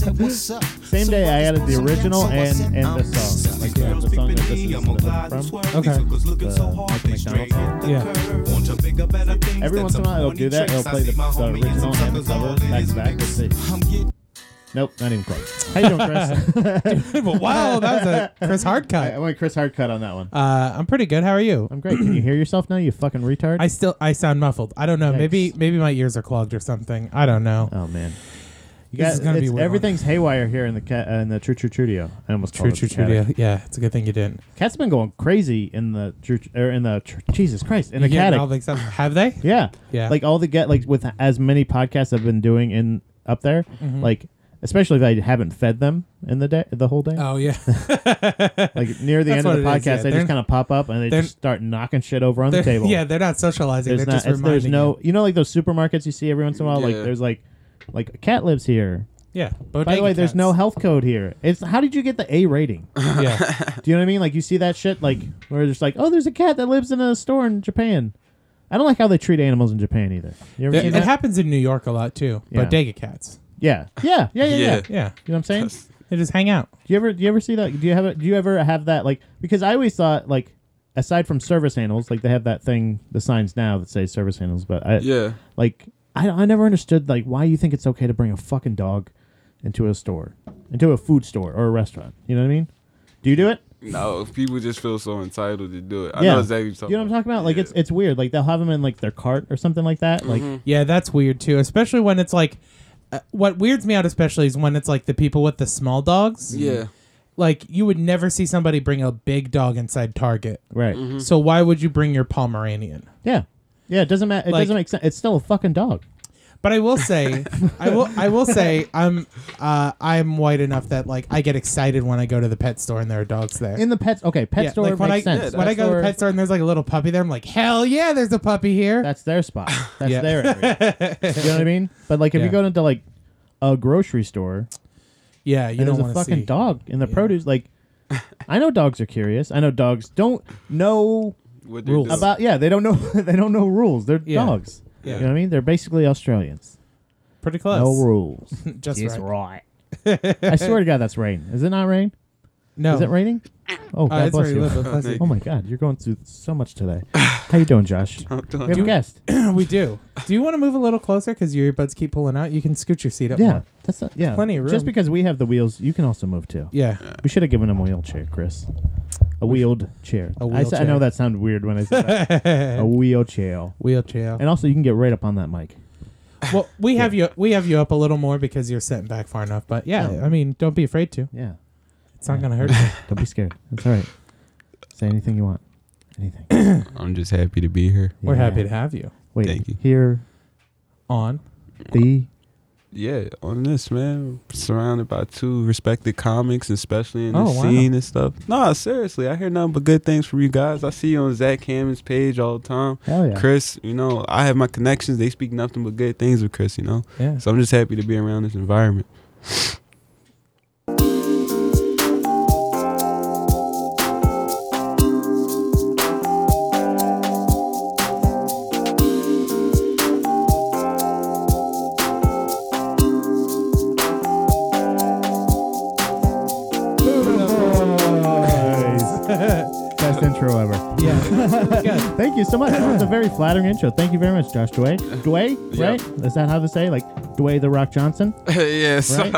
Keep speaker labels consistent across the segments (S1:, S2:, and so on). S1: Same day, I added the original and, and the song. Like yeah, the song that this is lifted from.
S2: Okay.
S1: The Michael McDonald song.
S2: Yeah.
S1: Every once in a while, it'll do that. It'll play the, the original and the cover back to back. Let's see. Nope, not even close. How you doing, Chris?
S2: wow, that was a Chris Hard
S1: I, I
S2: cut.
S1: went Chris Hardcut on that one.
S2: Uh, I'm pretty good. How are you?
S1: I'm great. Can you hear yourself now, you fucking retard?
S2: I still I sound muffled. I don't know. Maybe
S1: Yikes.
S2: maybe my ears are clogged or something. I don't know.
S1: oh man. You
S2: This
S1: got,
S2: is gonna be
S1: it's-
S2: a weird one.
S1: everything's haywire here in the cat uh, in the True True Trudio. I almost
S2: True,
S1: called
S2: true,
S1: it
S2: true.
S1: the
S2: Yeah.
S1: Oh, attic.
S2: yeah, it's a good thing you didn't.
S1: Cat's been going crazy in the True or in the tr- Jesus Christ in
S2: You
S1: the
S2: getting
S1: cat.
S2: all the stuff- Have they?
S1: Yeah.
S2: Yeah.
S1: Like all the get like with as many podcasts I've been doing in up there,
S2: Mm-hmm.
S1: like especially if I haven't fed them in the day the whole day.
S2: Oh yeah.
S1: Like near the end
S2: That's
S1: of the
S2: what it is,
S1: podcast,
S2: yeah.
S1: they
S2: They're-
S1: just kind of pop up and they
S2: they're-
S1: just start knocking shit over on the
S2: They're-
S1: table.
S2: Yeah, they're not socializing.
S1: There's
S2: they're
S1: not
S2: just
S1: it's-
S2: reminding.
S1: there's no you know like those supermarkets you see every once in a while like
S3: Yeah.
S1: there's like like a cat lives here.
S2: you. Yeah.
S1: By the
S2: bodega
S1: way, there's
S2: cats.
S1: no health code here. It's how did you get the A rating? Do
S2: yeah.
S1: you know what I mean? Like you see that shit like where it's just like, "Oh, there's a cat that lives in a store in Japan." I don't like how they treat animals in Japan either. You ever
S2: It,
S1: seen
S2: it
S1: that?
S2: happens in New York a lot too.
S1: Yeah.
S2: Bodega cats.
S1: Yeah. Yeah. Yeah. Yeah. Yeah.
S3: Yeah.
S1: You
S2: Yeah.
S1: know what I'm saying? Do
S2: They just hang out.
S1: you ever do you ever see that? Do you have a, do you ever have that like because I always thought like aside from service animals like they have that thing the signs now that say service animals but I
S3: Yeah.
S1: like I I never understood like why you think it's okay to bring a fucking dog into a store into a food store or a restaurant you know what I mean? Do you do it?
S3: No, people just feel so entitled to do it. I
S1: yeah.
S3: know exactly what you're talking
S1: you know what I'm talking about? Like
S3: Yeah.
S1: it's it's weird. Like they'll have them in like their cart or something like that. Like
S3: Mm-hmm.
S2: Yeah, that's weird too, especially when it's like uh, what weirds me out especially is when it's like the people with the small dogs.
S3: Yeah.
S2: Like you would never see somebody bring a big dog inside Target.
S1: right?
S3: Mm-hmm.
S2: So why would you bring your Pomeranian?
S1: Yeah, yeah. It doesn't matter. It
S2: Like-
S1: doesn't make sense. It's still a fucking dog.
S2: But I will say, I will, I will say, I'm, uh, I'm white enough that like I get excited when I go to the pet store and there are dogs there.
S1: In the pets, okay, pet
S2: Yeah,
S1: store
S2: like
S1: makes
S2: when I
S1: sense.
S2: when I go to the
S1: store-
S2: pet store and there's like a little puppy there, I'm like, hell yeah, there's a puppy here.
S1: That's their spot. That's
S2: Yeah.
S1: their area. you know what I mean? But like if
S2: Yeah.
S1: you go into like a grocery store
S2: yeah,
S1: and
S2: you don't
S1: there's a
S2: want to
S1: fucking
S2: see.
S1: dog in the produce, like I know dogs are curious. I know dogs don't know
S3: What they
S2: Rules.
S3: do.
S1: about yeah, they don't know they don't know rules. They're
S2: Yeah.
S1: dogs.
S2: Yeah.
S1: You know what I mean? They're basically Australians.
S2: Pretty close.
S1: No rules.
S2: Just
S1: It's
S2: right.
S1: right. I swear to God, that's rain. Is it not rain?
S2: No,
S1: Is it raining? Oh,
S2: Uh,
S1: God
S2: it's
S1: bless
S2: very
S1: you.
S2: little. Bless you.
S1: Oh my God, you're going through so much today. How you doing, Josh? We
S3: doing
S1: have a guest.
S2: we do. Do you want to move a little closer because your earbuds keep pulling out? You can scoot your seat up.
S1: Yeah,
S2: more.
S1: that's not, yeah.
S2: Plenty of room.
S1: Just because we have the wheels, you can also move too.
S2: Yeah.
S1: We should have given him a wheelchair, Chris. A wheeled chair.
S2: A
S1: I, said- I
S2: wheelchair.
S1: know that sounded weird when I said that. a wheelchair.
S2: Wheelchair.
S1: And also, you can get right up on that mic.
S2: well, we have you. We have you up a little more because you're sitting back far enough. But yeah,
S1: Yeah.
S2: I mean, don't be afraid to.
S1: Yeah.
S2: It's not gonna hurt. you.
S1: Don't be scared. It's all right. Say anything you want. Anything.
S3: I'm just happy to be here.
S2: We're
S1: Yeah.
S2: happy to have you
S1: Wait.
S3: Thank you.
S1: Here,
S2: on.
S1: the.
S3: Yeah, on this man, surrounded by two respected comics, especially in the
S2: Oh, wow.
S3: scene and stuff. Nah, seriously, I hear nothing but good things from you guys. I see you on Zach Hammond's page all the time.
S1: Hell yeah.
S3: Chris, you know, I have my connections. They speak nothing but good things with Chris, you know.
S2: Yeah.
S3: So I'm just happy to be around this environment.
S1: Best intro ever.
S2: Yeah. Good.
S1: Thank you so much. That was a very flattering intro. Thank you very much, Josh Dway. Dway,
S3: Yeah.
S1: right? Is that how to say? Like Dway the Rock Johnson?
S3: yes.
S1: Right?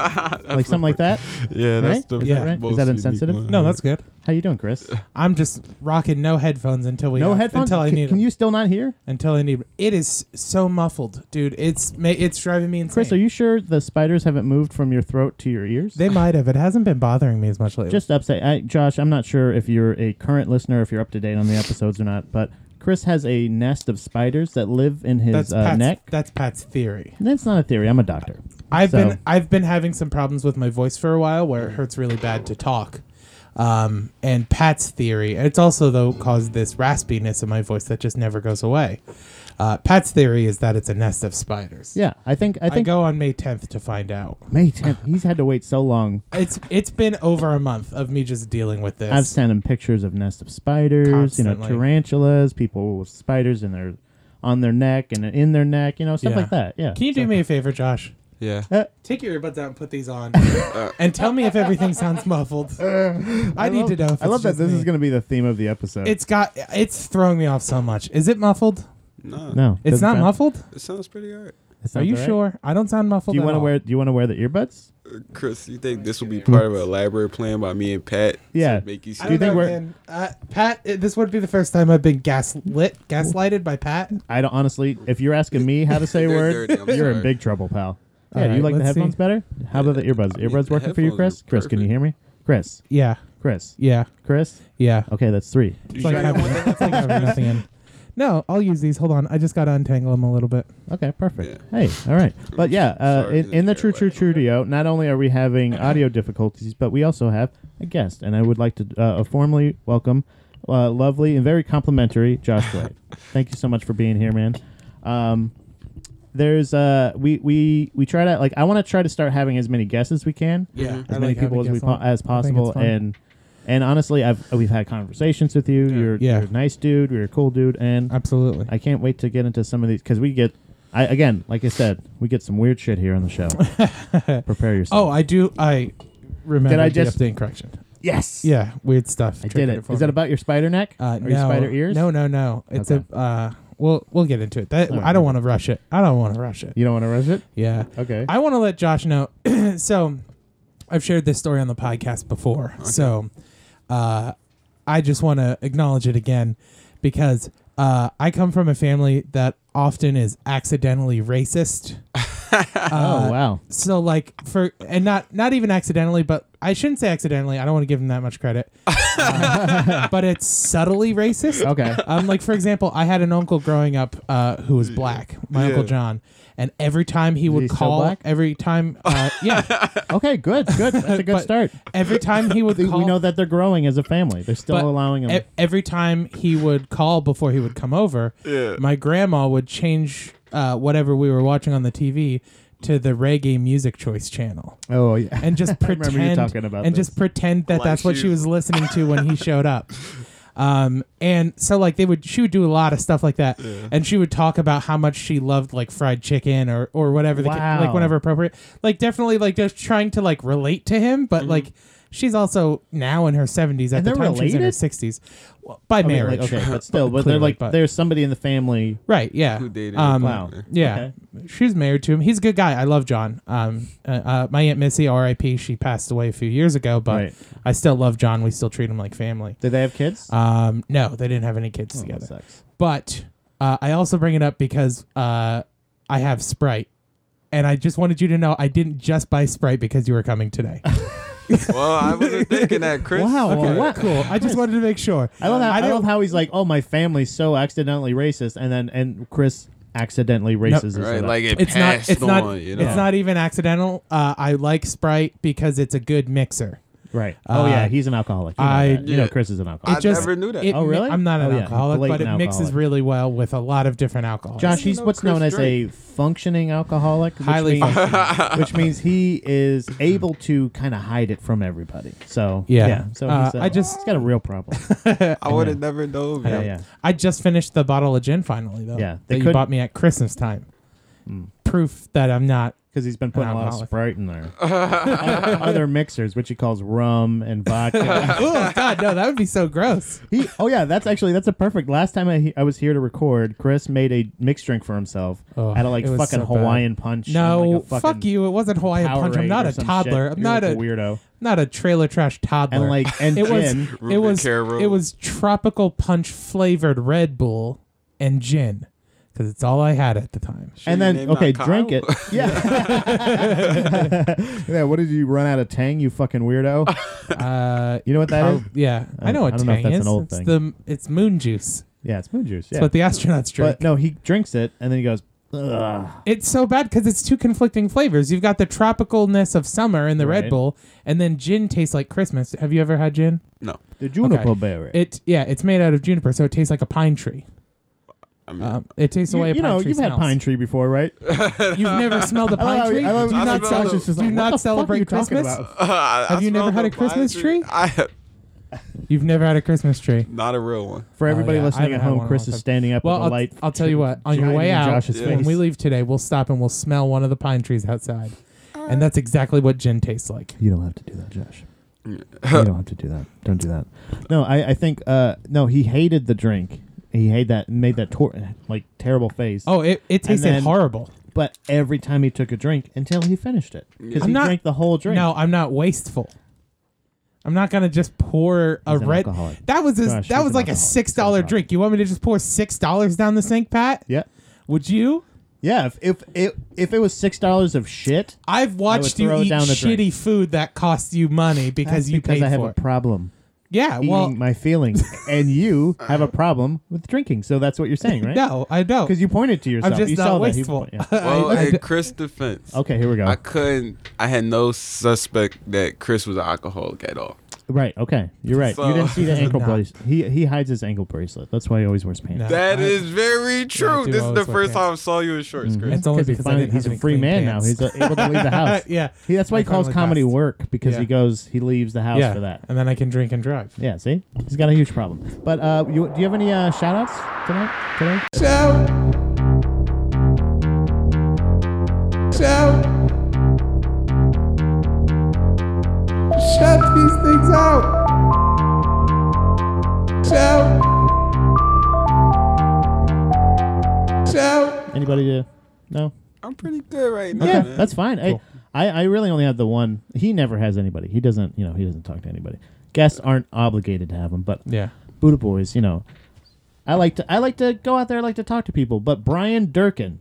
S1: like something like that?
S3: Yeah, that's
S1: Right?
S3: the
S1: Is
S2: Yeah.
S1: that right? Is
S3: most
S1: that
S3: unique
S1: insensitive?
S3: one.
S2: No, that's good.
S1: How you doing, Chris?
S2: I'm just rocking no headphones until we
S1: No
S2: have-
S1: headphones?
S2: until I
S1: Can-
S2: need
S1: Can
S2: them.
S1: you still not hear?
S2: until I need. It is so muffled, dude. It's ma- it's driving me insane.
S1: Chris, are you sure the spiders haven't moved from your throat to your ears?
S2: They might have. It hasn't been bothering me as much lately.
S1: Just upstate. I, Josh, I'm not sure if you're a current listener, if you're up to date on the episodes or not, but Chris has a nest of spiders that live in his
S2: that's
S1: uh,
S2: Pat's,
S1: neck.
S2: That's Pat's theory.
S1: That's not a theory. I'm a doctor.
S2: I've
S1: So- Mm-hmm.
S2: been I've been having some problems with my voice for a while, where it hurts really bad to talk. Um, and Pat's theory. It's also though caused this raspiness in my voice that just never goes away. Uh, Pat's theory is that it's a nest of spiders.
S1: Yeah, I think I
S2: I,
S1: think
S2: go on May 10th to find out.
S1: May 10th. He's had to wait so long.
S2: It's it's been over a month of me just dealing with this.
S1: I've sent him pictures of nests of spiders, you know,
S2: Constantly.
S1: tarantulas, people with spiders in their on their neck and in their neck, you know, stuff
S2: Yeah.
S1: like that. Yeah.
S2: Can you do
S1: So-
S2: me a favor, Josh?
S3: Yeah.
S2: Take your earbuds out and put these on, and tell me if everything sounds muffled. I, need
S1: love-
S2: to know. If
S1: I love that this is
S2: gonna.
S1: going to be the theme of the episode.
S2: It's got. It's throwing me off so much. Is it muffled?
S3: No.
S1: no,
S2: It's
S1: doesn't
S2: not
S1: sound-
S2: muffled.
S3: It sounds pretty alright.
S1: it
S2: Are
S1: sounds
S2: you
S1: alright.
S2: sure? I don't sound muffled.
S1: Do you
S2: want to
S1: wear? Do you want to wear the earbuds?
S3: Chris, you think this will be part of an elaborate plan by me and Pat?
S1: Yeah.
S3: To make you
S1: Do you
S3: see.
S1: think
S2: know,
S1: we're-
S2: man. Uh, Pat? uh, This would be the first time I've been gaslit, gaslighted by Pat.
S1: I don't honestly. If you're asking me how to say a
S3: They're
S1: word,
S3: dirty, I'm
S1: you're in
S3: sorry.
S1: big trouble, pal. Yeah,
S2: All
S1: do
S2: right,
S1: you like the
S2: let's see.
S1: headphones better? How about the earbuds?
S3: I mean,
S1: Earbuds
S3: the
S1: working for you,
S3: headphones
S1: Chris?
S3: are
S1: Chris, can you
S3: perfect.
S1: hear me? Chris,
S2: Yeah,
S1: Chris,
S2: yeah,
S1: Chris.
S2: yeah.
S1: Okay, that's three.
S2: It's like having, it's like having nothing in. No, I'll use these. Hold on, I just gotta untangle them a little bit.
S1: Okay, perfect. Hey, all right. But yeah, uh,
S3: Sorry,
S1: in, in the True True Trudio, not only are we having audio difficulties, but we also have a guest, and I would like to uh, formally welcome uh, lovely and very complimentary Josh Wade. Thank you so much for being here, man. Um, there's uh, we we we try to like I want to try to start having as many guests as we can.
S2: Yeah,
S1: as many people as we po- as possible and and honestly i've we've had conversations with you you're,
S2: Yeah.
S1: you're a nice dude you're a cool dude and
S2: absolutely.
S1: i can't wait to get into some of these because we get i again like i said we get some weird shit here on the show prepare
S2: oh,
S1: yourself
S2: I do. I remember
S1: Did I
S2: I
S1: just-
S2: just, the update correction.
S1: yes
S2: Oh, Yeah, weird stuff.
S1: i did it is that about your spider neck
S2: Uh,
S1: or
S2: no,
S1: your spider ears
S2: No, no, no. It's
S1: Okay.
S2: a. Uh, we'll we'll get into it. That
S1: All right.
S2: I don't want to rush it. I don't want to rush it.
S1: you don't want to rush it
S2: Yeah.
S1: okay
S2: I want to let Josh know. so, I've shared this story on the podcast before. So, uh, I just want to acknowledge it again because uh, I come from a family that often is accidentally racist. Uh,
S1: oh wow
S2: So, like for and not not even accidentally, but I shouldn't say accidentally. I don't want to give him that much credit. Uh, but it's subtly racist.
S1: okay Uh,
S2: Um, like for example, I had an uncle growing up uh, who was black. My uncle
S3: Yeah.
S2: John, and every time he would
S1: he still
S2: call,
S1: black?
S2: every time, uh, yeah,
S1: okay good good that's a good
S2: But
S1: start
S2: every time he would
S1: we
S2: call,
S1: know that they're growing as a family they're still
S2: but
S1: allowing them
S2: e- every time he would call before he would come over,
S3: Yeah.
S2: my grandma would change uh, whatever we were watching on the TV to the reggae music choice channel.
S1: oh yeah
S2: and just
S1: remember you
S2: pretend
S1: talking about
S2: and
S1: this.
S2: just pretend that
S3: Like
S2: that's what
S3: she-
S2: she was listening to when he showed up. Um, and so like they would she would do a lot of stuff like that, and she would talk about how much she loved like fried chicken or or whatever the ca-
S1: Wow.
S2: like whenever appropriate, like definitely like just trying to like relate to him, but like. She's also now in her 70s. At
S1: And they're
S2: the time, she's in her
S1: related?
S2: 60s. Well, by
S1: I mean,
S2: marriage.
S1: like, okay but still but they're
S2: Clearly,
S1: like
S2: but-
S1: there's somebody in the family
S2: Right, yeah.
S3: Who dated
S2: Um,
S1: wow
S2: Yeah, she's married to him. He's a good guy. I love John. Um, uh, uh, my aunt Missy, R.I.P. She passed away a few years ago, but
S1: Right.
S2: I still love John. We still treat him like family.
S1: Did they have kids?
S2: Um, no, they didn't have any kids
S1: Oh, that
S2: together.
S1: sucks.
S2: But uh, I also bring it up because uh, I have Sprite, and I just wanted you to know I didn't just buy Sprite because you were coming today.
S3: well, I wasn't thinking that, Chris.
S1: Wow, well,
S3: Okay.
S1: what?
S2: cool. I just wanted to make sure.
S1: I love how I,
S2: Uh, I
S1: love how he's like, oh, my family's so accidentally racist, and then and Chris accidentally races. his
S3: Right,
S1: it up.
S3: like it
S2: It's not.
S3: passed
S2: It's
S3: on.
S2: not.
S3: you know?
S2: It's not even accidental. Uh, I like Sprite because it's a good mixer.
S1: right. Oh
S2: Uh,
S1: yeah, he's an alcoholic. You know,
S2: I-
S1: that. You know
S3: Yeah.
S1: Chris is an
S3: I
S1: alcoholic.
S2: just-
S3: never knew that.
S2: It
S1: Oh,
S2: mi-
S1: really?
S2: I'm not an
S1: Oh, yeah.
S2: alcoholic, but it
S1: Blatant
S2: mixes
S1: alcoholic.
S2: really well with a lot of different alcohols.
S1: Josh,
S3: didn't
S1: he's
S3: know
S1: what's
S3: Chris
S1: known as a functioning alcoholic, which
S2: Highly
S1: means, which means he is able to kind of hide it from everybody. So
S2: Yeah.
S1: so
S2: Uh,
S1: he's, uh,
S2: I just-
S1: he's got a real problem.
S3: I would have never known.
S1: yeah,
S3: man.
S1: yeah.
S2: I just finished the bottle of gin finally, though.
S1: Yeah, they
S2: that you
S1: couldn't- Mm.
S2: bought me at Christmas time. Proof that I'm not.
S1: Because he's been putting a lot of
S2: alcoholic.
S1: Sprite in there, And other mixers, which he calls rum and vodka.
S2: Oh God, no, that would be so gross.
S1: He, oh yeah, that's actually that's a perfect. Last time I, I was here to record, Chris made a mixed drink for himself
S2: Oh,
S1: out of like
S2: it was
S1: fucking
S2: so bad.
S1: Hawaiian punch.
S2: No,
S1: and, like, a fucking
S2: fuck you. It wasn't Hawaiian punch. I'm
S1: Powerade
S2: not
S1: or
S2: a
S1: some
S2: toddler.
S1: shit.
S2: I'm
S1: You're
S2: not
S1: like
S2: a
S1: weirdo.
S2: not a trailer trash toddler.
S1: And like and
S2: it
S1: gin.
S2: was it was
S3: Ruben Caro.
S2: it was tropical punch flavored Red Bull and gin because it's all I had at the time.
S1: and
S3: Your
S1: then
S3: name
S1: okay,
S3: not
S1: drink
S3: Kyle?
S1: it. Yeah. yeah. What did you run out of Tang? You fucking weirdo.
S2: Uh,
S1: You know what that is?
S2: prob- yeah, I,
S1: I-
S2: know what
S1: I don't know if
S2: Tang
S1: that's an
S2: is.
S1: old
S2: it's
S1: thing.
S2: the it's moon juice.
S1: Yeah, it's moon juice.
S2: It's
S1: Yeah.
S2: what the astronauts drink.
S1: but no, he drinks it and then he goes. Ugh.
S2: it's so bad because it's two conflicting flavors. You've got the tropicalness of summer in the
S1: Right.
S2: Red Bull, and then gin tastes like Christmas. Have you ever had gin?
S3: No,
S1: The juniper berry.
S2: It yeah, it's made out of juniper, so it tastes like a pine tree.
S3: I mean,
S2: Um, it tastes the
S1: you
S2: way a
S1: you
S2: pine
S1: know,
S2: tree
S1: you've had
S2: smells.
S1: pine tree before, right?
S2: You've never smelled a pine
S1: love-
S2: tree.
S1: I love-
S2: do
S3: I
S2: not,
S3: smell
S2: cel-
S3: those.
S1: Just like, what
S2: do not
S3: Uh,
S1: the fuck are you
S2: celebrate
S1: talking
S2: Christmas.
S1: about?
S3: have
S2: you never had a Christmas tree?
S3: I have.
S2: You've never had a Christmas tree.
S3: Not a real one.
S1: For
S2: Oh,
S1: everybody
S2: yeah, I
S1: listening
S2: haven't
S1: at
S2: had
S1: home,
S2: one in a
S1: Chris
S2: long
S1: is
S2: time.
S1: standing up
S2: Well,
S1: with a
S2: I'll,
S1: light.
S2: I'll tell you what. On your
S1: shining
S2: way
S1: in
S2: out,
S1: Josh's
S3: Yeah.
S2: when
S1: face.
S2: we leave today, we'll stop and we'll smell one of the pine trees outside, and that's exactly what gin tastes like.
S1: You don't have to do that, Josh. you don't have to do that. Don't do that. No, I, I think uh, no. He hated the drink. He hated that. Made that tor- like terrible face.
S2: Oh, it, it tasted
S1: then-
S2: horrible.
S1: But every time he took a drink until he finished it, because
S3: I'm
S1: he
S2: not-
S1: drank the whole drink.
S2: No, I'm not wasteful. I'm not gonna just pour a
S1: He's an
S2: red.
S1: alcoholic.
S2: That was a,
S1: Gosh,
S2: that
S1: he's
S2: was
S1: an
S2: like
S1: alcoholic.
S2: a
S1: He's
S2: six
S1: an
S2: dollar
S1: alcoholic.
S2: drink. You want me to just pour six dollars down the sink, Pat?
S1: Yeah.
S2: Would you?
S1: Yeah. If if it if it was six dollars of shit,
S2: I've watched you
S1: throw
S2: eat
S1: down the
S2: shitty
S1: drink.
S2: food that costs you money because
S1: that's
S2: you
S1: because
S2: paid
S1: I have
S2: for
S1: a
S2: it.
S1: problem
S2: yeah,
S1: eating
S2: well,
S1: my feelings, and you have a problem with drinking. So that's what you're saying, right?
S2: no, I don't.
S1: Because you pointed to yourself.
S2: I'm just
S1: you saw
S2: not
S1: that. He
S2: wasteful.
S1: po- yeah.
S3: Well,
S2: I- I-
S3: in Chris' defense,
S1: Okay, here we go.
S3: I couldn't. I had no suspect that Chris was an alcoholic at all.
S1: Right. Okay. You're right. you
S3: So-
S1: didn't see the ankle
S2: Nah.
S1: bracelet. He he hides his ankle bracelet. That's why he always wears pants.
S2: No.
S3: That
S2: I-
S3: is very true.
S2: do
S3: this is the
S2: always wear
S3: first time I
S2: pants.
S3: saw you in shorts, Chris.
S2: It's only
S1: 'Cause he
S2: because I
S1: finally-
S2: didn't have
S1: he's a
S2: any
S1: free
S2: clean
S1: man
S2: pants.
S1: now. He's uh, able to leave the house.
S2: yeah,
S1: He, that's why
S2: I
S1: he calls
S2: finally
S1: comedy
S2: passed.
S1: work because
S2: Yeah.
S1: he goes he leaves the house
S2: yeah,
S1: for that.
S2: and then I can drink and drive.
S1: Yeah. See, he's got a huge problem. But uh, you, do you have any uh, shout outs tonight? Today?
S2: So, so, shut these things out. So, so.
S1: Anybody? To, no.
S3: I'm pretty good right now.
S1: Yeah,
S3: man.
S1: that's fine.
S2: Cool.
S1: I, I I really only have the one. He never has anybody. He doesn't. You know, he doesn't talk to anybody. Guests aren't obligated to have him, but
S2: Yeah.
S1: Buddha boys, you know. I like to I like to go out there. I like to talk to people. But Brian Durkin,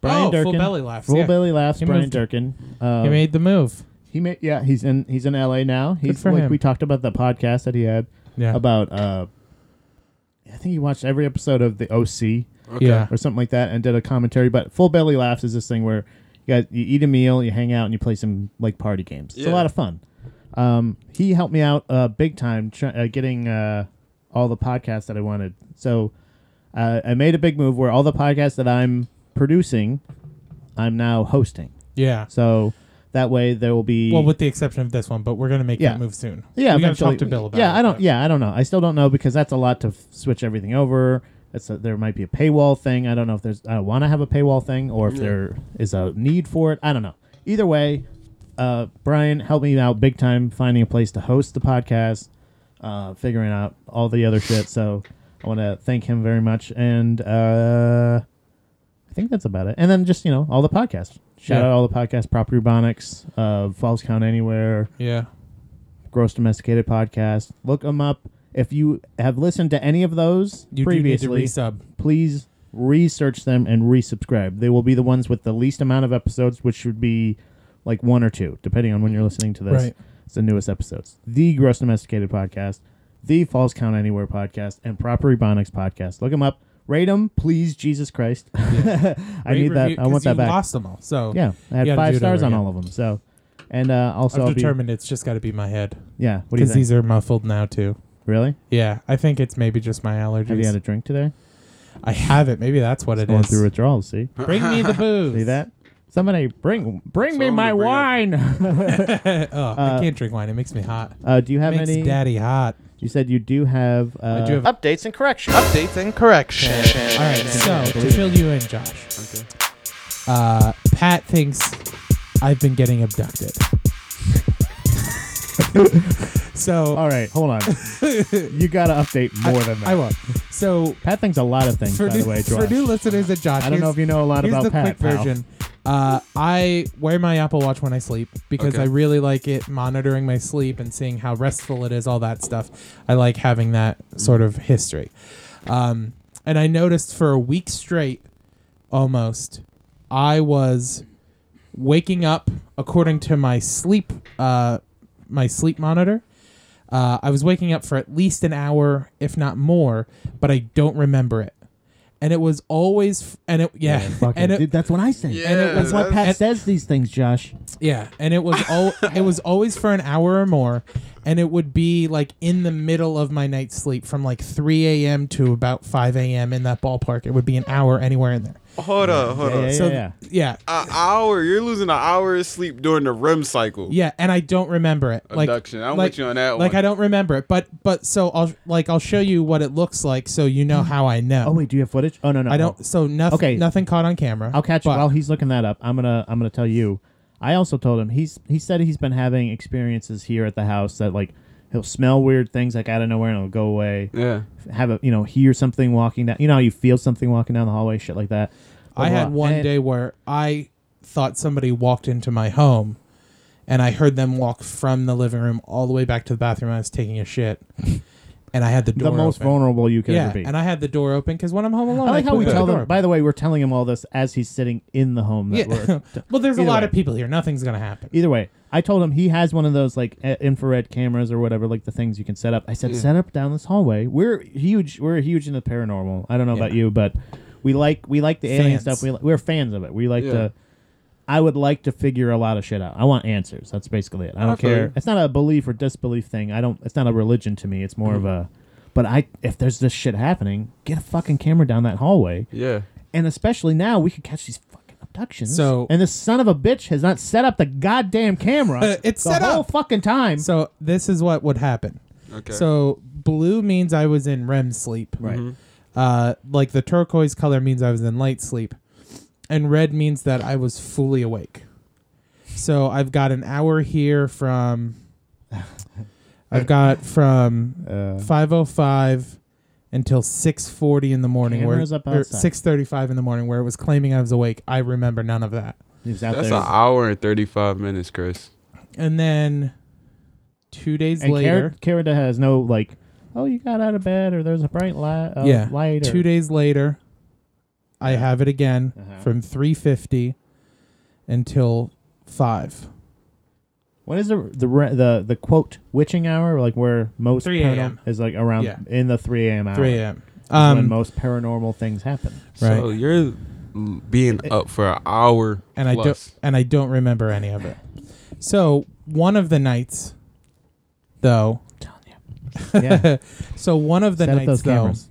S1: Brian
S2: Oh, Full
S1: Durkin,
S2: Belly Laughs,
S1: Full
S2: yeah.
S1: belly laughs.
S2: He
S1: Brian
S2: moved.
S1: Durkin. Uh,
S2: You made the move.
S1: he made yeah. He's in he's in L.A. now. He's
S2: for
S1: like
S2: him.
S1: we talked about the podcast that he had
S2: Yeah.
S1: about. Uh, I think he watched every episode of the OC
S3: Okay.
S2: Yeah.
S1: or something like that and did a commentary. But full belly laughs is this thing where you guys you eat a meal, you hang out, and you play some like party games. It's a
S3: Yeah.
S1: lot of fun. Um, he helped me out uh, big time try, uh, getting uh, all the podcasts that I wanted. So uh, I made a big move where all the podcasts that I'm producing, I'm now hosting.
S2: Yeah.
S1: So that way there will be
S2: Well, with the exception of this one, but we're gonna make
S1: Yeah.
S2: that move soon.
S1: yeah,
S2: we gotta
S1: eventually.
S2: talk to Bill about.
S1: yeah,
S2: it,
S1: I don't.
S2: but-
S1: Yeah, I don't know. I still don't know because that's a lot to f- switch everything over. That's a, there might be a paywall thing. I don't know if there's. I want to have a paywall thing or if there is a need for it. I don't know. Either way, uh, Brian helped me out big time finding a place to host the podcast, uh, figuring out all the other shit. So I want to thank him very much, and uh, I think that's about it. And then just you know all the podcasts. Shout
S2: Yeah.
S1: out all the podcasts: Proper Ubonics, uh, Falls Count Anywhere.
S2: Yeah.
S1: Gross Domesticated podcast. Look them up. If you have listened to any of those
S2: You do
S1: previously,
S2: need to resub.
S1: please research them and resubscribe. They will be the ones with the least amount of episodes, which should be like one or two, depending on when you're listening to this.
S2: Right.
S1: It's the newest episodes. The Gross Domesticated podcast, the Falls Count Anywhere podcast, and Proper Ebonics podcast. Look them up. Rate them, please, Jesus Christ. I
S2: Rate,
S1: need that. I
S2: review, 'cause
S1: want that
S2: you
S1: back.
S2: Lost them all. So
S1: Yeah, I
S2: You
S1: had
S2: gotta
S1: five
S2: do it
S1: stars
S2: over
S1: on
S2: again.
S1: all of them. So, and uh, also,
S2: I've
S1: I'll be-
S2: determined it's just got to be my head
S1: yeah. What do you
S2: because
S1: think?
S2: these are muffled now too.
S1: really?
S2: Yeah, I think it's maybe just my allergies.
S1: Have you had a drink today?
S2: I have it. Maybe that's what it
S1: going
S2: is.
S1: through withdrawal. See,
S2: Bring me the booze.
S1: see that? Somebody bring bring me
S3: Someone
S1: my
S3: bring up-
S1: wine.
S2: oh, I can't drink wine. It makes me hot.
S1: uh, do you Uh, have
S2: makes
S1: any?
S2: daddy hot.
S1: You said you do have. Uh,
S2: I do have.
S4: Updates and corrections. Updates and corrections.
S2: all right. So to fill you in, Josh. Uh, Pat thinks I've been getting abducted. so
S1: All right, hold on. you got to update more than that.
S2: I will. So
S1: Pat thinks a lot of things.
S2: for
S1: by
S2: new,
S1: the way,
S2: for
S1: Josh.
S2: new listeners at Josh,
S1: I don't know
S2: here's-
S1: if you know a lot
S2: Here's
S1: about
S2: the
S1: Pat.
S2: quick
S1: pal.
S2: version. Uh, I wear my Apple Watch when I sleep because
S3: Okay.
S2: I really like it monitoring my sleep and seeing how restful it is, all that stuff. I like having that sort
S1: Mm.
S2: of history. Um, and I noticed for a week straight, almost, I was waking up according to my sleep uh, my sleep monitor. Uh, I was waking up for at least an hour, if not more, but I don't remember it. And it was always, f- and it, yeah,
S1: Fuck
S2: and
S1: it.
S2: it,
S1: Dude, that's what I say.
S3: Yeah, And it was-
S1: that's why Pat
S2: and-
S1: says these things, Josh.
S2: Yeah, and it was all it was always for an hour or more, and it would be like in the middle of my night's sleep from like 3 a.m. to about 5 a.m. in that ballpark. It would be an hour anywhere in there.
S3: Hold up, hold
S1: Yeah,
S3: up.
S1: yeah,
S2: So
S1: yeah.
S2: yeah,
S3: An hour. You're losing an hour of sleep during the REM cycle.
S2: yeah, and I don't remember it. Like,
S3: Abduction. I'm
S2: like-
S3: with you on that
S2: like
S3: one.
S2: I don't remember it, but but so I'll like I'll show you what it looks like so you know how I know.
S1: Oh wait, do you have footage? Oh no, no.
S2: I
S1: no.
S2: don't. So nothing.
S1: Okay.
S2: Nothing caught on camera.
S1: I'll catch
S2: but
S1: while he's looking that up. I'm gonna I'm gonna tell you. I also told him he's he said he's been having experiences here at the house that like he'll smell weird things like out of nowhere and it'll go away.
S3: yeah.
S1: Have a you know hear something walking down. You know how you feel something walking down the hallway, shit like that.
S2: I
S1: Blah,
S2: had
S1: blah.
S2: one
S1: And-
S2: day where I thought somebody walked into my home, and I heard them walk from the living room all the way back to the bathroom. I was taking a shit, and I had the
S1: the
S2: door
S1: most
S2: open.
S1: vulnerable you could
S2: Yeah,
S1: ever be.
S2: and I had the door open because when I'm home alone,
S1: I like how we
S2: put the
S1: tell
S2: door
S1: them.
S2: open.
S1: By the way, we're telling him all this as he's sitting in the home. That
S2: Yeah.
S1: we're,
S2: well, there's a
S1: Either
S2: lot
S1: way.
S2: of people here. Nothing's gonna happen.
S1: either way, I told him he has one of those like uh, infrared cameras or whatever, like the things you can set up. I said, set up down this hallway. We're huge. We're huge into paranormal. I don't know about
S2: Yeah.
S1: you, but we like we like the alien
S2: Fans.
S1: stuff. We li- we're fans of it. We like
S3: Yeah.
S1: to. I would like to figure a lot of shit out. I want answers. That's basically it. I don't
S3: I feel
S1: care.
S3: you.
S1: It's not a belief or disbelief thing. I don't. It's not a religion to me. It's more of a. But I, if there's this shit happening, get a fucking camera down that hallway
S3: Yeah.
S1: and especially now we could catch these fucking abductions.
S2: So-
S1: and this son of a bitch has not set up the goddamn camera.
S2: Uh, it's
S1: the
S2: set
S1: whole
S2: up.
S1: fucking time.
S2: So this is what would happen.
S3: Okay.
S2: So blue means I was in REM sleep.
S1: Right.
S2: Uh, like the turquoise color means I was in light sleep, and red means that I was fully awake. So I've got an hour here from. I've got from
S1: Uh,
S2: five oh five until six forty in the morning, where
S1: Cameras up outside.
S2: six thirty five in the morning, where it was claiming I was awake. I remember none of that.
S1: he was out
S3: That's
S1: there.
S3: an hour and 35 minutes, Chris.
S2: And then two days
S1: and
S2: later,
S1: Car- Carida has no like. Oh, you got out of bed, or there's a bright light. Uh,
S2: Yeah.
S1: light. Or,
S2: Two days later, I have it again
S1: Uh-huh.
S2: from 350 until 5.
S1: What is the the re- the the quote witching hour? Like where most
S2: 3 a.m..
S1: paranormal is like around
S2: Yeah.
S1: in the three a.m. hour.
S2: 3 a.m.
S1: is when
S2: Um,
S1: most paranormal things happen.
S3: So
S2: Right.
S3: you're l- being up for an hour
S2: and I don't
S3: plus.
S2: and I don't remember any of it. So one of the nights, though,
S1: I'm telling you. Yeah.
S2: so one of the
S1: Set up
S2: nights
S1: those
S2: though,
S1: cameras.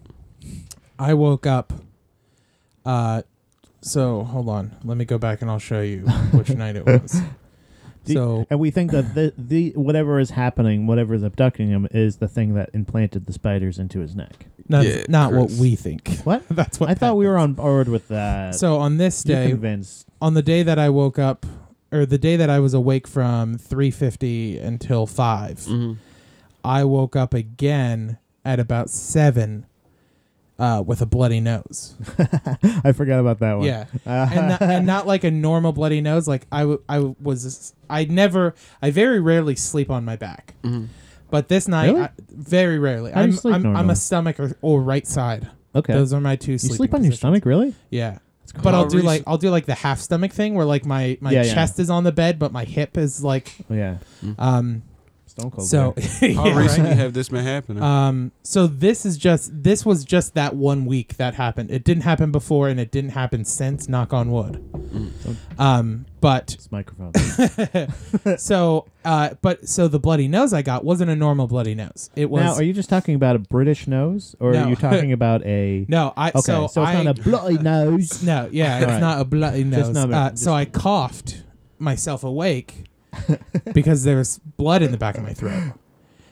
S2: I woke up. Uh, so hold on, let me go back and I'll show you which night it was.
S1: Do-
S2: So
S1: and we think that the, the whatever is happening, whatever is abducting him, is the thing that implanted the spiders into his neck.
S2: not,
S3: Yeah,
S2: not what
S3: Chris.
S2: we think.
S1: What?
S2: That's what
S1: I thought
S2: that
S1: we were
S2: is.
S1: on board with that.
S2: So on this
S1: You're
S2: day,
S1: convinced.
S2: on the day that I woke up, or the day that I was awake from 3:50 until 5,
S3: Mhm.
S2: I woke up again at about 7 uh, with a bloody nose.
S1: I forgot about that one.
S2: Yeah. and, not, and not like a normal bloody nose. Like I, w- I was, I never, I very rarely sleep on my back. But this night,
S1: Mm-hmm. Really?
S2: I, very rarely.
S1: How do you
S2: I'm,
S1: sleep
S2: I'm, I'm
S1: normally?
S2: a stomach or, or right side.
S1: Okay.
S2: Those are my two.
S1: you sleep on your stomach, really?
S2: Yeah. But I'll
S3: How
S2: do
S3: recent-
S2: like I'll do like the half stomach thing where like my my
S1: Yeah, yeah.
S2: chest is on the bed but my hip is like
S1: Oh, yeah.
S2: um
S1: Stone cold.
S2: so
S1: there.
S2: yeah,
S3: How recently
S2: right?
S3: have this been happening?
S2: um so this is just this was just that one week that happened. It didn't happen before and it didn't happen since knock on wood.
S1: Mm.
S2: Um but
S1: this microphone.
S2: so uh but so the bloody nose I got wasn't a normal bloody nose. It was
S1: now, are you just talking about a British nose, or
S2: No.
S1: are you talking about a?
S2: No, I
S1: Okay,
S2: so,
S1: it's
S2: I,
S1: not a bloody nose.
S2: No, yeah, it's
S1: Alright.
S2: not a bloody nose.
S1: Just number-
S2: uh,
S1: just-
S2: so I coughed myself awake because there was blood in the back of my throat.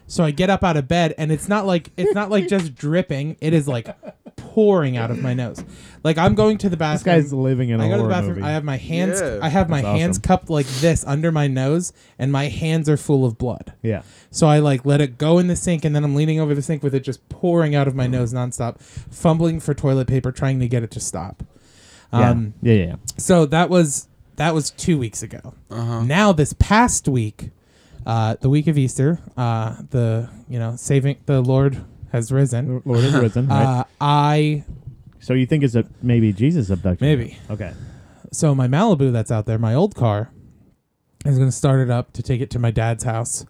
S2: So I get up out of bed and it's not like it's not like just dripping, it is like pouring out of my nose. Like I'm going to the
S1: This
S2: bathroom.
S1: guy's living in a
S2: I go to
S1: horror
S2: the bathroom.
S1: movie.
S2: I have my hands
S3: Yeah.
S2: I have my
S1: That's
S2: hands
S1: awesome.
S2: cupped like this under my nose and my hands are full of blood.
S1: yeah.
S2: So I like let it go in the sink, and then I'm leaning over the sink with it just pouring out of my nose nonstop, fumbling for toilet paper, trying to get it to stop. Um,
S1: yeah. Yeah. Yeah.
S2: So that was that was two weeks ago.
S3: Uh-huh.
S2: Now this past week, uh, the week of Easter, uh, the you know saving the Lord has risen.
S1: Lord is risen. Right?
S2: Uh, I
S1: so you think it's a maybe Jesus abduction?
S2: maybe
S1: Okay.
S2: so my Malibu that's out there, my old car, I was gonna start it up to take it to my dad's house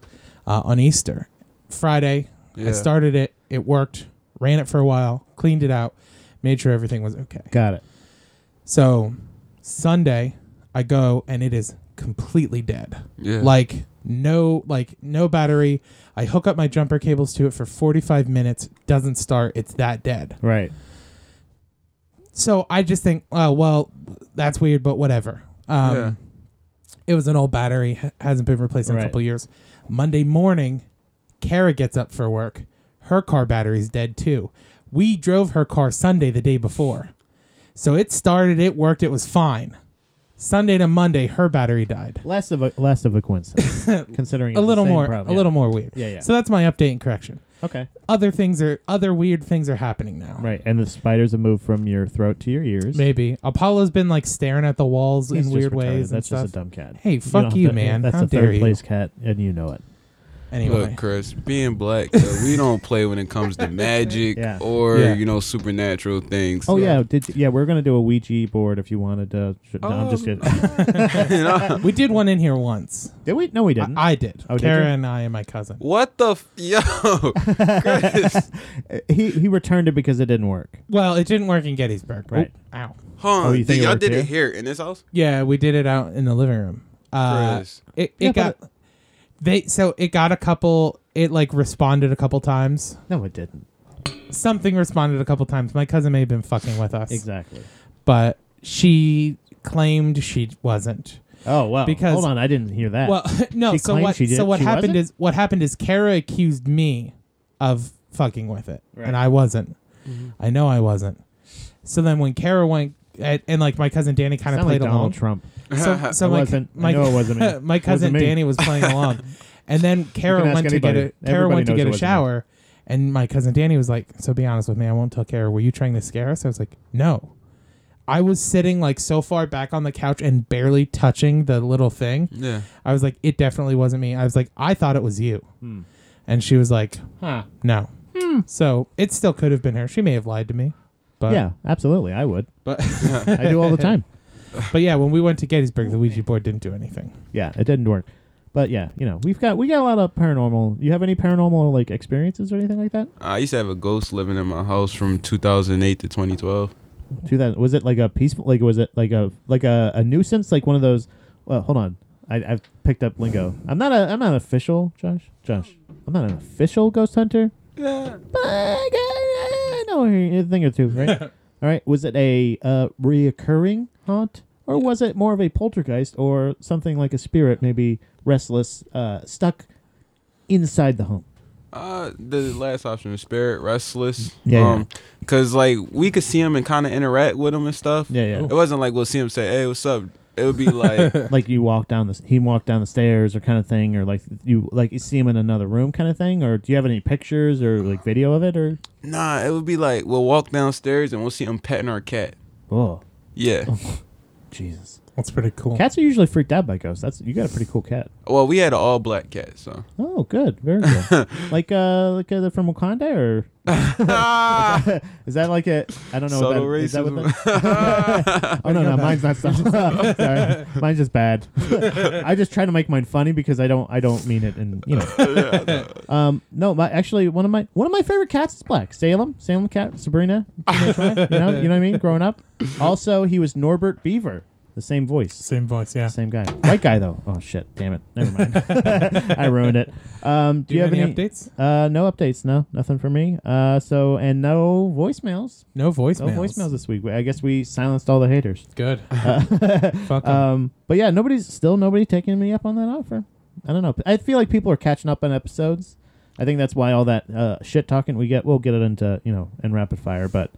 S2: uh, on Easter Friday.
S3: Yeah.
S2: I started it. It worked. Ran it for a while. Cleaned it out. Made sure everything was okay.
S1: Got it.
S2: So Sunday, I go and it is completely dead.
S3: Yeah.
S2: Like no, like no battery. I hook up my jumper cables to it for 45 minutes. Doesn't start. It's that dead.
S1: Right.
S2: so I just think, oh well, that's weird, but whatever. Um,
S3: Yeah.
S2: It was an old battery, ha- hasn't been replaced in
S1: Right.
S2: a couple years. Monday morning, Kara gets up for work. Her car battery's dead too. We drove her car Sunday the day before, so it started, it worked, it was fine. Sunday to Monday, her battery died.
S1: Less of a less of a coincidence, considering
S2: A
S1: it's the
S2: little
S1: same
S2: more,
S1: problem.
S2: a
S1: Yeah.
S2: little more weird.
S1: Yeah, yeah.
S2: So that's my update and correction.
S1: okay,
S2: Other things are, other weird things are happening now.
S1: right. And the spiders have moved from your throat to your ears.
S2: Maybe Apollo's been like staring at the walls
S1: He's
S2: in
S1: just
S2: weird
S1: retarded.
S2: ways. and
S1: That's just
S2: stuff.
S1: a dumb cat.
S2: Hey,
S1: don't
S2: fuck
S1: have
S2: you,
S1: to-
S2: man!
S1: That's
S2: How
S1: a
S2: dare
S1: third
S2: you?
S1: place cat, and you know it.
S2: Anyway,
S3: Look, Chris, being black, uh, we don't play when it comes to magic
S1: Yeah.
S3: or
S2: Yeah.
S3: you know supernatural things.
S1: Oh yeah, did yeah? We're gonna do a Ouija board if you wanted to. sh- no, I'm just
S3: Um,
S1: kidding.
S2: we did one in here once.
S1: Did we? No, we didn't.
S2: I, I did.
S1: Oh, did
S2: Kara
S1: you?
S2: and I and my cousin.
S3: What the f- yo, Chris?
S1: he he returned it because it didn't work.
S2: Well, it didn't work in Gettysburg.
S1: Right.
S2: Oh, ow.
S3: Huh?
S1: Oh, you think
S3: did-
S1: it
S3: y'all
S1: worked
S3: did
S1: here?
S3: it here in this house?
S2: Yeah, we did it out in the living room. Uh,
S3: Chris.
S2: It it
S1: Yeah,
S2: got they so it got a couple. It like responded a couple times.
S1: No, it didn't.
S2: Something responded a couple times. My cousin may have been fucking with us,
S1: Exactly.
S2: but she claimed she wasn't.
S1: Oh well.
S2: Because-
S1: hold on, I didn't hear that.
S2: Well, no.
S1: She
S2: so
S1: claimed
S2: what?
S1: she did-
S2: so what
S1: she
S2: happened
S1: wasn't?
S2: is what happened is Kara accused me of fucking with it,
S1: Right.
S2: and I wasn't.
S1: Mm-hmm.
S2: I know I wasn't. So then when Kara went and, and like my cousin Danny kind of
S1: Sound like
S2: played
S1: Donald
S2: along.
S1: Trump.
S2: So, so
S1: It
S2: my,
S1: wasn't. I
S2: my
S1: know it wasn't me. It
S2: my
S1: wasn't
S2: cousin
S1: me.
S2: Danny was playing along, and then Kara
S1: can ask
S2: went to get
S1: anybody.
S2: a Kara
S1: Everybody
S2: went to
S1: knows
S2: get
S1: it
S2: a
S1: wasn't me.
S2: shower, and my cousin Danny was like, "So be honest with me, I won't tell Kara. Were you trying to scare us?" I was like, "No." I was sitting like so far back on the couch and barely touching the little thing.
S3: Yeah.
S2: I was like, it definitely wasn't me. I was like, I thought it was you. And she was like,
S1: Hmm. Huh.
S2: no. So it still could have been her. She may have lied to me. But
S1: yeah, absolutely. I would.
S2: But
S1: I do all the time.
S2: but yeah, when we went to Gettysburg, the Ouija board didn't do anything.
S1: Yeah, it didn't work. But yeah, you know, we've got we got a lot of paranormal. You have any paranormal like experiences or anything like that?
S3: I used to have a ghost living in my house from 2008 to 2012.
S1: Two thousand was it like a peaceful? Like was it like a like a, a nuisance? Like one of those? Well, hold on. I, I've picked up lingo. I'm not a I'm not an official Josh. Josh. I'm not an official ghost hunter.
S3: Yeah.
S1: But I, got- I know a thing or two, right? All right. Was it a uh, reoccurring haunt, or was it more of a poltergeist, or something like a spirit, maybe restless, uh, stuck inside the home?
S3: Uh, the last option was spirit, restless.
S1: Yeah,
S3: Um, cause like we could see him and kind of interact with him and stuff.
S1: Yeah, yeah.
S3: It wasn't like we'll see him say, "Hey, what's up?" It would be like,
S1: like you walk down the he walked down the stairs or kind of thing or like you like you see him in another room kind of thing or do you have any pictures or like video of it or
S3: "Nah." It would be like we'll walk downstairs and we'll see him petting our cat.
S1: oh
S3: Yeah.
S1: jesus
S2: That's pretty cool.
S1: cats are usually freaked out by ghosts that's you got a pretty cool cat
S3: Well, we had an all black cat, so.
S1: oh good very good like uh like uh, they're from wakanda or is that like a i don't know what
S3: Subtle
S1: that, is that what
S3: racism.
S1: that Oh no, no, mine's not stuff. Sorry. Mine's just bad. I just try to make mine funny because I don't I don't mean it and you know. um no, my actually one of my one of my favorite cats is black. Salem. Salem cat, Sabrina. Teenage Riot, You know, you know what I mean? Growing up. Also, he was Norbert Beaver. The same voice.
S2: Same voice, yeah.
S1: Same guy. White guy though. Oh shit, damn it. Never mind. I ruined it. Um do,
S2: Do you have any,
S1: updates?
S2: updates?
S1: Uh no updates, no. Nothing for me. Uh so and no voicemails.
S2: No voicemails.
S1: No voicemails this week. I guess we silenced all the haters.
S2: Good.
S1: Uh,
S2: Fuck 'em.
S1: Um, but yeah, nobody's still nobody taking me up on that offer. I don't know. I feel like people are catching up on episodes. I think that's why all that uh, shit talking we get. We'll get it into you know in rapid fire, but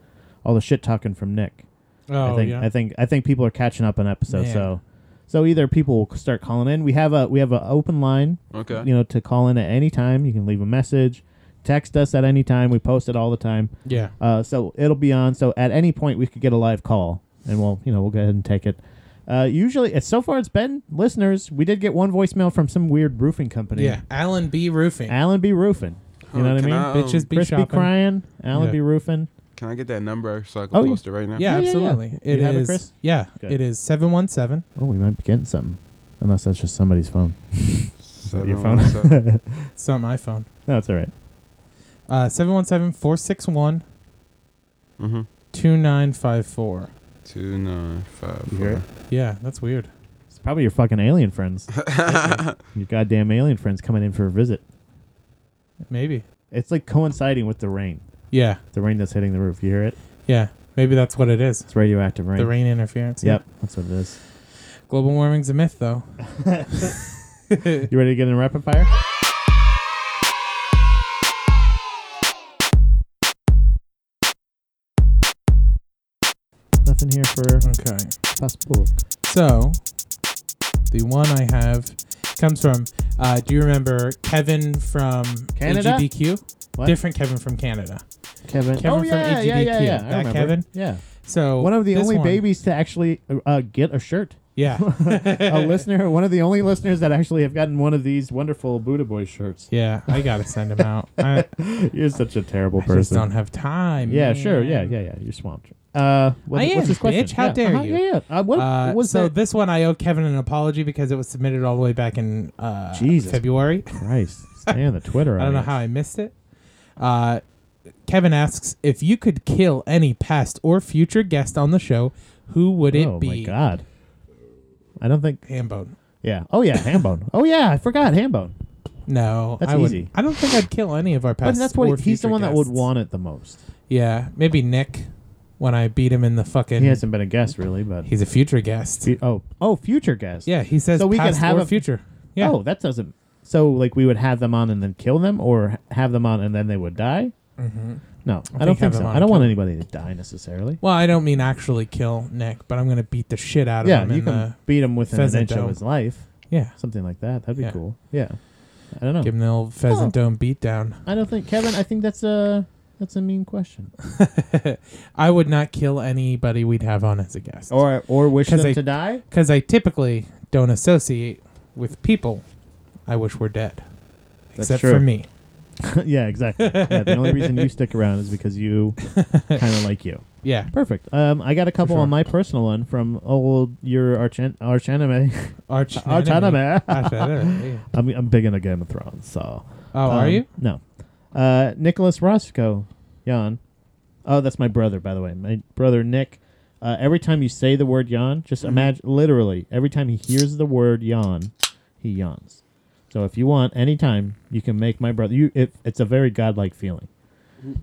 S1: all the shit talking from Nick.
S2: oh,
S1: I think
S2: yeah.
S1: I think I think people are catching up on episodes.
S2: Man.
S1: So so either people will start calling in. We have a we have an open line.
S3: Okay.
S1: You know to call in at any time. You can leave a message, text us at any time. We post it all the time.
S2: yeah.
S1: Uh, so it'll be on. So at any point we could get a live call, and we'll you know we'll go ahead and take it. Uh, usually, uh, so far it's been listeners. We did get one voicemail from some weird roofing company.
S2: Yeah. Alan B. Roofing.
S1: Alan B. Roofing. You know
S3: Huh,
S1: what I
S3: can
S1: mean?
S3: I, um,
S2: Bitches be
S1: Chris B.
S2: shopping.
S1: Crying. Alan
S2: Yeah.
S1: B. Roofing.
S3: Can I get that number so I can
S1: Oh, you-
S3: post it right now?
S1: Yeah,
S2: Yeah,
S1: yeah, yeah.
S2: absolutely.
S1: You
S2: It
S1: have it,
S2: is-
S1: Chris?
S2: Yeah,
S1: Good.
S2: it is 717.
S1: Oh, we might be getting something, unless that's just somebody's phone.
S3: So
S1: your phone?
S2: It's on my phone.
S1: No, it's all right.
S2: Uh, 717 461
S3: mm-hmm.
S2: 2954.
S3: Two nine five
S1: You hear
S3: four.
S1: it?
S2: Yeah, that's weird.
S1: It's probably your fucking alien friends. your goddamn alien friends coming in for a visit.
S2: Maybe.
S1: It's like coinciding with the rain.
S2: Yeah,
S1: The rain that's hitting the roof. You hear it?
S2: yeah. Maybe that's what it is.
S1: It's radioactive rain.
S2: The rain interference.
S1: Yep, that's what it is.
S2: Global warming's a myth, though.
S1: You ready to get in rapid fire? Nothing here for
S2: Okay.
S1: possible.
S2: So, the one I have comes from. Uh, do you remember Kevin from
S1: Canada?
S2: AGBQ?
S1: What?
S2: Different Kevin from Canada.
S1: Kevin.
S2: Kevin
S1: oh
S2: from
S1: yeah, yeah, yeah,
S2: AGDQ.
S1: yeah. I
S2: That
S1: remember.
S2: Kevin?
S1: Yeah.
S2: So
S1: One of the
S2: this
S1: only
S2: one-
S1: babies to actually uh, uh, get a shirt.
S2: Yeah.
S1: a listener, one of the only listeners that actually have gotten one of these wonderful Buddha Boy shirts.
S2: yeah, I gotta send him out. I,
S1: You're such a terrible
S2: I just
S1: person.
S2: don't have time.
S1: Yeah, sure. Yeah,
S2: man.
S1: yeah, yeah. You're swamped. Uh, what,
S2: I
S1: what's
S2: am,
S1: this question?
S2: bitch. How
S1: Yeah.
S2: dare
S1: Uh-huh,
S2: you.
S1: Yeah, yeah. Uh, what
S2: Uh,
S1: was
S2: so
S1: that?
S2: this one I owe Kevin an apology because it was submitted all the way back in uh,
S1: Jesus.
S2: February.
S1: Christ, stay on the Twitter.
S2: I don't know how I missed it. Uh, Kevin asks if you could kill any past or future guest on the show, who would it
S1: oh
S2: be?
S1: my god. I don't think.
S2: Hambone.
S1: Yeah. Oh yeah, Hambone. Oh yeah, I forgot Hambone.
S2: No,
S1: That's
S2: I would.
S1: easy.
S2: I don't think I'd kill any of our
S1: But
S2: past.
S1: that's what
S2: or
S1: he's the
S2: future
S1: one that would
S2: guests.
S1: want it the most.
S2: Yeah, maybe Nick when I beat him in the fucking.
S1: He hasn't been a guest really, but
S2: he's a future guest.
S1: Fe- oh oh future guest.
S2: Yeah, he says
S1: So we could
S2: past
S1: have
S2: or
S1: a-
S2: future. Yeah.
S1: Oh, that doesn't. So like we would have them on and then kill them, or have them on and then they would die. No, I, don't
S2: think have
S1: think so.
S2: them on
S1: I don't
S2: and
S1: want
S2: kill.
S1: anybody to die necessarily.
S2: Mm-hmm. Well, I don't mean actually kill Nick, but I'm gonna beat the shit out of
S1: yeah,
S2: him.
S1: you
S2: in
S1: can
S2: the,
S1: beat him within an
S2: pheasant
S1: inch of
S2: dome.
S1: his life.
S2: yeah,
S1: something like that. That'd be
S2: Yeah.
S1: cool. Yeah, I don't know.
S2: give him the old
S1: Oh.
S2: pheasant dome beat down.
S1: I don't think Kevin. I think that's a that's a mean question.
S2: I would not kill anybody we'd have on as a guest.
S1: Or or wish
S2: 'Cause
S1: them
S2: I-
S1: to die.
S2: because I typically don't associate with people I wish were dead, except for me.
S1: yeah, exactly. Yeah, the only reason you stick around is because you kind of like you.
S2: Yeah.
S1: Perfect. Um, I got a couple
S2: sure.
S1: on my personal one from old your arch en- arch enemy.
S2: Arch.
S1: arch
S2: enemy.
S1: enemy.
S2: Arch enemy.
S1: I'm I'm big into Game of Thrones, so.
S2: Oh, are
S1: Um,
S2: you?
S1: No. Uh, Nicholas Roscoe, Jan. Oh, that's my brother, by the way. My brother Nick. Uh, every time you say the word yawn, just
S2: Mm-hmm.
S1: imagine literally every time he hears the word yawn, he yawns. So if you want, anytime you can make my brother. You, it, it's a very godlike feeling.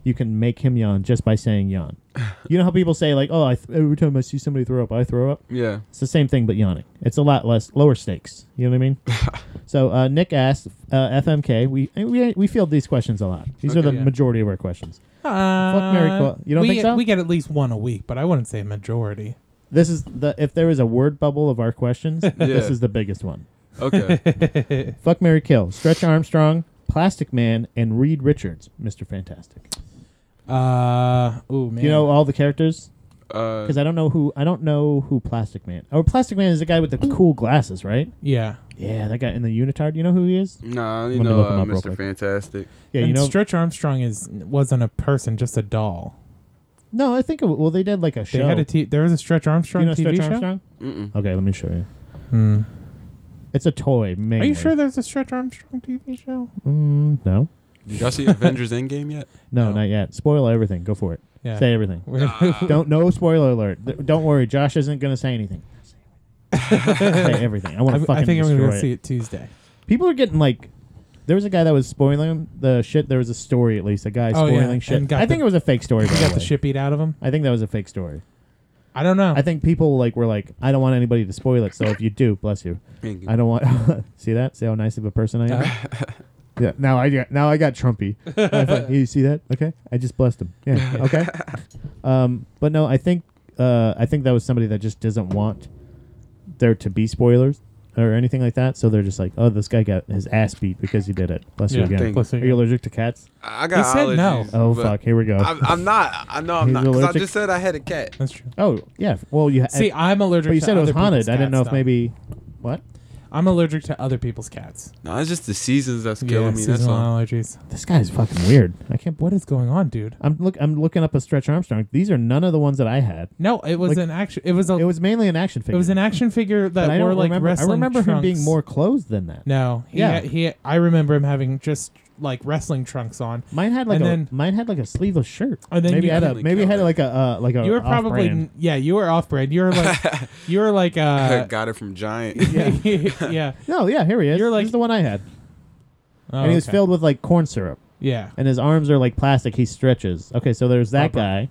S1: You can make him yawn just by saying yawn. you know how people say like, "Oh, I th- every time I see somebody throw up, I throw up."
S3: Yeah.
S1: It's the same thing, but yawning. It's a lot less lower stakes. You know what I mean? so uh, Nick asked uh, FMK. We we we field these questions a lot. These are
S3: Okay,
S1: the
S2: yeah.
S1: majority of our questions.
S2: Uh,
S1: Mary Kill. You don't
S2: we,
S1: think so?
S2: We get at least one a week, but I wouldn't say majority.
S1: This is the if there is a word bubble of our questions, this
S3: Yeah.
S1: is the biggest one.
S3: Okay.
S1: Fuck Mary Kill, Stretch Armstrong, Plastic Man, and Reed Richards, Mr. Fantastic.
S2: Uh, ooh, man.
S1: Do you know all the characters?
S3: Uh,
S1: Because I don't know who I don't know who Plastic Man. Oh, Plastic Man is the guy with the cool glasses, right?
S2: yeah.
S1: Yeah, that guy in the unitard. You know who he is?
S3: nah,
S1: Let
S3: you
S1: me
S3: know
S1: look him
S3: uh,
S1: up real
S3: Mr.
S1: quick.
S3: Fantastic.
S1: Yeah,
S2: and
S1: you know.
S2: Stretch Armstrong is wasn't a person, just a doll.
S1: no, I think it, well they did like a
S2: They
S1: show.
S2: had a t- there was a Stretch
S1: Do
S2: Armstrong
S1: you know
S2: TV
S1: Stretch
S2: show.
S1: Armstrong?
S3: Mm-mm.
S1: Okay, let me show you.
S2: Hmm.
S1: It's a toy. Mainly.
S2: Are you sure there's a Stretch Armstrong TV show?
S1: Mm, no.
S3: Did y'all see Avengers Endgame yet?
S1: no,
S2: No.
S1: not yet. Spoil everything. Go for it.
S2: Yeah. Uh,
S1: Say everything. Don't no spoiler alert. Th- Don't worry, Josh isn't gonna say anything. say everything. I want
S2: I,
S1: to fucking
S2: I think I'm
S1: destroy
S2: gonna go
S1: it.
S2: see it Tuesday.
S1: People are getting like. There was a guy that was spoiling the shit. There was a story at least. A guy
S2: Oh, yeah,
S1: spoiling
S2: and
S1: shit.
S2: got
S1: I think
S2: the-
S1: it was a fake story. By
S2: He
S1: the
S2: got the
S1: way.
S2: shit beat out of him.
S1: I think that was a fake story.
S2: I don't know.
S1: I think people like were like, I don't want anybody to spoil it. So if you do, bless you.
S3: Thank you.
S1: I don't want. see that? See how nice of a person I am. yeah. Now I got now I got Trumpy. I thought, you see that? Okay. I just blessed him. Yeah. Okay. um, but no, I think uh, I think that was somebody that just doesn't want there to be spoilers or anything like that. So they're just like, oh, this guy got his ass beat because he did it. Bless you
S2: Yeah,
S1: again.
S3: thank
S2: Plus,
S1: Are you allergic to cats?
S3: I I got
S2: He said no.
S3: allergies,
S1: Oh
S3: but
S1: fuck. Here we go.
S3: I'm, I'm not. I know I'm
S1: He's
S3: not. 'cause I
S1: allergic-
S3: just said I had a cat.
S2: that's true.
S1: oh yeah. Well, you.
S2: See, I'm allergic.
S1: but you
S2: to
S1: said it was
S2: other
S1: haunted.
S2: people's
S1: I didn't know
S2: cats,
S1: if
S2: though.
S1: maybe. What?
S2: I'm allergic to other people's cats.
S3: No, it's just the seasons that's
S2: yeah,
S3: killing me. That's
S2: seasonal
S3: all.
S2: allergies.
S1: This guy's fucking weird. I can't.
S2: What is going on, dude?
S1: I'm look. I'm looking up a Stretch Armstrong. These are none of the ones that I had.
S2: No, it was
S1: Like-
S2: an action. It was a. Oh. It
S1: It
S2: was,
S1: was mainly an action figure.
S2: an action figure
S1: But
S2: that
S1: I don't
S2: wore like
S1: remember. I
S2: wrestling.
S1: remember him being
S2: trunks.
S1: more clothes than that.
S2: No, he
S1: Yeah.
S2: yeah, he. I remember him having just like wrestling trunks on.
S1: Mine had like
S2: And
S1: a
S2: then-
S1: mine had like a sleeveless shirt.
S2: And then
S1: maybe
S2: you
S1: had a
S3: couldn't
S1: maybe
S3: kill
S1: had
S3: it.
S1: like a uh, like a.
S2: You were probably
S1: off-brand.
S2: yeah. You were off brand. You were like you were like uh
S3: got it from Giant.
S2: yeah yeah.
S1: no, yeah. Here he is.
S2: You're
S1: This
S2: like-
S1: is the one I had,
S2: Oh,
S1: and he was
S2: okay.
S1: filled with like corn syrup,
S2: Yeah.
S1: and his arms are like plastic. He stretches. Okay, so there's that
S2: Rubber.
S1: guy.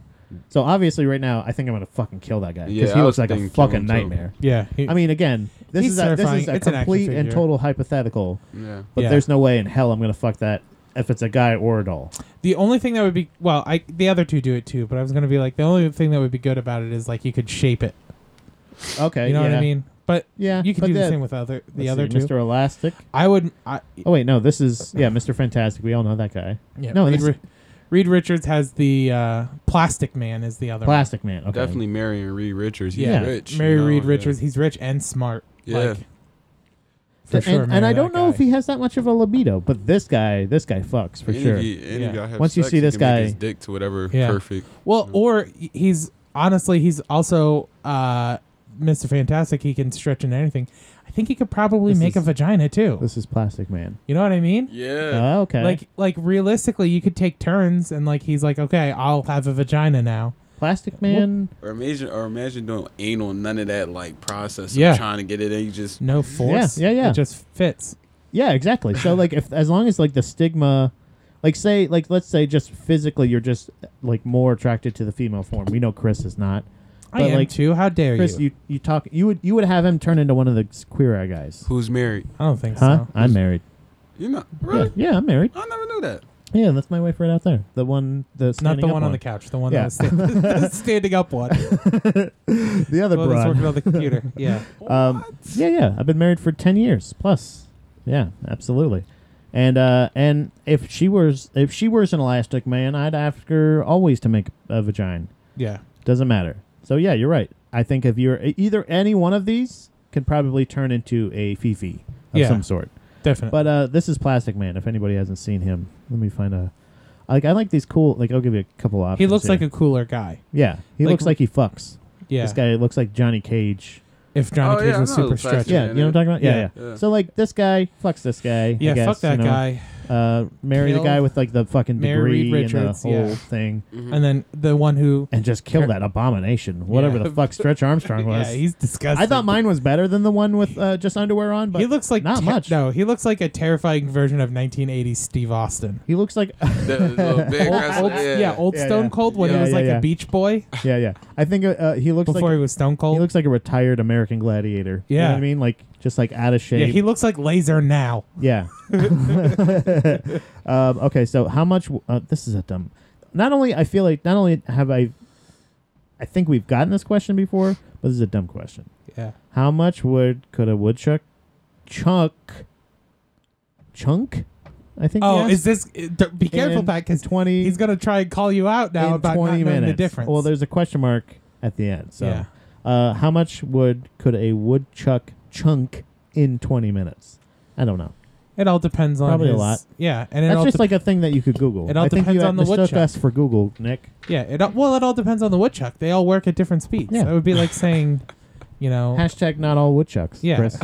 S1: So obviously, right now, I think I'm gonna fucking kill that guy because
S3: Yeah,
S1: he
S3: I
S1: looks
S3: was
S1: like a
S3: thinking kill him,
S1: fucking
S3: too.
S1: nightmare.
S2: Yeah. he-
S1: I mean, again, this
S2: He's
S1: is a, this is
S2: terrifying.
S1: a
S2: It's an action
S1: complete and
S2: figure.
S1: total hypothetical,
S3: Yeah.
S1: but
S2: Yeah.
S1: there's no way in hell I'm gonna fuck that if it's a guy or a doll.
S2: The only thing that would be well, I the other two do it too, but I was gonna be like the only thing that would be good about it is like you could shape it.
S1: Okay,
S2: You know what
S1: Uh, yeah.
S2: I mean? But
S1: Yeah,
S2: you could
S1: but
S2: do the
S1: then-
S2: same with other the
S1: Let's
S2: other
S1: see,
S2: two.
S1: Mr. Elastic.
S2: I would. I,
S1: Oh wait, no, this is yeah, Mr. Fantastic. We all know that guy.
S2: yeah,
S1: No,
S2: Reed,
S1: this-
S2: Ri- Reed Richards has the uh, Plastic Man is the other one.
S1: Plastic Man. Okay.
S3: Definitely Mary and Reed Richards. He's
S1: Yeah.
S3: rich. you
S2: Mary
S3: know,
S2: Reed
S3: yeah.
S2: Richards. He's rich and smart.
S3: Yeah.
S2: Like, for
S1: And,
S2: sure.
S1: and
S2: marry
S1: I
S2: that
S1: don't know
S2: guy.
S1: if he has that much of a libido, but this guy, this guy fucks for
S3: Any
S1: sure.
S3: guy- any
S2: Yeah.
S3: guy have
S1: Once you
S3: sex,
S1: see
S3: he
S1: this
S3: can make
S1: guy-
S3: his dick to whatever
S2: Yeah.
S3: perfect.
S2: Well, or he- he's honestly he's also uh, Mr. Fantastic. He can stretch into anything. I think he could probably
S1: This
S2: make a
S1: is-
S2: vagina too.
S1: This is Plastic Man.
S2: You know what I mean?
S3: Yeah.
S1: Oh, okay.
S2: Like like realistically, you could take turns and like he's like, okay, I'll have a vagina now.
S1: Plastic Man.
S3: or imagine, or imagine doing anal, none of that like process
S2: Yeah.
S3: of trying to get it. in, You just
S2: No force.
S1: yeah, yeah.
S2: It just fits.
S1: Yeah, exactly. So like if as long as like the stigma like say like let's say just physically you're just like more attracted to the female form. We know Chris is not.
S2: I
S1: But,
S2: am
S1: like,
S2: too. How dare
S1: Chris,
S2: you?
S1: you you talk you would you would have him turn into one of the s- queer eye guys.
S3: who's married?
S2: I don't think
S1: Huh?
S2: so.
S1: I'm married.
S3: You know,
S1: Yeah,
S3: really?
S1: yeah, I'm married.
S3: I never knew that.
S1: Yeah, that's my wife right out there. The one the
S2: Not
S1: standing
S2: the
S1: up
S2: one, on the couch. The one
S1: Yeah.
S2: that was sta- the standing up one.
S1: the other
S2: The one that's
S1: broad.
S2: working on the computer. Yeah.
S1: Um, yeah, yeah. I've been married for ten years plus. Yeah, absolutely. And uh, and if she was if she was an elastic man, I'd ask her always to make a vagina.
S2: Yeah.
S1: Doesn't matter. So yeah, you're right. I think if you're e-, either any one of these could probably turn into a fifi of
S2: Yeah.
S1: some sort.
S2: Definitely.
S1: But uh, this is Plastic Man. If anybody hasn't seen him, let me find a. Like I like these cool. Like I'll give you a couple options.
S2: he looks
S1: here.
S2: like a cooler guy.
S1: yeah. He
S2: like-
S1: looks like he fucks.
S2: Yeah.
S1: This guy looks like Johnny Cage.
S2: If Johnny
S3: Oh,
S2: Cage
S3: yeah,
S2: was
S3: I know
S2: super
S3: the plastic
S2: stretchy.
S1: Yeah,
S3: man,
S1: you know what I'm
S3: yeah.
S1: talking about. Yeah, yeah.
S3: Yeah.
S1: So like this guy fucks this guy. I
S2: Yeah,
S1: guess,
S2: fuck that
S1: you know.
S2: guy.
S1: Uh, marry the
S2: Kill-
S1: guy with like the fucking
S2: Marry Reed
S1: degree
S2: Richards,
S1: and the whole
S2: yeah.
S1: thing,
S3: Mm-hmm.
S2: And then the one who
S1: and just kill
S2: Sure.
S1: that abomination, whatever
S2: Yeah.
S1: the fuck Stretch Armstrong was.
S2: Yeah, he's disgusting.
S1: I thought mine was better than the one with uh, just underwear on, but
S2: he looks like
S1: not
S2: ter-
S1: much.
S2: No, he looks like a terrifying version of 1980s Steve Austin.
S1: He looks like
S3: The, the big
S2: Old,
S3: wrestler,
S2: old-
S3: yeah.
S2: yeah. old
S1: Yeah,
S2: Stone
S1: yeah.
S2: Cold when
S1: Yeah,
S2: he was
S1: yeah,
S2: like
S1: yeah.
S2: a Beach Boy
S1: yeah, yeah. I think uh, he looks
S2: before
S1: like
S2: he was Stone
S1: he
S2: Cold.
S1: looks like a retired American gladiator. you know
S2: Oh. Yeah.
S1: what I mean, like just like out of shape.
S2: yeah, he looks like Laser now.
S1: Yeah. um, okay, so how much? Uh, this is a dumb. Not only I feel like not only have I, I think we've gotten this question before, but this is a dumb question.
S2: Yeah.
S1: How much would could a woodchuck chunk chunk? I think.
S2: Oh,
S1: he
S2: is
S1: asked,
S2: this? uh, d- Be careful,
S1: in
S2: Pat, because
S1: twenty?
S2: he's gonna try and call you out now
S1: in
S2: about not
S1: 20
S2: knowing
S1: minutes.
S2: the difference.
S1: Well, there's a question mark at the end. So,
S2: Yeah.
S1: uh, how much would could a woodchuck chunk in 20 minutes? I don't know.
S2: it all depends on
S1: Probably a
S2: his-
S1: lot.
S2: Yeah, and it
S1: That's
S2: all
S1: just
S2: dep-
S1: like a thing that you could Google.
S2: it all
S1: I think you
S2: depends
S1: had
S2: on the
S1: stuff
S2: woodchuck.
S1: asked for Google, Nick.
S2: yeah. It all, well, it all depends on the woodchuck. They all work at different speeds.
S1: Yeah.
S2: That would be like saying, you know,
S1: Hashtag not all woodchucks.
S2: Oh. Yeah.
S1: Chris.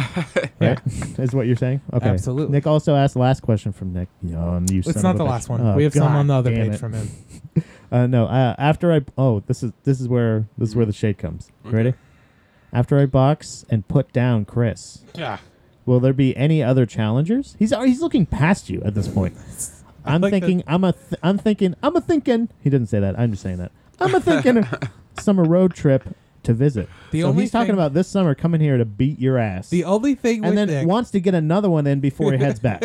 S2: Yeah.
S1: right? Is what you're saying? Okay.
S2: Absolutely.
S1: Nick also asked the last question from Nick. Yawn, you son
S2: it's
S1: of
S2: not
S1: a
S2: the
S1: bitch.
S2: last one.
S1: Oh,
S2: we have some
S1: God
S2: on the other
S1: damn
S2: page
S1: it.
S2: from him.
S1: Uh, no, uh, after I oh this is this is where this is where the shade comes. You Ready? After I box and put down Chris,
S2: Yeah.
S1: will there be any other challengers? He's uh, he's looking past you at this point. I'm
S2: like that-
S1: thinking I'm a th- I'm thinking I'm a thinking. He didn't say that. I'm just saying that. I'm a thinking summer road trip to visit.
S2: The
S1: so
S2: only
S1: he's talking
S2: thing-
S1: about this summer coming here to beat your ass.
S2: The only thing
S1: and
S2: with
S1: then
S2: Nick,
S1: wants to get another one in before he heads back.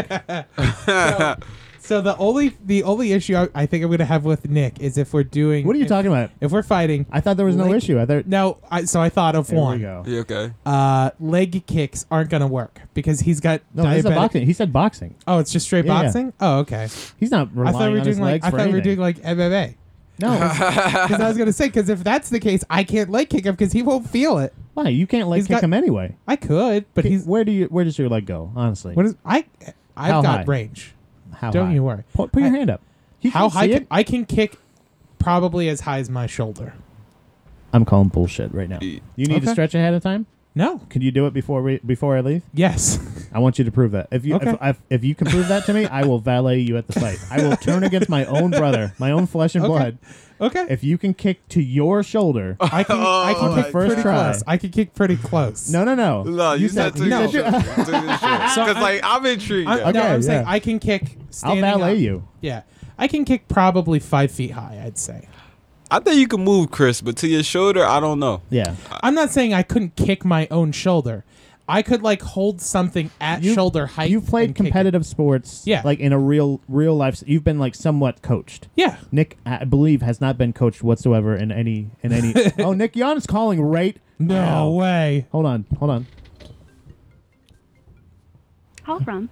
S2: so the only the only issue I, I think I'm gonna have with Nick is if we're doing
S1: What are you
S2: if-
S1: talking about?
S2: If we're fighting,
S1: I thought there was no
S2: Link-
S1: issue. I thought
S2: no. I, so I thought of
S1: Here we
S2: one.
S1: go.
S3: Yeah, okay.
S2: Uh, leg kicks aren't gonna work because he's got
S1: No, this is a
S2: diabetic-
S1: boxing. He said boxing.
S2: Oh, it's just straight
S1: Yeah, yeah.
S2: boxing. Oh, okay.
S1: He's not
S2: I
S1: relying
S2: thought we were
S1: on his
S2: doing like
S1: legs
S2: I
S1: for
S2: thought we were
S1: anything.
S2: doing like eh, MMA.
S1: no, it's-
S2: Because I was gonna say, because if that's the case, I can't leg kick him because he won't feel it.
S1: why you can't leg
S2: He's
S1: kick
S2: got-
S1: him anyway?
S2: I could, but he's
S1: where do you where does your leg go? Honestly,
S2: what is I? I've
S1: How
S2: got
S1: high?
S2: range.
S1: how
S2: don't
S1: high?
S2: you worry.
S1: Put, put your
S2: I-
S1: hand up. You
S2: How
S1: can't
S2: high?
S1: see
S2: Can,
S1: it?
S2: I can kick probably as high as my shoulder.
S1: I'm calling bullshit right now. You need
S3: Eat.
S1: to
S2: Okay.
S1: stretch ahead of time.
S2: No.
S1: Can you do it before we before I leave?
S2: Yes.
S1: I want you to prove that. If you
S2: Okay.
S1: if, if, if you can prove that to me, I will valet you at the fight. I will turn against my own brother, my own flesh and
S2: Okay.
S1: blood.
S2: Okay.
S1: If you can kick to your shoulder,
S2: I can, I
S3: Oh
S2: can
S3: my
S2: kick
S1: First
S2: pretty
S1: try.
S2: close. I can kick pretty close.
S1: no, no, no.
S3: No, you, said, to
S2: no.
S3: no. Because
S2: So I'm-
S3: like I'm intrigued.
S2: I,
S3: now.
S2: no,
S1: Okay,
S2: I'm saying
S1: yeah.
S2: I can kick.
S1: I'll
S2: Standing
S1: valet
S2: up.
S1: you.
S2: Yeah, I can kick probably five feet high. I'd say.
S3: I think you can move, Chris, but to your shoulder, I don't know.
S1: Yeah.
S2: I'm not saying I couldn't kick my own shoulder. I could like hold something at
S1: You-
S2: shoulder height.
S1: You've played
S2: and kick it.
S1: competitive sports.
S2: Yeah.
S1: Like in a real real life. s- You've been like somewhat coached.
S2: Yeah.
S1: Nick, I believe, has not been coached whatsoever in any in any. oh, Nick Yon is calling right.
S2: No
S1: now.
S2: way.
S1: Hold on, hold on.
S5: Call from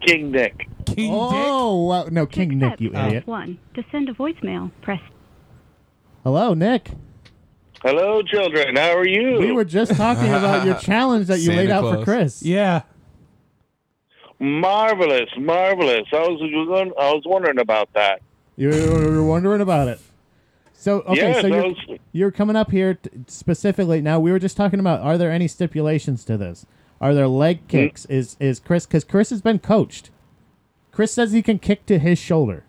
S6: King Nick.
S2: King Dick. Oh.
S1: oh, wow. no, King Nick, you idiot.
S5: one to send a voicemail. Press
S1: Hello, Nick.
S6: Hello, children. How are you?
S1: We were just talking about your challenge that you
S3: Santa
S1: laid out for
S3: Claus.
S1: Chris.
S2: Yeah.
S6: marvelous, marvelous. I was I was wondering about that.
S1: You were wondering about it. So okay,
S6: Yeah,
S1: so you're,
S6: those-
S1: you're coming up here t- specifically. Now we were just talking about are there any stipulations to this? Are there
S6: Mm.
S1: leg kicks? Is is Chris because Chris has been coached? Chris says he can kick to his shoulder.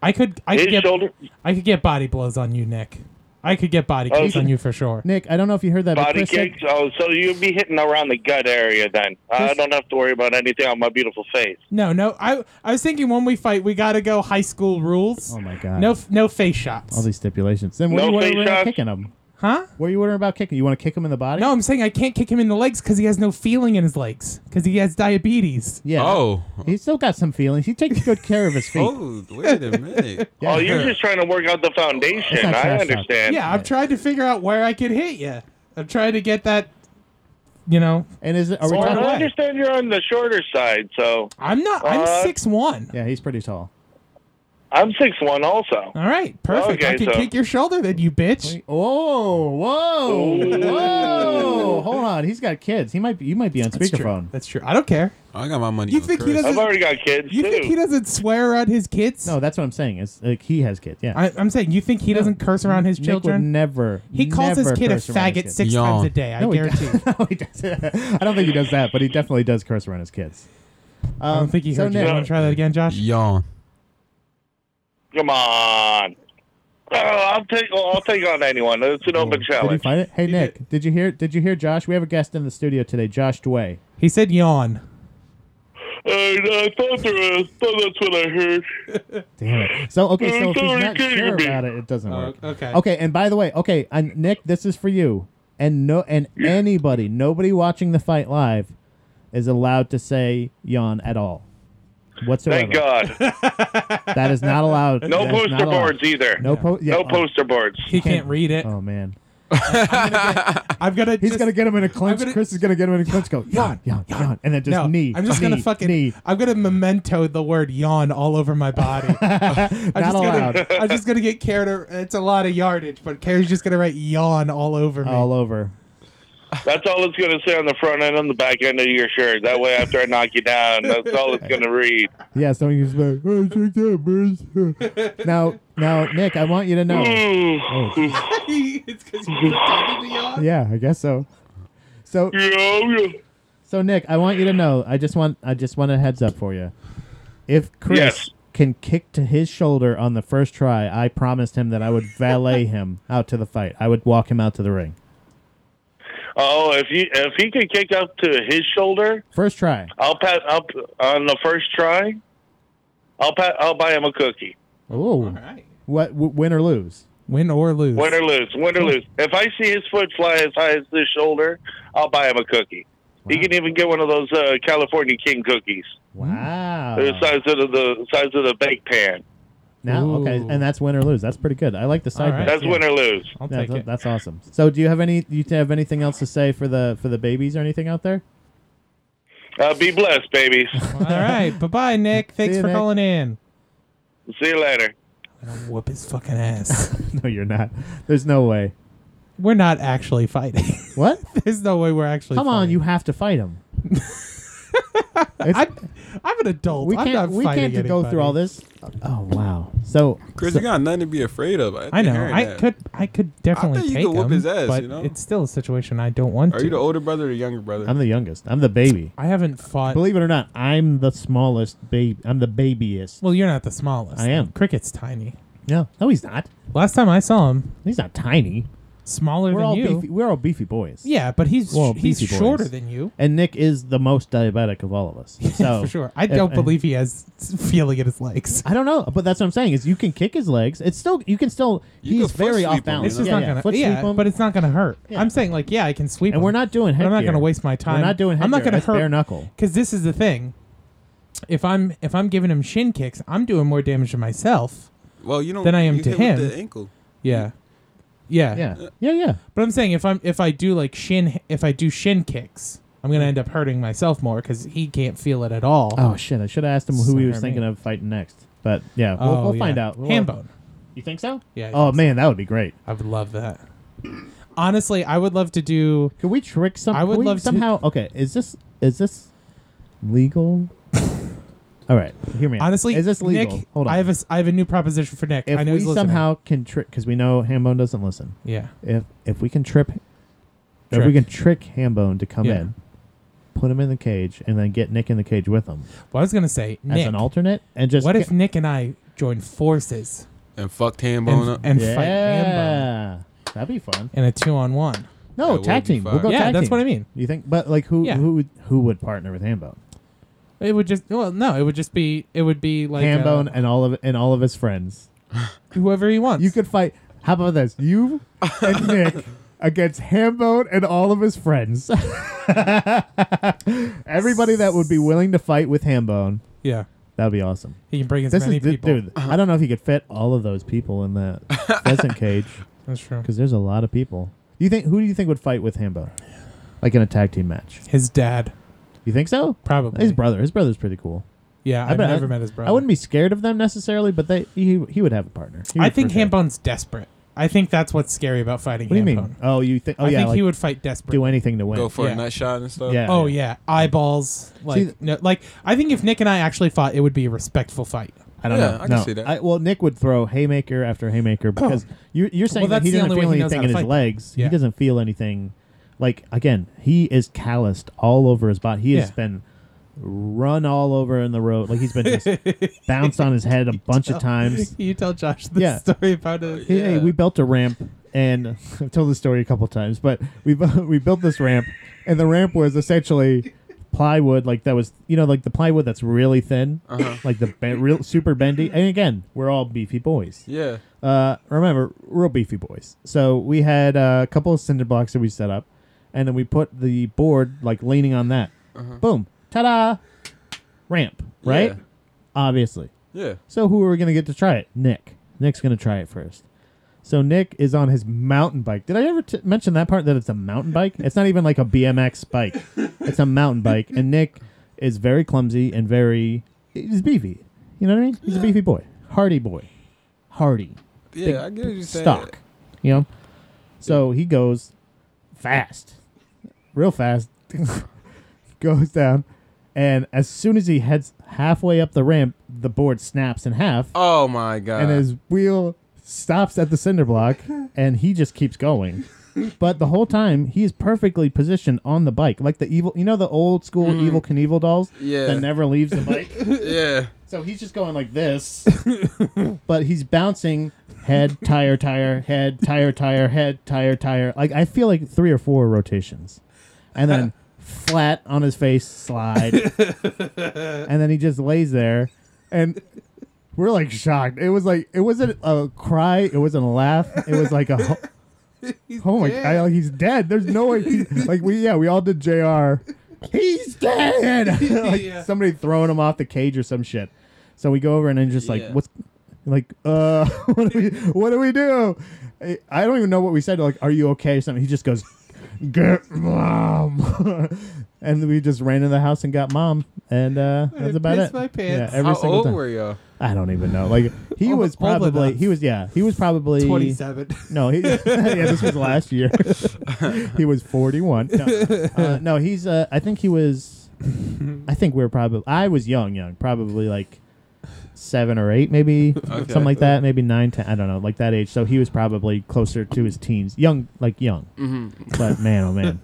S2: I could. I
S6: His
S2: could get.
S6: shoulder,
S2: I could get body blows on you, Nick. I could get body kicks
S6: so-
S2: on you for sure.
S1: Nick, I don't know if you heard that. but
S6: body
S1: Chris said-
S6: kicks. Oh, so you'll be hitting around the gut area then. I
S1: Chris-
S6: don't have to worry about anything on my beautiful face.
S2: No, no. I I was thinking when we fight, we gotta go high school rules.
S1: Oh my God.
S2: No, f- no face shots.
S1: all these stipulations. Then what
S6: No
S1: are you
S6: face
S1: worrying about
S6: shots.
S1: kicking him?
S2: huh?
S1: What are you worrying about kicking? You want to kick him in the body?
S2: No, I'm saying I can't kick him in the legs because he has no feeling in his legs because he has diabetes.
S1: Yeah.
S3: Oh,
S1: He's still got some feelings. He takes good care of his feet.
S3: oh, wait a minute.
S1: Yeah.
S6: Oh, you're just trying to work out the
S1: That's
S6: foundation.
S1: not
S6: I
S1: trash talk.
S6: understand.
S2: Yeah, I'm trying to figure out where I could hit you. I'm trying to get that. You know,
S1: And is it? Are we
S2: Sorry.
S6: Well,
S1: talking?
S6: I understand you're on the shorter side, so
S2: I'm not. I'm
S6: Uh,
S2: six one.
S1: Yeah, he's pretty tall.
S6: I'm six one also.
S1: Uh,
S2: All right, perfect. I
S6: Okay,
S2: can
S6: so-
S2: kick your shoulder, then you bitch.
S1: Oh, whoa,
S6: Ooh.
S1: whoa! Hold on, he's got kids. He might be. You might be on
S2: That's true.
S1: speakerphone.
S2: That's true. I don't care.
S3: I got my money.
S1: Oh,
S2: You
S3: on
S2: think he
S3: Chris.
S2: doesn't-
S6: I've already got kids
S2: You
S6: too.
S2: think he doesn't swear around his kids?
S1: No, Oh, that's what I'm saying. Is like he has kids. Yeah,
S2: I, I'm saying you think he doesn't curse around his
S1: Nick would
S2: children.
S1: never.
S2: He calls his
S1: never
S2: kid a
S1: curse around his
S2: faggot
S1: kids.
S2: six
S3: Yawn.
S2: times a day. I
S1: No, he
S2: guarantee.
S1: doesn't. no, he doesn't. I don't think he does that, but he definitely does curse around his kids. Um,
S2: I don't think he
S1: so
S2: heard you.
S1: Nick-
S2: Want to try that again, Josh?
S3: Yawn.
S6: Come on. Oh, I'll take. well, I'll take on anyone. It's an
S1: Oh,
S6: open
S1: Did you
S6: challenge.
S1: find it? Hey Nick, did you hear? Did you hear Josh? We have a guest in the studio today, Josh Dway.
S2: He said yawn.
S6: Hey, I thought there was. Thought that's what I heard.
S1: Damn it. So okay, so if he's
S6: Sorry,
S1: not
S6: can't Uh,
S1: sure
S6: hear me.
S1: about it, it doesn't work.
S2: okay.
S1: Oh, Okay, and by the way, okay, and Nick, this is for you, and no, and anybody, nobody watching the fight live, is allowed to say yawn at all, whatsoever.
S6: Thank God.
S1: That is not allowed.
S6: No
S1: That is not
S6: poster
S1: allowed.
S6: boards either.
S1: No, po- yeah,
S6: No
S1: oh,
S6: poster boards.
S2: He can't read it.
S1: Oh man,
S2: I'm gonna.
S1: he's
S2: just,
S1: gonna get him in a clinch.
S2: I'm gonna-
S1: Chris is gonna get him in a clinch. Go yawn, yawn, yawn, and then just
S2: no,
S1: knee.
S2: I'm just gonna
S1: knee,
S2: fucking.
S1: knee.
S2: I'm gonna memento the word yawn all over my body. I'm
S1: Not
S2: just
S1: allowed.
S2: Gonna, I'm just gonna get Karen. It's a lot of yardage, but Karen's just gonna write yawn all over me.
S1: All over.
S6: That's all it's going to say on the front end and the back end of your shirt. That way, after I knock you down, that's all it's going to read.
S1: Yeah, so he's like, oh, check that, Bruce." now, now, Nick, I want you to know.
S6: Ooh,
S2: it's because you keep
S1: Oh.
S2: talking to yawn.
S1: Yeah, I guess so. So,
S6: yeah, yeah.
S1: so Nick, I want you to know. I just want, I just want a heads up for you. If Chris
S6: Yes.
S1: can kick to his shoulder on the first try, I promised him that I would valet him out to the fight. I would walk him out to the ring.
S6: Oh, if he if he could kick up to his shoulder,
S1: First try.
S6: I'll pat up on the first try. I'll pat. I'll buy him a cookie.
S1: Oh,
S2: right.
S1: what? W- win or lose?
S2: Win or lose.
S6: Win or lose, win or lose. If I see his foot fly as high as his shoulder, I'll buy him a cookie. He can even get one of those uh, California King cookies.
S2: Hmm.
S1: Wow.
S6: They're the size of the, the size of the bake pan.
S1: Now, okay,
S2: Ooh.
S1: and that's win or lose. That's pretty good. I like the side bet.
S2: right.
S6: That's win or lose.
S2: I'll
S1: Yeah,
S2: take
S1: th-
S2: it.
S1: that's awesome. So, do you have any? You have anything else to say for the for the babies or anything out there?
S6: Uh, be blessed, babies.
S2: All right. Bye bye, Nick. Thanks
S1: you,
S2: for
S1: Nick.
S2: calling in.
S6: see you later.
S2: Whoop his fucking ass.
S1: No, you're not. There's no way.
S2: we're not actually fighting.
S1: What?
S2: There's no way we're actually.
S1: Come on,
S2: fighting.
S1: you have to fight him. It's-
S2: I'm, I'm an adult.
S1: we
S2: I'm not
S1: can't. We
S2: fighting
S1: can't go
S2: anybody.
S1: through all this. Oh wow. So
S3: Chris, you got nothing to be afraid of. I,
S2: I know.
S3: hearing
S2: I
S3: that.
S2: could. I could definitely
S3: think you
S2: take
S3: could whoop
S2: him,
S3: his ass,
S2: but
S3: you know?
S2: it's still a situation I don't want
S3: Are
S2: to.
S3: you the older brother or the younger brother?
S1: I'm the youngest. I'm the baby.
S2: I haven't fought.
S1: Believe it or not, I'm the smallest baby. I'm the babyest.
S2: well, you're not the smallest.
S1: I am.
S2: Cricket's tiny.
S1: No, no, he's not.
S2: Last time I saw him,
S1: He's not tiny.
S2: smaller
S1: We're
S2: than
S1: all
S2: you.
S1: beefy. We're all beefy boys.
S2: Yeah, but he's
S1: Well,
S2: he's
S1: Beastie Boys.
S2: shorter than you.
S1: And Nick is the most diabetic of all of us. So
S2: for sure. I
S1: Oh. if-
S2: don't
S1: and-
S2: believe he has feeling in his legs.
S1: I don't know, but that's what I'm saying. Is you can kick his legs. It's still you can still.
S3: You
S1: he's
S3: can foot
S1: very
S3: sweep
S1: off
S3: him,
S1: balance.
S2: It's just
S1: yeah,
S2: not
S1: yeah.
S2: gonna
S1: Foot
S2: yeah,
S1: sweep him.
S2: but it's not gonna hurt.
S1: Yeah.
S2: I'm saying like yeah, I can sweep.
S1: and
S2: him.
S1: we're not doing.
S2: But I'm not
S1: headgear.
S2: gonna waste my time.
S1: We're not doing. Headgear.
S2: I'm not gonna
S1: That's
S2: hurt
S1: bare knuckle.
S2: Because this is the thing. If I'm if I'm giving him shin kicks, I'm doing more damage to myself.
S3: Well, you don't.
S2: Then I am
S3: you
S2: to
S3: hit with
S2: him.
S3: The ankle.
S2: Yeah. yeah,
S1: Yeah, yeah, yeah.
S2: But I'm saying if I'm if I do like shin if I do shin kicks, I'm gonna end up hurting myself more because he can't feel it at all.
S1: Hmm. Oh shit! I should have asked him who he was
S2: Sorry.
S1: thinking of fighting next. But yeah, we'll,
S2: Oh,
S1: we'll
S2: yeah.
S1: find out. We'll-
S2: Hand bone.
S1: You think so?
S2: Yeah, I
S1: Oh
S2: think so.
S1: man, that would be great.
S2: I would love that. Honestly, I would love to do.
S1: Could we trick some?
S2: I would
S1: could we
S2: love to-
S1: somehow. Okay, is this is this legal? All right, hear me. out.
S2: Honestly,
S1: is this legal?
S2: Nick,
S1: Hold on.
S2: I have a s- I have a new proposition for Nick.
S1: if
S2: I know
S1: we
S2: he's listening.
S1: somehow can trick, because we know Hambone doesn't listen.
S2: yeah,
S1: If if we can trip, if we
S2: Trick.
S1: can trick Hambone to come
S2: Yeah.
S1: in, put him in the cage, and then get Nick in the cage with him
S2: well, I was gonna say
S1: as
S2: Nick.
S1: an alternate, and just
S2: what if
S1: get-
S2: Nick and I join forces
S3: And fucked hand bone
S2: and,
S3: up.
S2: and fight Rambo
S1: yeah, that'd be fun.
S2: in a two on one?
S1: No
S3: That
S1: tag
S3: would be
S1: team. We'll
S3: fire.
S1: go
S2: Yeah,
S1: tag
S2: that's
S1: team.
S2: what I mean.
S1: You think? But like, who
S2: Yeah.
S1: who would who would partner with Hambone?
S2: It would just well, no, it would just be it would be like uh,
S1: Hambone and all of and all of his friends.
S2: whoever he wants.
S1: You could fight. How about this? You and Nick against Hambone and all of his friends. Everybody that would be willing to fight with Hambone.
S2: yeah,
S1: That'd be awesome.
S2: he can bring as
S1: This
S2: many
S1: is d-
S2: people.
S1: dude. I don't know if you could fit all of those people in that pheasant cage
S2: That's true.
S1: because there's a lot of people. You think who do you think would fight with Hambone? Like in a tag team match?
S2: His dad
S1: You think so?
S2: probably.
S1: His brother. His brother's pretty cool.
S2: Yeah, I've
S1: bet-
S2: never met his brother.
S1: I wouldn't be scared of them necessarily, but they he, he would have a partner. He
S2: I
S1: would
S2: think
S1: for sure.
S2: Hambone's desperate. I think that's what's scary about fighting.
S1: What do you
S2: Hambone.
S1: mean? Oh, you think? Oh,
S2: I
S1: yeah.
S2: think
S1: like,
S2: he would fight desperate.
S1: do anything to win.
S3: Go for
S2: Yeah.
S3: a nut shot and stuff.
S1: Yeah.
S2: Oh yeah, eyeballs. Like
S1: th-
S2: no, like I think if Nick and I actually fought, it would be a respectful fight.
S1: I don't
S3: Yeah,
S1: know.
S3: I can
S1: no.
S3: see that.
S1: I, well, Nick would throw haymaker after haymaker because you, you're saying
S2: Oh. Well,
S1: that he
S2: that's the
S1: doesn't
S2: only
S1: feel
S2: way he knows
S1: anything in
S2: how to
S1: his
S2: fight.
S1: legs.
S2: Yeah.
S1: He doesn't feel anything. Like again, he is calloused all over his body. He has
S2: Yeah.
S1: been run all over in the road. Like he's been just bounced on his head a bunch of times.
S2: you tell Josh the
S1: Yeah.
S2: story about it.
S1: Hey, hey,
S3: Yeah.
S1: we built a ramp, and I've told this story a couple times, but we bu- we built this ramp, and the ramp was essentially plywood, like that was you know like the plywood that's really thin,
S3: Uh-huh.
S1: like the ben- real super bendy. And again, we're all beefy boys.
S3: Yeah.
S1: Uh, remember, real beefy boys. So we had uh, a couple of cinder blocks that we set up, and then we put the board like leaning on that. Boom, ta-da, ramp, right?
S3: Uh-huh. Yeah.
S1: Obviously.
S3: Yeah.
S1: So who are we gonna get to try it? Nick. Nick's gonna try it first. So Nick is on his mountain bike. Did I ever t- mention that part that it's a mountain bike? It's not even like a BMX bike. It's a mountain bike, and Nick is very clumsy and very he's beefy. You know what I mean? He's a beefy boy, hardy boy, hardy
S3: Yeah. I get what you're saying.
S1: stock. You know, so he goes fast, real fast, goes down, and as soon as he heads halfway up the ramp, the board snaps in half
S3: Oh my god.
S1: and his wheel stops at the cinder block and he just keeps going but the whole time he is perfectly positioned on the bike like the evil you know the old school evil Knievel dolls
S3: Mm-hmm. Yeah.
S1: that never leaves the bike
S3: yeah.
S1: so he's just going like this but he's bouncing head tire tire head tire tire head tire tire like i feel like three or four rotations and then flat on his face slide and then he just lays there and we're like shocked it was like it wasn't a cry it wasn't a laugh it was like a ho- oh my god he's dead there's no way he's, like we yeah we all did jr he's dead like
S2: Yeah.
S1: somebody throwing him off the cage or some shit so we go over and then just like
S3: Yeah.
S1: what's like uh what do we what do we do I- i don't even know what we said like are you okay or something he just goes get mom and we just ran in the house and got mom and uh that's about
S2: pissed
S1: it
S2: my pants.
S1: yeah every
S3: How
S1: single
S3: old
S1: time
S3: were y'all?
S1: i don't even know like he
S2: Old-
S1: was
S2: old enough.
S1: probably he was yeah he was probably
S2: Twenty seven.
S1: no, he, yeah, this was last year. he was 41. No, uh, no he's. Uh, I think he was. I think we were probably. I was young, young, probably like seven or eight, maybe something like that. Maybe nine, ten. I don't know, like that age. So he was probably closer to his teens, young, like young. But man, oh man,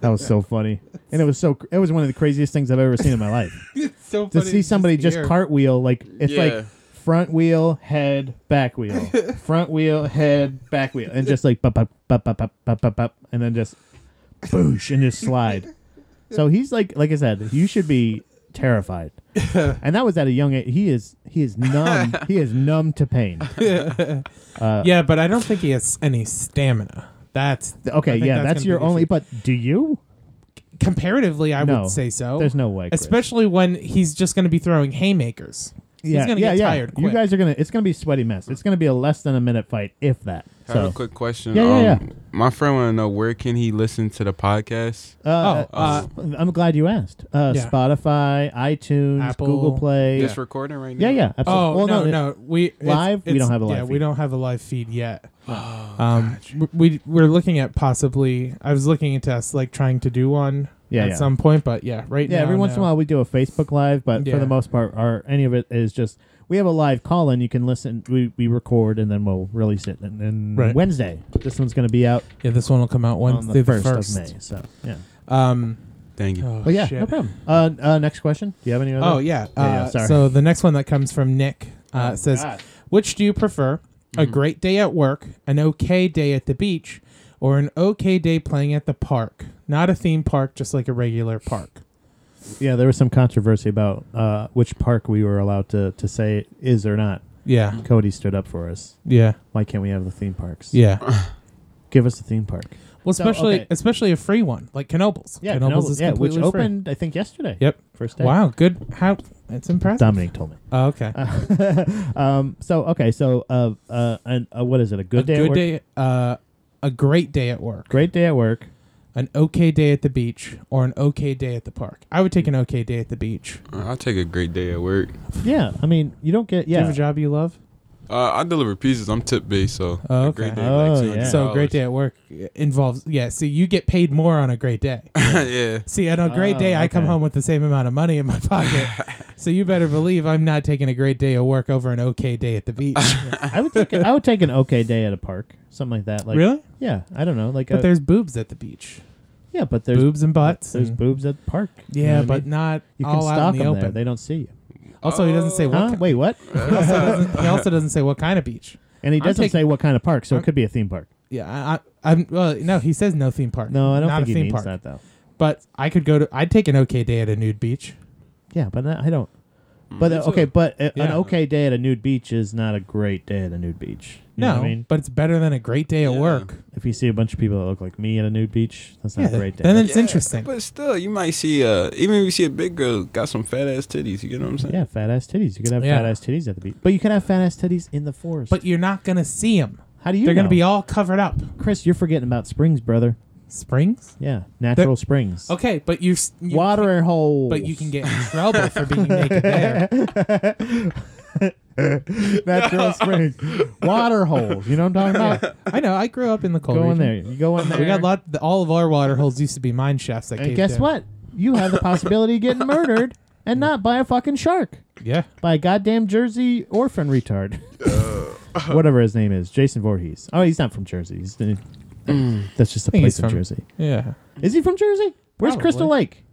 S1: that was so funny, and it was so. cr- It was one of the craziest things I've ever seen in my life
S2: so
S1: to
S2: funny
S1: see somebody just
S2: hear.
S1: cartwheel like it's
S3: Yeah.
S1: like front wheel, head, back wheel, front wheel, head, back wheel, and just like bop, bop, bop, bop, bop, bop, bop, bop, and then just boosh and just slide. So he's like, like I said, you should be terrified. and that was at a young age. He is, he is numb. he is numb to pain.
S2: yeah, but I don't think he has any stamina. That's I
S1: Okay,
S2: think
S1: yeah, that's,
S2: gonna be
S1: your
S2: the
S1: only.
S2: issue.
S1: But do you?
S2: comparatively, I
S1: No,
S2: would say so.
S1: there's no way, Chris.
S2: especially when he's just going to be throwing haymakers. he's going to get tired. Quick.
S1: You guys are gonna. It's gonna be sweaty mess. It's gonna be a less than a minute fight, if that.
S3: I have
S1: So,
S3: a quick question.
S1: Yeah, yeah,
S3: um, My friend want to know where can he listen to the podcast?
S1: uh,
S2: oh, uh,
S1: uh, I'm glad you asked. Uh,
S2: Yeah.
S1: Spotify, iTunes,
S2: Apple.
S1: Google Play.
S3: This recording right now.
S1: Yeah, yeah, absolutely.
S2: oh
S1: Well,
S2: no,
S1: it-
S2: no, we it's-
S1: Live? We
S2: it's-
S1: don't have a live
S2: Yeah,
S1: feed. Oh,
S2: we don't have a live feed yet. um, w- we we're looking at possibly. I was looking into us like trying to do one
S1: Yeah,
S2: at
S1: yeah.
S2: some point, but yeah, right
S1: Yeah,
S2: now.
S1: every once in a
S2: no.
S1: while we do a Facebook Live, but for
S2: Yeah.
S1: the most part, our any of it is just we have a live call in. You can listen. We, we record and then we'll release it. And then
S2: Right.
S1: Wednesday, this one's going to be out
S2: Yeah, this one will come out
S1: on the
S2: Wednesday
S1: first
S2: the
S1: of
S2: first.
S1: May. So yeah,
S2: Um,
S3: Thank you.
S2: oh,
S1: but yeah,
S2: shit.
S1: no problem. Uh, uh, next question. Do you have any? Other?
S2: Oh yeah. Uh,
S1: Yeah, yeah, sorry.
S2: So the next one that comes from Nick uh, says,
S1: Oh, God.
S2: "Which do you prefer? A great day at work, an okay day at the beach, or an okay day playing at the park? Not a theme park, just like a regular park."
S1: Yeah, there was some controversy about uh, which park we were allowed to, to say is or not.
S2: Yeah.
S1: Cody stood up for us.
S2: Yeah.
S1: Why can't we have the theme parks?
S2: Yeah.
S1: Give us a theme park.
S2: Well,
S1: So,
S2: especially
S1: okay.
S2: especially a free one like Knobles.
S1: Yeah,
S2: Knobles
S1: Knoebels,
S2: is
S1: yeah which
S2: completely free.
S1: opened, I think, yesterday.
S2: Yep.
S1: First day.
S2: Wow. Good. How? That's impressive.
S1: Dominic told me.
S2: Oh, okay.
S1: Uh, um, so, okay, so uh, uh, an, uh, what is it? A good
S2: a
S1: day at
S2: good
S1: work?
S2: day. Uh, a great day at work.
S1: Great day at work.
S2: an okay day at the beach or an okay day at the park. I would take an okay day at the beach.
S3: Uh, I'll take a great day at work.
S1: Yeah, I mean, you don't get,
S2: Do you have
S1: yeah.
S2: a job you love?
S3: Uh, I deliver pizzas. I'm tip based, so
S2: Oh,
S3: a
S2: okay.
S3: great day,
S1: Oh,
S3: like
S1: yeah.
S3: $200.
S2: So a great day at work involves yeah. So you get paid more on a great day.
S3: yeah.
S2: See, on a great day,
S1: Oh,
S2: I come
S1: okay.
S2: home with the same amount of money in my pocket. so you better believe I'm not taking a great day at work over an okay day at the beach.
S1: I would take I would take an okay day at a park, something like that. Like
S2: Really?
S1: Yeah, I don't know. Like,
S2: But
S1: a-
S2: there's boobs at the beach.
S1: yeah, but there's
S2: boobs and butts.
S1: There's
S2: and-
S1: boobs at the park. You know
S2: Yeah,
S1: what I
S2: but
S1: mean?
S2: not
S1: you can
S2: all out
S1: stalk
S2: in the
S1: them there.
S2: open.
S1: They don't see you.
S2: Also, he doesn't say what.
S1: Oh, Huh?
S2: ki-
S1: Wait, what?
S2: he, also doesn't, he also doesn't say what kind of beach.
S1: And he
S2: I'm
S1: doesn't
S2: taking-
S1: say what kind of park, so
S2: I'm-
S1: it could be a theme park.
S2: Yeah, I, I, I'm. Well, no, he says no theme park.
S1: No, I don't think
S2: Not a
S1: he
S2: theme
S1: means
S2: park.
S1: that though.
S2: But I could go to. I'd take an okay day at a nude beach.
S1: Yeah, but I I don't. But uh,
S3: too.
S1: okay, but a, an
S2: Mm, Yeah.
S1: okay day at a nude beach is not a great day at a nude beach. You know
S2: No,
S1: what I mean,
S2: but it's better than a great day at
S3: Yeah.
S2: work.
S1: if you see a bunch of people that look like me at a nude beach, that's not
S2: Yeah,
S1: a great day.
S2: then it's interesting.
S3: But still, you might see uh even if you see a big girl got some fat ass titties, you get what I'm saying?
S1: yeah, fat ass titties. You could have
S2: Yeah.
S1: fat ass titties at the beach, but you could have fat ass titties in the forest.
S2: But you're not gonna see them.
S1: how do you?
S2: They're
S1: know?
S2: gonna be all covered up.
S1: Chris. You're forgetting about springs, brother.
S2: Springs.
S1: Yeah, natural springs.
S2: Okay, but you, s- you
S1: Water and holes.
S2: But you can get in trouble for being naked there.
S1: natural springs, water holes. You know what I'm talking about?
S2: I know. I grew up in the cold.
S1: Go in
S2: region.
S1: there. You go in there.
S2: We got lot. The, all of our water holes used to be mine shafts. That
S1: And
S2: caved
S1: guess
S2: in.
S1: what? You have the possibility of getting murdered and not by a fucking shark.
S2: Yeah.
S1: By a goddamn Jersey orphan retard. Whatever his name is. Jason Voorhees. Oh, he's not from Jersey. He's the- that's just a
S2: think
S1: place
S2: he's
S1: in
S2: from-
S1: Jersey.
S2: Yeah.
S1: Is he from Jersey? Where's
S2: Probably.
S1: Crystal Lake?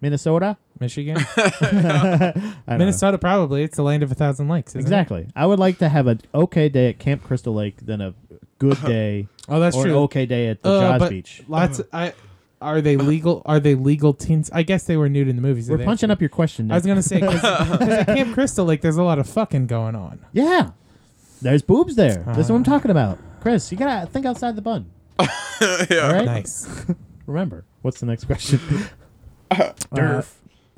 S1: Minnesota?
S2: Michigan,
S1: I don't know.
S2: Minnesota. Probably it's the land of a thousand lakes. isn't it?
S1: Exactly. I would like to have an okay day at Camp Crystal Lake than a good day
S2: Oh, that's
S1: or
S2: true.
S1: an okay day at the
S2: Uh,
S1: Jaws
S2: but
S1: Beach.
S2: Lots. I are they legal? Are they legal teens? I guess they were nude in the movies. so
S1: We're
S2: they
S1: punching up your question.
S2: I was
S1: Nick.
S2: gonna say 'cause- 'cause at Camp Crystal Lake, there's a lot of fucking going on.
S1: Yeah. There's boobs there. That's
S2: Ah.
S1: what I'm talking about. Chris, you gotta think outside the bun. All right?
S2: Nice.
S1: Remember. What's the next question?
S2: Uh,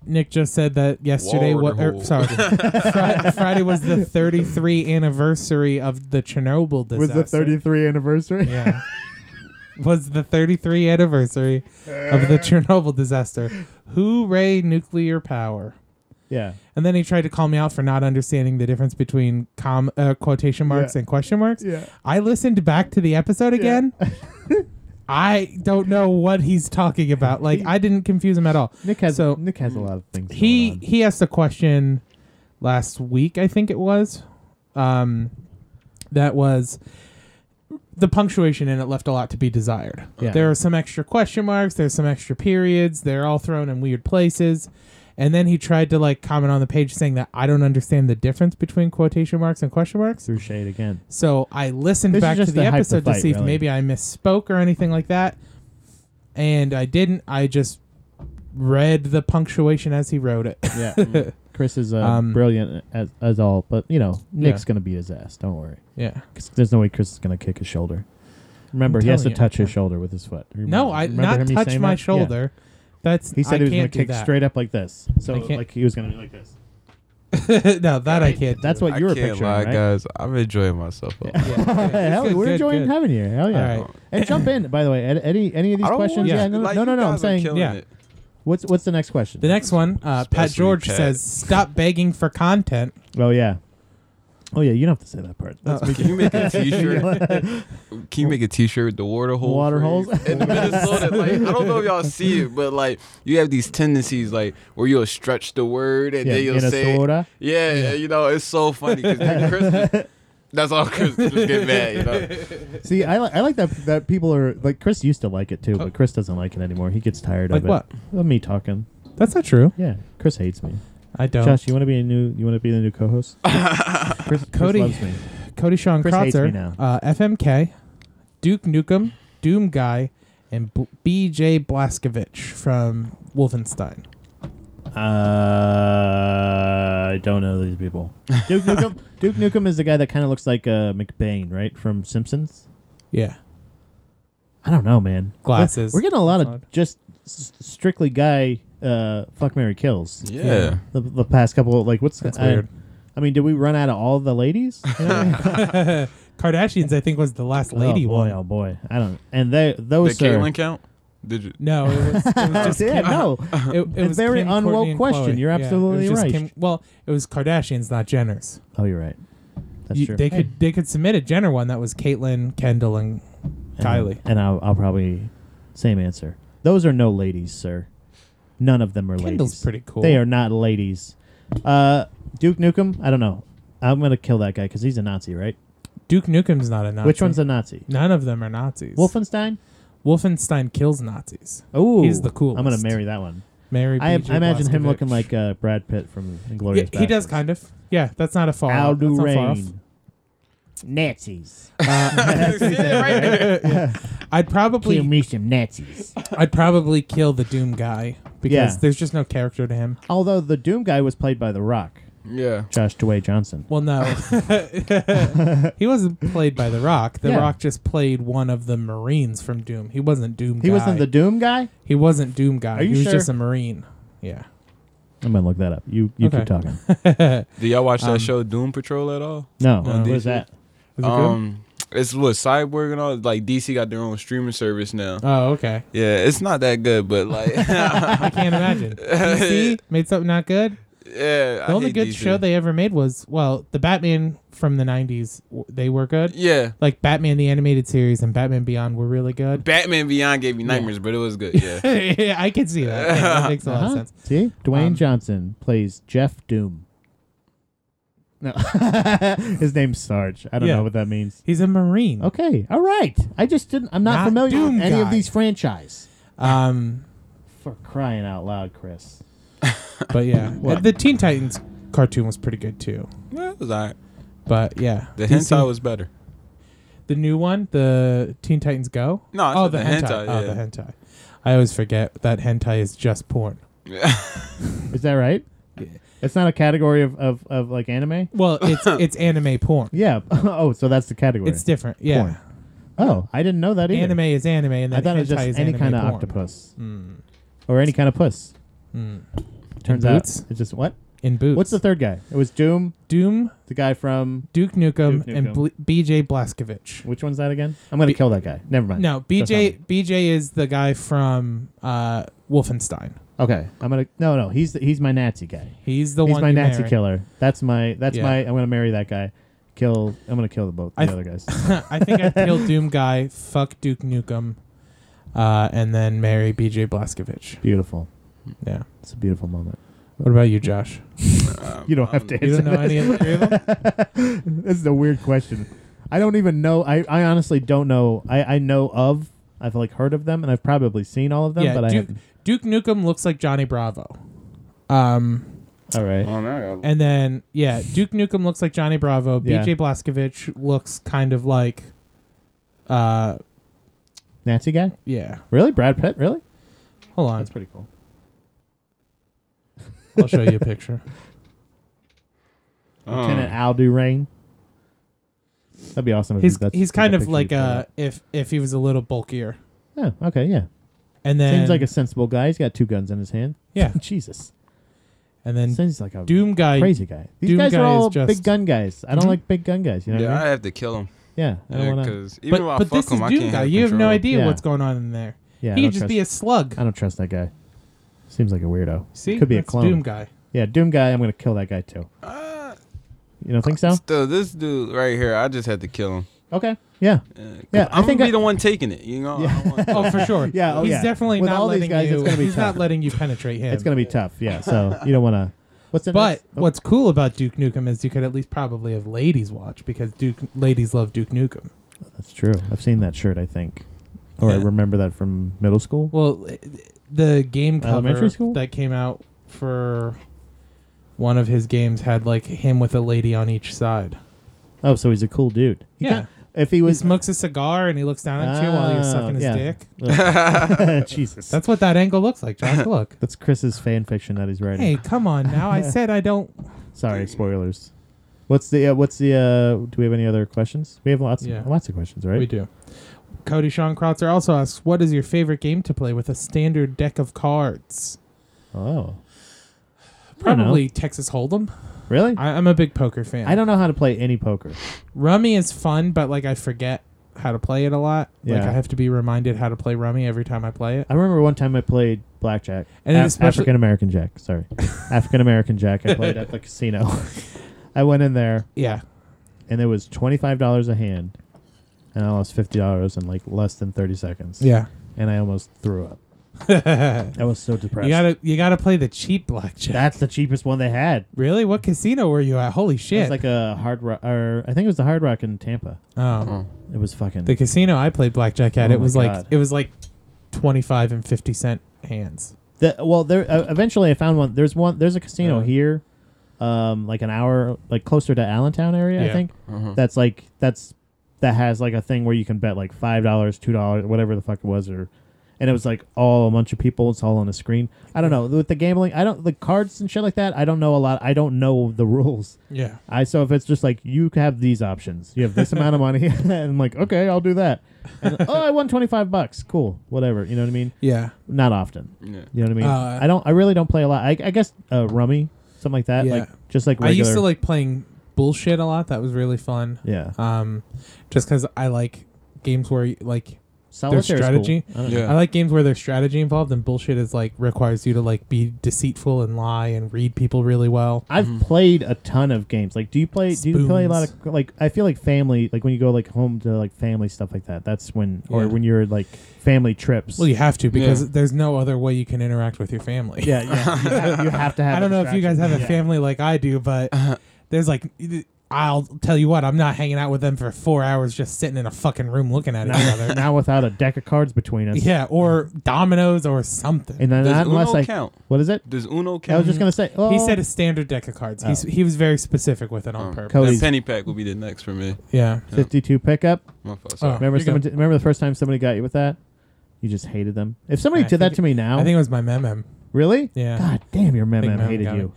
S2: Nick just said that yesterday. What?
S3: Water
S2: Er,
S3: hole.
S2: sorry, Friday, Friday was the 33 anniversary of the Chernobyl disaster.
S1: was the 33 anniversary?
S2: Yeah. was the 33 anniversary of the Chernobyl disaster. Hooray, nuclear power!
S1: Yeah.
S2: And then he tried to call me out for not understanding the difference between com uh, quotation marks
S1: Yeah.
S2: and question marks.
S1: Yeah.
S2: I listened back to the episode again. I don't know what he's talking about. Like I didn't confuse him at all.
S1: Nick has
S2: So-
S1: Nick has a lot of things.
S2: He
S1: going on.
S2: he asked a question last week, I think it was. Um that was the punctuation in it left a lot to be desired.
S1: Yeah.
S2: There are some extra question marks, there's some extra periods, they're all thrown in weird places. And then he tried to like comment on the page saying that I don't understand the difference between quotation marks and question marks.
S1: Through shade again.
S2: So I listened
S1: This is
S2: back to
S1: just
S2: the
S1: to hype the
S2: episode to
S1: fight,
S2: see if
S1: really.
S2: maybe I misspoke or anything like that. And I didn't. I just read the punctuation as he wrote it.
S1: Yeah. Chris is uh,
S2: Mm. Um,
S1: brilliant as, as all, but you know Nick's
S2: Yeah.
S1: gonna be his ass. Don't worry.
S2: yeah.
S1: 'Cause there's no way Chris is gonna kick his shoulder. Remember,
S2: I'm
S1: he has to
S2: telling you.
S1: touch his shoulder with his foot. Remember-
S2: No, I
S1: remember
S2: not
S1: him
S2: touch
S1: saying
S2: my
S1: that? Yeah.
S2: shoulder. That's
S1: He said
S2: I
S1: he was gonna
S2: can't do
S1: kick
S2: that.
S1: straight up like this. So
S2: I can't-
S1: like he was gonna be like this.
S2: no, that I can't.
S1: That's
S2: do.
S1: what you were
S3: I can't
S1: picturing,
S3: lie,
S1: right?
S3: guys. I'm enjoying myself. up here.
S2: Yeah, yeah.
S1: Hell,
S2: Good,
S1: we're
S2: good,
S1: enjoying
S2: good.
S1: having you. Hell yeah!
S2: All right.
S1: And jump in, by the way. Ed- Any any of these
S3: I don't
S1: questions?
S3: want
S2: Yeah,
S1: Yeah,
S3: to-
S1: no, no,
S3: like,
S1: no,
S3: you
S1: no, no. I'm
S3: guys are
S1: saying,
S3: killing
S2: yeah.
S3: it.
S1: what's what's the next question?
S2: The next one, uh, Pat
S3: Especially
S2: George
S3: Pat.
S2: says, "Stop begging for content."
S1: oh yeah, oh yeah. You don't have to say that part. That's
S3: Can you make a T-shirt? Can you make a T-shirt with the water hole?
S1: Water
S3: phrase?
S1: holes?
S3: in Minnesota. Like I don't know if y'all see it, but like you have these tendencies, like where you'll stretch the word and
S1: yeah,
S3: then you'll say, it.
S1: Minnesota.
S3: yeah, yeah, you know, it's so funny because Chris. just- That's all Chris just get mad, you know.
S1: See, I, li- I like that that people are like Chris used to like it too, but Chris doesn't like it anymore. He gets tired
S2: Oh. Like
S1: of it.
S2: what?
S1: Of me talking.
S2: That's not true.
S1: Yeah, Chris hates me.
S2: I don't.
S1: Josh, you want to be a new? You want to be the new co-host? Chris, Chris
S2: Uh, Cody.
S1: loves me.
S2: Cody Sean
S1: Chris hates me
S2: Kratzer,
S1: now.
S2: uh, FMK, Duke Nukem, Doom Guy, and B- BJ Blaskovich from Wolfenstein.
S1: Uh, I don't know these people. Duke Nukem. Duke Nukem is the guy that kind of looks like uh, McBain, right, from Simpsons.
S2: Yeah.
S1: I don't know, man.
S2: Glasses.
S1: We're, we're getting a lot
S2: Odd.
S1: of just s- strictly guy uh, fuck Mary kills.
S3: Yeah.
S1: The, the past couple, like, what's
S2: That's
S1: I-
S2: weird.
S1: I mean, did we run out of all the ladies?
S2: Kardashians, I think, was the last lady
S1: oh, boy,
S2: one.
S1: Oh boy, I don't. And they those are
S3: count? Did you?
S2: No, it was, it was just
S1: yeah,
S2: Kim-
S1: no.
S2: It, it
S1: It's
S2: was
S1: very
S2: Kim, Courtney,
S1: unwoke
S2: and
S1: question.
S2: Khloe.
S1: You're
S2: Yeah, it was
S1: absolutely
S2: just
S1: right.
S2: Kim- well, it was Kardashians, not Jenners.
S1: Oh, you're right. That's
S2: You-
S1: true.
S2: They
S1: Hey.
S2: could they could submit a Jenner one that was Caitlyn, Kendall, and
S1: And-
S2: Kylie.
S1: And I'll, I'll probably same answer. Those are no ladies, sir. None of them are
S2: Kendall's
S1: ladies.
S2: pretty cool.
S1: They are not ladies. Uh, Duke Nukem. I don't know. I'm gonna kill that guy because he's a Nazi, right?
S2: Duke Nukem's not a Nazi.
S1: Which one's a Nazi?
S2: None of them are Nazis.
S1: Wolfenstein.
S2: Wolfenstein kills Nazis.
S1: Oh,
S2: He's the coolest.
S1: I'm gonna marry that one.
S2: Mary.
S1: I, I
S2: B.J.
S1: imagine him
S2: Blazkowicz.
S1: looking like uh, Brad Pitt from
S2: Yeah,
S1: Inglorious.
S2: he does kind of. Yeah, that's not a far.
S1: Al
S2: that's not far off.
S1: Durain. Nazis.
S2: I'd probably
S1: me some Nazis.
S2: I'd probably kill the Doom guy because
S1: Yeah.
S2: there's just no character to him.
S1: Although the Doom guy was played by The Rock,
S3: Yeah.
S1: Josh Dwayne Johnson.
S2: Well, no, he wasn't played by The Rock. The
S1: Yeah.
S2: Rock just played one of the Marines from Doom. He wasn't Doom.
S1: He
S2: guy.
S1: wasn't the Doom guy.
S2: He wasn't Doom guy.
S1: Are you
S2: he was
S1: sure?
S2: just a Marine. Yeah.
S1: I'm gonna look that up. You you
S2: Okay.
S1: keep talking.
S3: Did y'all watch that show Doom Patrol at all?
S1: No,
S2: No.
S1: what is that?
S2: Was it
S3: Um, it's what Cyborg and all. Like DC got their own streaming service now.
S2: good? Oh, okay.
S3: Yeah, it's not that good, but like, yeah.
S2: I can't imagine. DC made something not good. The only good show they ever made was well, the Batman from the '90s. w- They were good.
S3: Yeah,
S2: Like Batman the animated series and Batman Beyond were really good.
S3: Batman Beyond gave me nightmares, but it was good. Yeah.
S2: Yeah, I can see that. Yeah, that makes a lot of
S1: Uh-huh.
S2: sense.
S1: See, Dwayne
S2: Um,
S1: Johnson plays Jeff Doom. No, his name's Sarge. I don't
S2: Yeah.
S1: know what that means.
S2: He's a Marine.
S1: Okay, all right. I just didn't. I'm not,
S2: Not
S1: familiar
S2: Doom
S1: with any
S2: guy.
S1: of these franchise.
S2: Um,
S1: For crying out loud, Chris.
S2: but yeah, the Teen Titans cartoon was pretty good too.
S3: Well, it was alright.
S2: But yeah,
S3: The
S2: DC
S3: hentai was better.
S2: the new one, the Teen Titans Go.
S3: No, it's
S2: oh,
S3: not
S2: the,
S3: the
S2: hentai.
S3: hentai,
S2: Oh,
S3: yeah.
S2: the hentai. I always forget that hentai is just porn.
S1: Is that right? It's not a category of, of, of like anime.
S2: Well, it's it's anime porn.
S1: Yeah. oh, so that's the category.
S2: It's different. Yeah.
S1: Porn. oh, I didn't know that either.
S2: Anime is anime, and then
S1: I thought it was
S2: hentai
S1: just
S2: is
S1: any
S2: anime
S1: kind of
S2: porn. Hmm.
S1: octopus or any kind of puss. Turns
S2: And
S1: out
S2: boots?
S1: it's just what?
S2: in boots.
S1: What's the third guy? It was Doom,
S2: Doom,
S1: the guy from
S2: Duke Nukem,
S1: Duke
S2: and
S1: Nukem.
S2: Bl- BJ Blazkowicz.
S1: which one's that again? I'm gonna kill that guy. Never mind.
S2: No,
S1: That's not
S2: BJ
S1: me.
S2: BJ is the guy from uh, Wolfenstein.
S1: Okay, I'm gonna no no. He's the, he's my Nazi guy.
S2: He's the
S1: He's
S2: one.
S1: my
S2: you
S1: Nazi
S2: marry.
S1: killer. That's my that's
S2: Yeah.
S1: my. I'm gonna marry that guy. Kill. I'm gonna kill the both the
S2: I-
S1: other guys.
S2: I think I'd kill Doom guy, fuck Duke Nukem, uh, and then marry BJ Blazkowicz.
S1: beautiful.
S2: Yeah.
S1: It's a beautiful moment.
S2: What about you, Josh?
S1: You don't have to answer.
S2: You don't know any of the three of them?
S1: This is a weird question. I don't even know. I, I honestly don't know. I, I know of. I've like heard of them, and I've probably seen all of them,
S2: yeah,
S1: but I
S2: Duke,
S1: haven't.
S2: Duke Nukem looks like Johnny Bravo. Um,
S1: All right.
S3: Oh, now I got-
S2: and then yeah, Duke Nukem looks like Johnny Bravo.
S1: Yeah.
S2: BJ Blazkowicz looks kind of like, uh,
S1: Nazi guy?
S2: yeah.
S1: Really? Brad Pitt? Really?
S2: Hold on,
S1: That's pretty cool.
S2: I'll show you a picture.
S3: Um,
S1: Lieutenant Al Durain. That'd be awesome. if
S2: He's
S1: that's
S2: he's
S1: the
S2: kind of
S1: picture
S2: like
S1: you
S2: uh if if he was a little bulkier.
S1: put up. Oh, okay, yeah.
S2: And then
S1: Seems like a sensible guy. He's got two guns in his hand.
S2: Yeah.
S1: Jesus.
S2: and then
S1: Seems like a
S2: Doom guy.
S1: crazy guy. These
S2: Doom
S1: guys
S2: guy
S1: are all
S2: is just-
S1: big gun guys. I don't
S2: Mhm.
S1: like big gun guys. You know
S3: yeah,
S1: what I
S3: I
S1: mean?
S3: have to kill him.
S1: Yeah. I don't want to.
S3: Because even though I
S2: But, but
S3: fuck
S2: this
S3: him, I
S2: is
S3: can't
S2: Doom guy.
S3: have
S2: You have no
S3: control.
S2: idea
S1: Yeah.
S2: what's going on in there.
S1: Yeah. I
S2: he
S1: don't
S2: could just
S1: trust,
S2: be a slug.
S1: I don't trust that guy. Seems like a weirdo.
S2: See,
S1: could be a
S2: That's
S1: clone.
S2: Doom guy.
S1: Yeah, Doom guy. I'm gonna kill that guy too.
S3: Ah,
S1: Uh, You don't think so?
S3: Still, this dude right here, I just had to kill him.
S1: Okay. Yeah.
S3: Uh, 'cause
S1: Yeah, I
S3: I'm
S1: think
S3: gonna be
S1: I-
S3: the one taking it. You know,
S1: Yeah.
S3: I don't want
S2: Oh, for sure.
S1: Yeah, oh,
S2: he's
S1: yeah.
S2: definitely
S1: With
S2: not
S1: all these
S2: letting
S1: guys,
S2: you.
S1: it's gonna be
S2: he's
S1: tough.
S2: not letting you penetrate him.
S1: It's gonna be tough. Yeah. So you don't want to. What's the
S2: But
S1: next- oh,
S2: what's cool about Duke Nukem is you could at least probably have ladies watch because Duke ladies love Duke Nukem.
S1: That's true. I've seen that shirt. I think, or I
S3: Yeah.
S1: remember that from middle school.
S2: Well, the game cover
S1: Elementary school?
S2: that came out for one of his games had like him with a lady on each side.
S1: Oh, so he's a cool dude. He
S2: Yeah.
S1: kin- if he
S2: He
S1: was
S2: smokes a cigar and he looks down at you while you're
S1: Oh,
S2: sucking his
S1: yeah.
S2: dick.
S1: Ugh. Jesus. That's
S2: That's what that angle looks like, Josh. Look.
S1: that's Chris's fan fiction that he's writing.
S2: Hey, come on now. I said I don't.
S1: Sorry, spoilers. What's the uh, what's the uh, do we have any other questions? We have lots
S2: Yeah.
S1: of, lots of questions, right?
S2: We do. Cody Sean Krautzer also asks, "What is your favorite game to play with a standard deck of cards?"
S1: Oh. I don't know.
S2: Probably Texas Hold'em.
S1: Really?
S2: I, I'm a big poker fan.
S1: I don't know how to play any poker.
S2: Rummy is fun, but like I forget how to play it a lot. Like
S1: Yeah.
S2: I have to be reminded how to play Rummy every time I play it.
S1: I remember one time I played blackjack.
S2: And it's especially-
S1: African American Jack, sorry. African American Jack I played at the casino. I went in there
S2: Yeah,
S1: and it was $25 a hand and I lost $50 in like less than 30 seconds.
S2: yeah.
S1: And I almost threw up.
S2: you
S1: I was so depressed.
S2: gotta you gotta play the cheap blackjack.
S1: That's the cheapest one they had.
S2: really? What casino were you at? Holy
S1: It
S2: shit!
S1: was like a hard rock, or I think it was the Hard Rock in Tampa.
S2: oh,
S1: It was fucking.
S2: the casino I played blackjack at.
S1: Oh
S2: it
S1: my
S2: was
S1: God.
S2: like it was like twenty five and fifty cent hands.
S1: The- well, there. Uh, eventually, I found one. There's one. There's a casino
S2: Uh.
S1: here, um, like an hour, like closer to Allentown area. I
S2: Yeah.
S1: think that's like that's that has like a thing where you can bet like five dollars, two dollars, whatever the fuck it was, or and it was like all a bunch of people. It's all on a screen. I don't know with the gambling. I don't the cards and shit like that. I don't know a lot. I don't know the rules.
S2: Yeah.
S1: I so if it's just like you have these options, you have this amount of money, and I'm like, okay, I'll do that. And, oh, I won twenty five bucks. Cool, whatever. You know what I mean?
S2: Yeah.
S1: Not often.
S3: Yeah.
S1: You know what I mean?
S2: Uh,
S1: I don't. I really don't play a lot. I, I guess uh, rummy, something like that.
S2: Yeah.
S1: Like just like
S2: I
S1: regular.
S2: used to like playing bullshit a lot. That was really fun.
S1: yeah.
S2: Um, just because I like games where like
S1: Solitaire is cool.
S2: strategy.
S1: I don't know.
S3: Yeah.
S2: I like games where there's strategy involved and bullshit is like requires you to like be deceitful and lie and read people really well.
S1: I've played a ton of games. Like, do you play? Do you play a lot of like? I feel like family. Like when you go like home to like family stuff like that. That's when, or
S2: Yeah.
S1: when you're like family trips.
S2: Well, you have to because
S3: Yeah.
S2: there's no other way you can interact with your family.
S1: yeah, yeah. you, have, you have to have.
S2: I don't know if you guys have a
S1: distraction.
S2: family like I do, but there's like I'll tell you what, I'm not hanging out with them for 4 hours just sitting in a fucking room looking at each
S1: Yeah.
S2: other.
S1: Now without a deck of cards between us.
S2: yeah, or dominoes or something.
S1: And then
S3: Does
S1: not unless
S3: Uno
S1: I
S3: count?
S1: what is it?
S3: Does
S1: I
S3: Uno
S1: was
S3: count?
S1: just gonna say.
S2: he
S1: oh,
S2: said a standard deck of cards. He's,
S1: Oh.
S2: he was very specific with it
S3: Oh.
S2: on purpose.
S1: Cody-
S3: Um, Then penny pack will be the next for me.
S2: yeah.
S1: fifty-two pickup.
S3: My fault.
S2: Oh,
S3: sorry.
S1: Remember,
S2: you're good.
S1: someone did- remember the first time somebody got you with that? You just hated them. If somebody
S2: I
S1: did that
S2: think-
S1: to me now,
S2: I think it was my mem.
S1: really?
S2: Yeah.
S1: God damn, your man,
S2: think
S1: man
S2: Mem
S1: hated
S2: got
S1: you.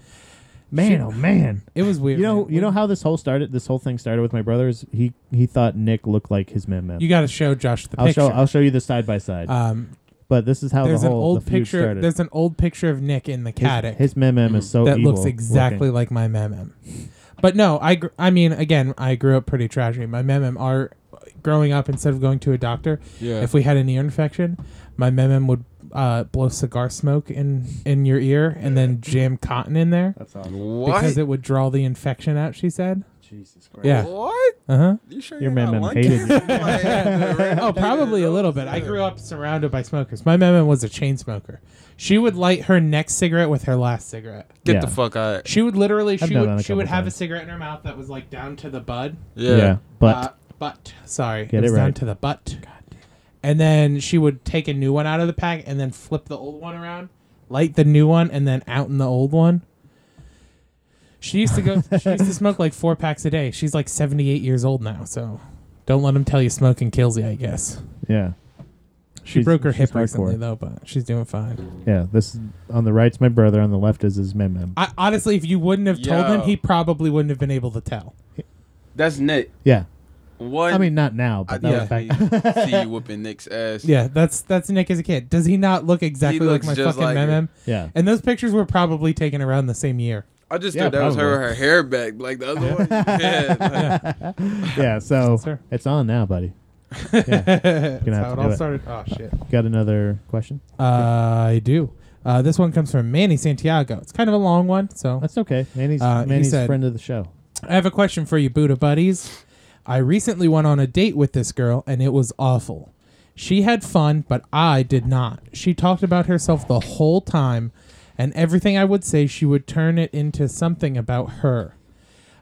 S1: Man, oh man.
S2: It was weird.
S1: You know,
S2: man.
S1: you know how this whole started. This whole thing started with my brothers. He he thought Nick looked like his man, man.
S2: You got to show Josh the
S1: I'll
S2: picture.
S1: show I'll show you the side by side.
S2: um,
S1: But this is how the
S2: there's
S1: whole
S2: an old
S1: the feud
S2: picture.
S1: started.
S2: There's an old picture of Nick in the
S1: his,
S2: caddick
S1: his man, man is so
S2: that
S1: evil
S2: looks exactly
S1: looking.
S2: like my mem. But no, I gr- I mean, again, I grew up pretty tragically. My mem are growing up instead of going to a doctor.
S3: Yeah.
S2: If we had an ear infection, my mem would uh, blow cigar smoke in in your ear and then jam cotton in there
S3: What?
S2: because it would draw the infection out. She said.
S1: Jesus Christ.
S2: Yeah.
S3: what?
S2: Uh huh.
S3: You sure
S1: Your
S3: you're
S1: man,
S3: not
S1: man
S3: one
S1: hated
S3: kid? Like,
S2: Oh, probably a little bit. I grew up surrounded by smokers. My mom was a chain smoker. She would light her next cigarette with her last cigarette.
S3: Get
S1: Yeah.
S3: the fuck out.
S2: She would literally
S1: I've
S2: she
S1: done that
S2: would
S1: a
S2: she would
S1: couple
S2: have a
S1: times.
S2: cigarette in her mouth that was like down to the bud.
S1: Yeah.
S3: Yeah.
S1: But
S2: Uh, butt. Sorry.
S1: Get
S2: it was
S1: it
S2: down
S1: right.
S2: to the butt. And then she would take a new one out of the pack and then flip the old one around, light the new one and then out in the old one. She used to go. she used to smoke like four packs a day. She's like seventy eight years old now, so don't let them tell you smoking kills you. I guess
S1: Yeah.
S2: she
S1: She's-
S2: broke her
S1: she's
S2: hip recently
S1: hardcore.
S2: though, but she's doing fine.
S1: Yeah, this on the right's my brother, on the left is his mem.
S2: I, honestly, if you wouldn't have told him,
S3: Yo.
S2: he probably wouldn't have been able to tell.
S3: That's Nick.
S1: Yeah.
S3: One.
S1: I mean, not now,
S3: I
S1: but that
S3: yeah.
S1: was back.
S3: see you whooping Nick's ass.
S2: Yeah, that's that's Nick as a kid. Does he not look exactly like
S3: looks
S2: my
S3: just
S2: fucking
S3: like
S2: mem?
S1: Yeah.
S2: And those pictures were probably taken around the same year.
S3: I just
S1: Yeah,
S3: thought that was her
S1: probably.
S3: with her hair back, like the other one. Yeah, like-
S1: Yeah, so
S2: Sir.
S1: it's on now, buddy.
S2: That's
S1: have
S2: how
S1: to
S2: it
S1: do
S2: all
S1: it.
S2: started. Oh shit.
S1: Got another question?
S2: Uh, I do. Uh, this one comes from Manny Santiago. It's kind of a long one, so
S1: That's okay. Manny's
S2: Uh, he
S1: Manny's
S2: said-
S1: friend of the show.
S2: I have a question for you, Buddha buddies. I recently went on a date with this girl, and it was awful. She had fun, but I did not. She talked about herself the whole time, and everything I would say, she would turn it into something about her.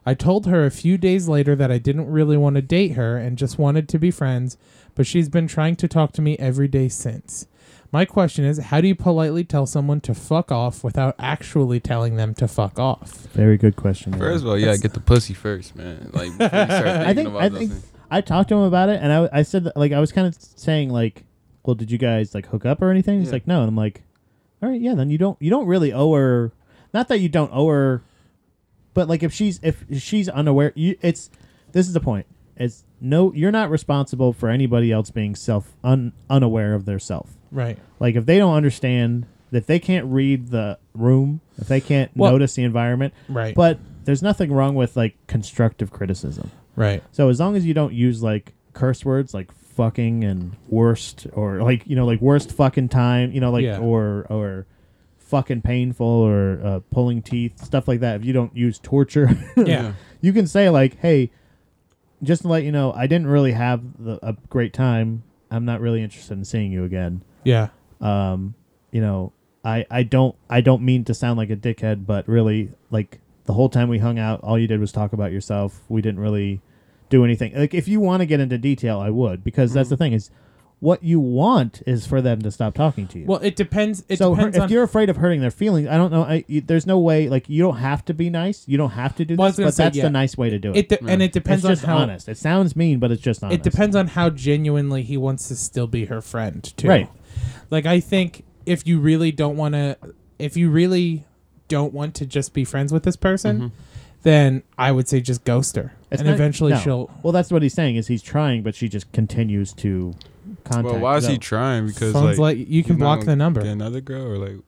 S2: I told her a few days later that I didn't really want to date her and just wanted to be friends, but she's been trying to talk to me every day since. My question is, how do you politely tell someone to fuck off without actually telling them to fuck off?
S1: Very good question. Manny.
S3: First of all, you gotta get the pussy first, man. Like, before you start thinking
S1: I think
S3: about
S1: I
S3: those
S1: think
S3: things.
S1: I talked to him about it, and I I said that, like I was kind of saying like, well, did you guys like hook up or anything? He's
S3: Yeah.
S1: like, no, and I'm like, all right, yeah, then you don't you don't really owe her. Not that you don't owe her, but like if she's if she's unaware, you it's this is the point. It's no, you're not responsible for anybody else being self un, unaware of their self.
S2: Right.
S1: Like if they don't understand, if they can't read the room, if they can't
S2: Well-
S1: notice the environment,
S2: Right.
S1: But there's nothing wrong with like constructive criticism.
S2: Right.
S1: So as long as you don't use like curse words like fucking and worst or like you know like worst fucking time, you know like
S2: Yeah.
S1: or or fucking painful or uh, pulling teeth stuff like that. If you don't use torture,
S2: Yeah.
S1: you can say like, hey, just to let you know, I didn't really have the, a great time. I'm not really interested in seeing you again.
S2: Yeah.
S1: um, you know, I, I don't I don't mean to sound like a dickhead, but really, like the whole time we hung out, all you did was talk about yourself. We didn't really do anything. Like if you want to get into detail, I would because that's
S2: Mm.
S1: the thing is, what you want is for them to stop talking to you.
S2: Well, it depends. It
S1: so her-
S2: depends
S1: if
S2: on.
S1: you're afraid of hurting their feelings, I don't know. I, you, there's no way. Like you don't have to be nice. You don't have to do
S2: Well, I was
S1: this.
S2: gonna
S1: But
S2: say,
S1: that's
S2: yeah.
S1: the nice way to do it.
S2: it de- and it depends
S1: it's just
S2: on how.
S1: honest. It sounds mean, but it's just honest.
S2: It depends on how genuinely he wants to still be her friend too.
S1: Right.
S2: Like I think if you really don't want to, if you really don't want to just be friends with this person, then I would say just ghost her,
S1: Mm-hmm. It's
S2: and
S1: not-
S2: eventually
S1: no.
S2: she'll.
S1: Well, that's what he's saying is he's trying, but she just continues to contact.
S3: Well, why is
S1: so-
S3: he trying? Because
S2: Phone's
S3: like,
S2: like, you can
S3: he's not
S2: block
S3: gonna
S2: the number.
S3: get another girl or like,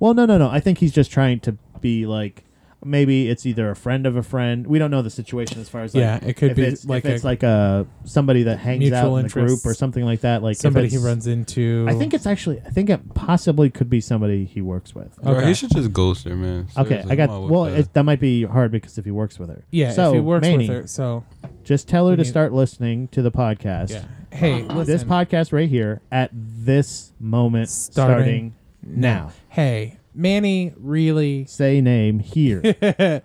S1: Well, no, no, no. I think he's just trying to be like maybe it's either a friend of a friend. We don't know the situation as far as like,
S2: Yeah, it could
S1: if
S2: be
S1: it's,
S2: like
S1: if it's
S2: a-
S1: like a somebody that hangs out
S2: Mutual
S1: in the group
S2: interests.
S1: or something like that. Like if
S2: Somebody he
S1: it's-
S2: runs into.
S1: I think it's actually. I think it possibly could be somebody he works with.
S3: bro,
S2: Okay.
S3: he should just ghost her, man.
S1: Okay,
S3: Seriously,
S1: I
S3: come
S1: got.
S3: on with
S1: Well,
S3: that.
S1: it, that might be hard because if he works with her,
S2: Yeah,
S1: So
S2: if he works
S1: Manny,
S2: with her, so
S1: just tell her
S2: We
S1: to
S2: need-
S1: start listening to the podcast.
S2: yeah. Hey, listen.
S1: This podcast right here at this moment
S2: Starting
S1: starting now.
S2: hey, Manny really
S1: Say name here.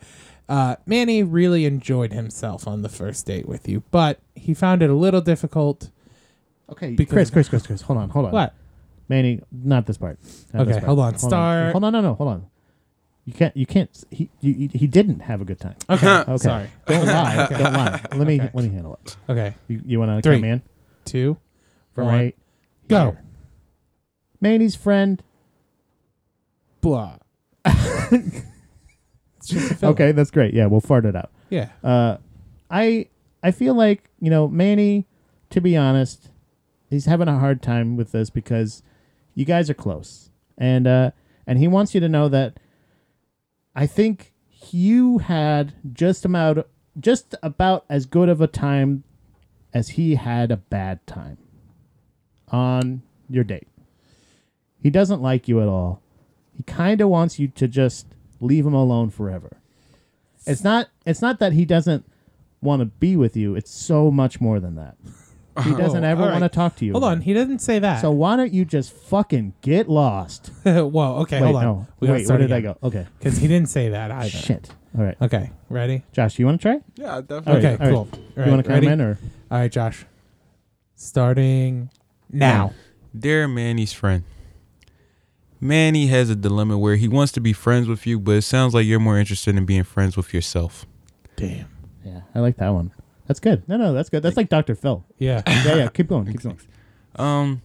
S2: Uh, Manny really enjoyed himself on the first date with you, but he found it a little difficult.
S1: Okay,
S2: Because-
S1: Chris, Chris, Chris, Chris. Hold on, hold on.
S2: What?
S1: Manny? Not this part. Not
S2: Okay,
S1: this part.
S2: hold on. Start-
S1: Hold on, no, no, hold on. You can't. You can't. He. You, you- he didn't have a good time.
S2: Okay,
S1: Okay.
S2: sorry.
S1: Don't lie. Don't lie. Let me. Let me handle it.
S2: Okay,
S1: You, you want to
S2: Three,
S1: come in?
S2: two, one,
S1: Right.
S2: go.
S1: Manny's friend.
S2: Blah. it's just a filler.
S1: Okay, that's great. Yeah, we'll fart it out.
S2: Yeah.
S1: Uh, I. I feel like you know Manny. To be honest, he's having a hard time with this because you guys are close, and uh, and he wants you to know that I think you had just about just about as good of a time as he had a bad time on your date. He doesn't like you at all. He kind of wants you to just leave him alone forever. It's not it's not that he doesn't want to be with you. It's so much more than that. He doesn't
S2: Oh,
S1: ever
S2: all right.
S1: want to talk to you.
S2: Hold on. He doesn't say that.
S1: So
S2: So,
S1: why don't you just fucking get lost?
S2: whoa. Okay,
S1: Wait,
S2: hold on.
S1: no. Wait, where did I go? Okay.
S2: Because he didn't say that either.
S1: Shit. All right.
S2: Okay, ready?
S1: Josh, you want to try?
S3: yeah, I definitely.
S2: Okay,
S1: all right.
S2: cool. All right,
S1: you want to
S2: ready?
S1: comment or?
S2: All right, Josh. Starting now.
S3: Dear Manny's friend, Manny has a dilemma where he wants to be friends with you, but it sounds like you're more interested in being friends with yourself.
S2: Damn.
S1: Yeah, I like that one. That's good. No, no, that's good. That's like Dr. Phil.
S2: Yeah.
S1: Yeah, yeah. Keep going. Keep going.
S3: Um,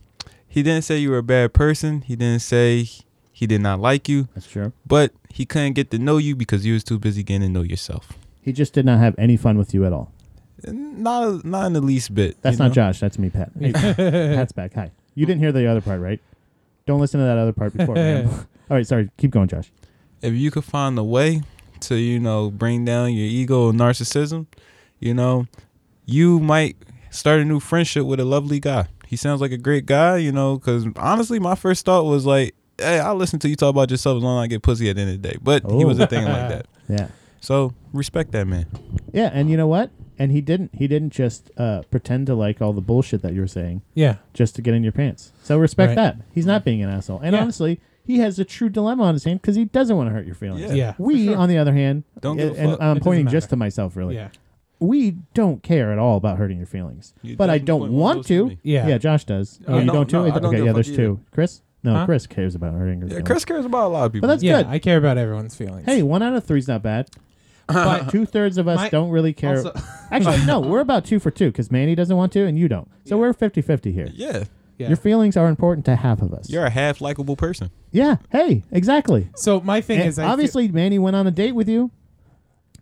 S3: he didn't say you were a bad person. He didn't say he did not like you,
S1: That's true.
S3: but he couldn't get to know you because you was too busy getting to know yourself.
S1: He just did not have any fun with you at all.
S3: Not, not in the least bit.
S1: That's
S3: you
S1: not
S3: know?
S1: Josh. That's me, Pat. Hey, Pat's back. Hi. You didn't hear the other part, right? Don't listen to that other part before. man. all right, sorry. Keep going, Josh.
S3: if you could find a way to you know bring down your ego and narcissism you know you might start a new friendship with a lovely guy he sounds like a great guy you know because honestly my first thought was like hey i'll listen to you talk about yourself as long as i get pussy at the end of the day but he
S1: Oh.
S3: wasn't thinking like that
S1: Yeah.
S3: so respect that man
S1: Yeah, and you know what? And he didn't. He didn't just uh, pretend to like all the bullshit that you were saying
S2: Yeah.
S1: just to get in your pants. So respect
S2: Right.
S1: that. He's not being an asshole. And
S2: Yeah.
S1: honestly, he has a true dilemma on his hand because he doesn't want to hurt your feelings.
S3: Yeah.
S2: Yeah.
S1: We, on the other hand,
S3: Don't give a
S1: and
S3: fuck.
S1: I'm
S2: It
S1: pointing
S2: doesn't
S1: just to myself, really.
S2: Yeah.
S1: We don't care at all about hurting your feelings,
S3: You
S1: but I
S3: definitely
S1: don't
S3: point one
S1: want
S3: of those to
S1: to.
S3: me.
S2: Yeah.
S1: yeah. Josh does. Oh,
S3: I
S1: you
S3: don't-
S1: don't too.
S3: no, I don't
S1: okay,
S3: give a
S1: yeah,
S3: fuck
S1: there's
S3: either.
S1: two. Chris? No,
S2: Huh?
S1: Chris cares about hurting your
S3: yeah,
S1: feelings.
S3: chris cares about a lot of people
S1: But that's
S2: Yeah.
S1: good.
S2: I care about everyone's feelings.
S1: hey, one out of three's not bad.
S2: But-
S1: two thirds of us
S2: My-
S1: don't really care.
S2: also-
S1: Actually, no, we're about two for two because Manny doesn't want to and you don't. So we're 50 50 here.
S3: yeah
S2: Yeah.
S1: Your feelings are important to half of us.
S3: you're a half likable person
S1: yeah. Hey, exactly.
S2: So my thing
S1: And
S2: is, I feel-
S1: obviously, Manny went on a date with you.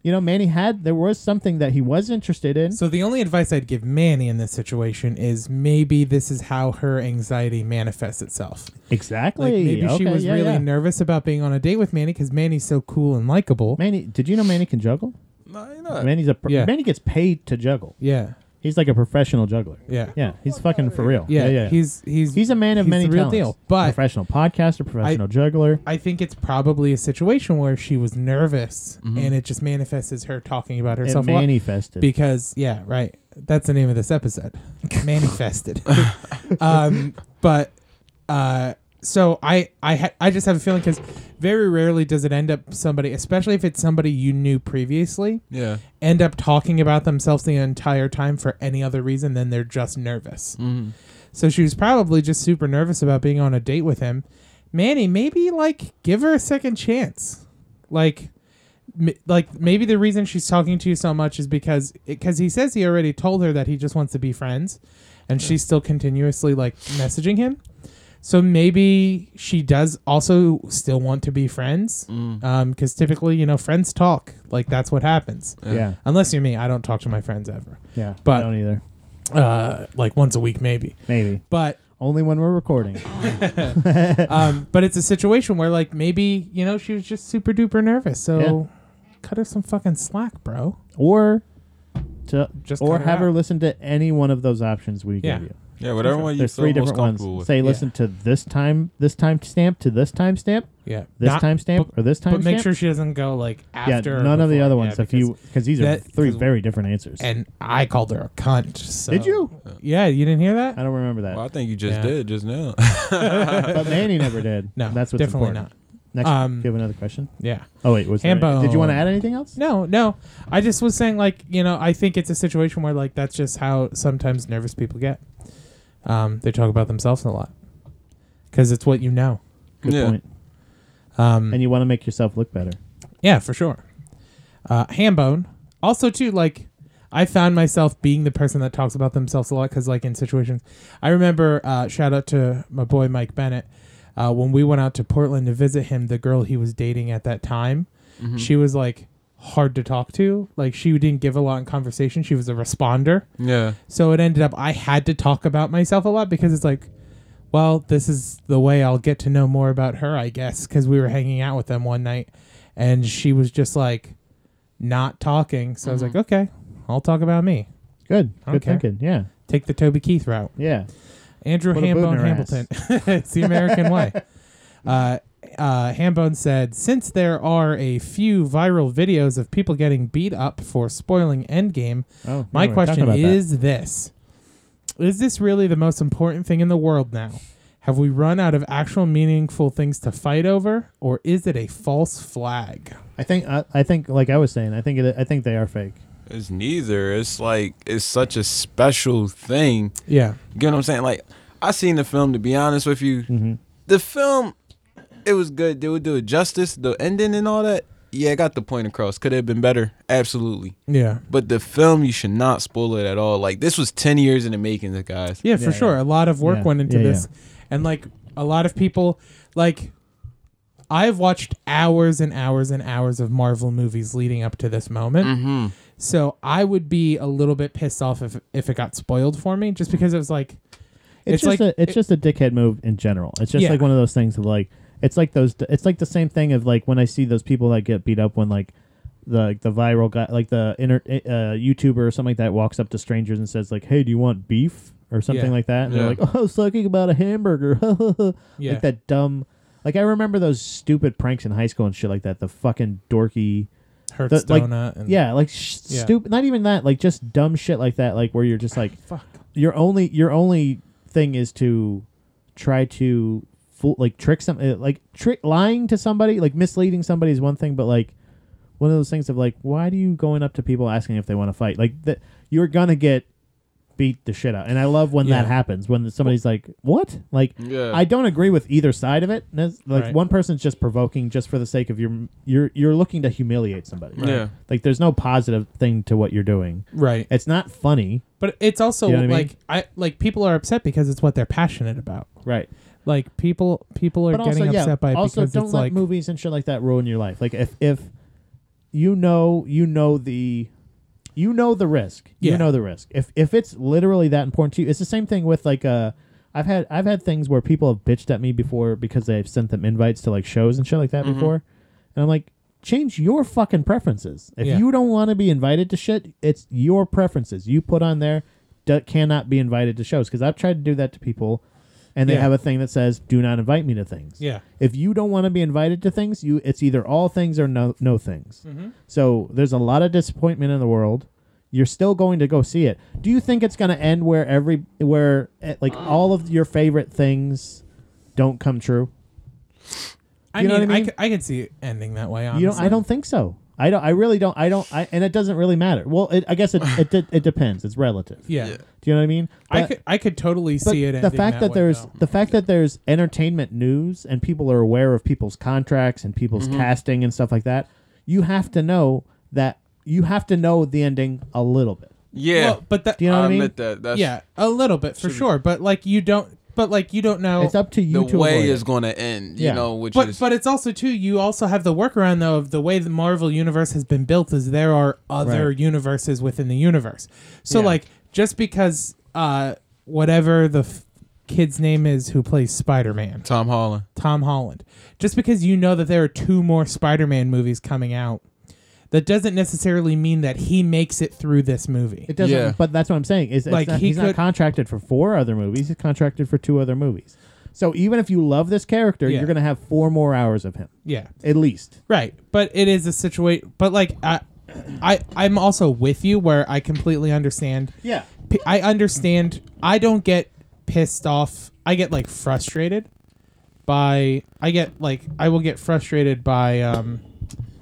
S1: You know, Manny had, there was something that he was interested in.
S2: so the only advice I'd give Manny in this situation is maybe this is how her anxiety manifests itself.
S1: exactly.
S2: Like maybe she
S1: Okay,
S2: was
S1: yeah,
S2: really
S1: yeah.
S2: nervous about being on a date with Manny because Manny's so cool and likable.
S1: Manny, did you know Manny can juggle?
S3: no you're not
S1: Manny's a pr-
S2: Uh, yeah.
S1: Manny gets paid to juggle.
S2: yeah,
S1: He's like a professional juggler.
S2: yeah,
S1: Yeah, he's fucking for real.
S2: yeah,
S1: yeah, yeah.
S2: He's he's
S1: He's a man of
S2: he's
S1: many
S2: the real
S1: talents.
S2: deal. But
S1: professional podcaster, professional juggler.
S2: I think it's probably a situation where she was nervous and it just manifests as her talking about
S1: It
S2: herself. a lot.
S1: manifested.
S2: because yeah, right. That's the name of this episode, manifested. um, but uh, so I I ha- I just have a feeling because very rarely does it end up somebody, especially if it's somebody you knew previously,
S3: yeah
S2: end up talking about themselves the entire time for any other reason than they're just nervous. So she was probably just super nervous about being on a date with him. Manny, maybe like give her a second chance. Like m- like maybe the reason she's talking to you so much is because because he says he already told her that he just wants to be friends and she's still continuously like messaging him. So maybe she does also still want to be friends, because typically, you know, friends talk. Like that's what happens.
S1: yeah,
S2: Unless you're me, I don't talk to my friends ever.
S1: yeah.
S2: But-
S1: I don't either.
S2: Uh, like once a week, maybe.
S1: Maybe
S2: But
S1: only when we're recording.
S2: um, but it's a situation where like maybe you know she was just super duper nervous. So cut her some fucking slack, bro.
S1: or to
S2: Just
S1: or
S2: cut it
S1: have her
S2: out.
S1: listen to any one of those options we
S2: Yeah.
S1: gave you.
S3: yeah whatever one you
S1: There's
S3: feel
S1: three
S3: most
S1: different ones.
S3: comfortable with
S1: Say listen to this time this time stamp to this time stamp,
S2: Yeah.
S1: this
S2: Not-
S1: time stamp
S2: but-
S1: or this time
S2: But make
S1: stamp.
S2: sure she doesn't go like
S1: yeah,
S2: after. or
S1: none of the
S2: before.
S1: other
S2: Yeah,
S1: ones. if
S2: because-
S1: you because these are
S2: that-
S1: three
S2: 'cause-
S1: very different answers.
S2: and I called her a cunt. So.
S1: Did you?
S2: Yeah, you didn't hear that?
S1: I don't remember that.
S3: well, i think you just
S2: Yeah.
S3: did just now
S1: But Manny never did.
S2: No,
S1: that's what's
S2: definitely
S1: important.
S2: not.
S1: Next,
S2: Um,
S1: do you have another question?
S2: Yeah.
S1: Oh wait, was there,
S2: Hambone.
S1: did you want to add anything else?
S2: No, no. I just was saying, like, you know, I think it's a situation where, like, that's just how sometimes nervous people get. Um, they talk about themselves a lot because it's what you know.
S1: Good
S3: yeah
S1: point.
S2: Um,
S1: And you want to make yourself look better.
S2: yeah, for sure. Uh, Hambone. Also, too, like, I found myself being the person that talks about themselves a lot because, like, in situations, I remember, uh, shout out to my boy Mike Bennett. Uh, when we went out to Portland to visit him, the girl he was dating at that time, she was like hard to talk to. Like, she didn't give a lot in conversation. She was a responder.
S3: yeah
S2: So it ended up I had to talk about myself a lot because it's like, well, this is the way I'll get to know more about her, I guess, because we were hanging out with them one night and she was just like not talking. So I was
S1: Mm-hmm.
S2: like, okay, I'll talk about me.
S1: Good. Good
S2: Okay.
S1: thinking. Yeah.
S2: Take the Toby Keith route.
S1: Yeah.
S2: Andrew
S1: Put a boot in
S2: Hambone
S1: her
S2: Hamilton. it's the American way. Uh, uh, Hambone said, since there are a few viral videos of people getting beat up for spoiling Endgame,
S1: Oh,
S2: my
S1: we were talking
S2: question
S1: about that.
S2: is this Is this really the most important thing in the world now? Have we run out of actual meaningful things to fight over, or is it a false flag?
S1: I think I, I think like I was saying, I think it, I think they are fake.
S3: It's neither. It's like it's such a special thing.
S2: Yeah.
S1: Mm-hmm.
S3: You know what I'm saying? Like I seen the film. To be honest with you, the film it was good. They would do it justice, the ending and all that. Yeah, I got the point across. Could it have been better? Absolutely.
S2: Yeah.
S3: But the film, you should not spoil it at all. Like this was ten years in the making, guys.
S2: Yeah, for
S1: Yeah,
S2: sure.
S1: yeah.
S2: A lot of work
S1: Yeah,
S2: went into
S1: yeah,
S2: this. And like a lot of people like I've watched hours and hours and hours of Marvel movies leading up to this moment. So I would be a little bit pissed off if if it got spoiled for me just because it was like
S1: It's,
S2: It's
S1: just
S2: like-
S1: a, it's just a dickhead move in general. It's just
S2: Yeah.
S1: like one of those things of like it's like those it's like the same thing of like when I see those people that get beat up when like the like the viral guy like the inter, uh, YouTuber or something like that walks up to strangers and says like hey do you want beef or something
S2: Yeah.
S1: like that and
S3: Yeah.
S1: they're like oh I was talking about a hamburger
S2: Yeah.
S1: like that dumb like I remember those stupid pranks in high school and shit like that the fucking dorky
S2: hurts
S1: The- like-
S2: donut and
S1: yeah like sh-
S2: Mm. Yeah.
S1: stupid not even that like just dumb shit like that like where you're just like
S2: fuck.
S1: your only your only thing is to try to fool like trick some uh, like trick lying to somebody like misleading somebody is one thing but like one of those things of like why do you going up to people asking if they want to fight like that you're gonna get beat the shit out and i love when that
S2: Yeah.
S1: happens when somebody's like what like
S3: Yeah.
S1: i don't agree with either side of it And it's- like
S2: Right.
S1: one person's just provoking just for the sake of your you're you're looking to humiliate somebody right?
S3: Yeah.
S1: like there's no positive thing to what you're doing
S2: Right.
S1: it's not funny
S2: But it's also
S1: You know what I mean?
S2: like I like people are upset because it's what they're passionate about.
S1: right
S2: Like people people are getting upset by it
S1: also
S2: because
S1: don't
S2: it's
S1: let
S2: like
S1: movies and shit like that ruin your life. Like if if you know you know the you know the risk.
S2: Yeah.
S1: You know the risk. If if it's literally that important to you, it's the same thing with like uh I've had I've had things where people have bitched at me before because they've sent them invites to like shows and shit like
S2: Mm-hmm.
S1: that before. And I'm like change your fucking preferences. If
S2: Yeah.
S1: you don't want to be invited to shit, it's your preferences. You put on there d- cannot be invited to shows because I've tried to do that to people and they
S2: Yeah.
S1: have a thing that says do not invite me to things
S2: Yeah.
S1: if you don't want to be invited to things you it's either all things or no no things
S2: Mm-hmm.
S1: so there's a lot of disappointment in the world you're still going to go see it do you think it's going to end where every where eh, like all of your favorite things don't come true
S2: I
S1: You
S2: mean,
S1: know what I
S2: I,
S1: mean?
S2: c- I can see it ending that way. Honestly.
S1: you don't i don't think so i don't i really don't i don't I, and it doesn't really matter well it, i guess it, it de- it depends it's relative
S2: Yeah.
S1: do you know what i mean
S2: I
S1: But-
S2: could I could totally
S1: But
S2: see it.
S1: the
S2: ending
S1: fact that,
S2: way,
S1: there's
S2: though.
S1: the fact that there's entertainment news and people are aware of people's contracts and people's
S2: Mm-hmm.
S1: casting and stuff like that you have to know that you have to know the ending a little bit
S3: yeah.
S2: Well, but that
S1: do you know
S3: I
S1: what i mean
S3: admit that. That's
S2: yeah, a little bit for sure. But like you don't. But like you don't know.
S1: it's up to you
S3: the
S1: to
S3: way
S1: avoid
S3: is
S1: it.
S3: going to end. You
S1: Yeah.
S3: know, which
S2: But
S3: is
S2: but it's also too. You also have the workaround though of the way the Marvel universe has been built is there are other
S1: Right.
S2: universes within the universe. So
S1: Yeah.
S2: like just because uh whatever the f- kid's name is who plays Spider Man,
S3: Tom Holland.
S2: Tom Holland. Just because you know that there are two more Spider-Man movies coming out, that doesn't necessarily mean that he makes it through this movie.
S1: it doesn't
S3: Yeah.
S1: but that's what i'm saying is it's
S2: Like,
S1: not-
S2: he
S1: he's
S2: could-
S1: not contracted for four other movies he's contracted for two other movies so even if you love this character
S2: Yeah.
S1: you're going to have four more hours of him
S2: yeah.
S1: at least
S2: Right. But it is a situation but like I I I'm also with you where I completely understand.
S1: yeah
S2: P- I understand. I don't get pissed off. I get like frustrated by I get like I will get frustrated by um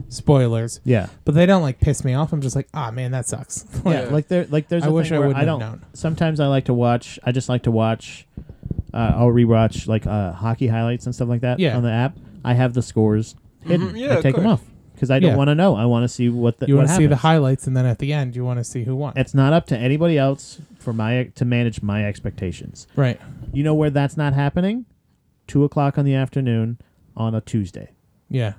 S2: spoilers.
S1: yeah
S2: But they don't like piss me off. I'm just like, "Ah, man, that sucks."
S1: Yeah, like there, like there's.
S2: I
S1: a
S2: wish
S1: thing
S2: I
S1: where
S2: wouldn't
S1: I
S2: have
S1: don't.
S2: known.
S1: Sometimes I like to watch. I just like to watch. Uh, I'll rewatch like uh, hockey highlights and stuff like that
S2: Yeah. Mm-hmm.
S1: on the app. I have the scores hidden.
S3: Mhm,
S1: I
S3: yeah, of
S1: take them
S3: course.
S1: off because I don't
S2: Yeah.
S1: want to know. I want to see what the
S2: you
S1: want to
S2: see the highlights and then at the end you want to see who won.
S1: It's not up to anybody else for my to manage my expectations.
S2: Right.
S1: You know where that's not happening? Two o'clock on the afternoon on a Tuesday.
S2: Yeah.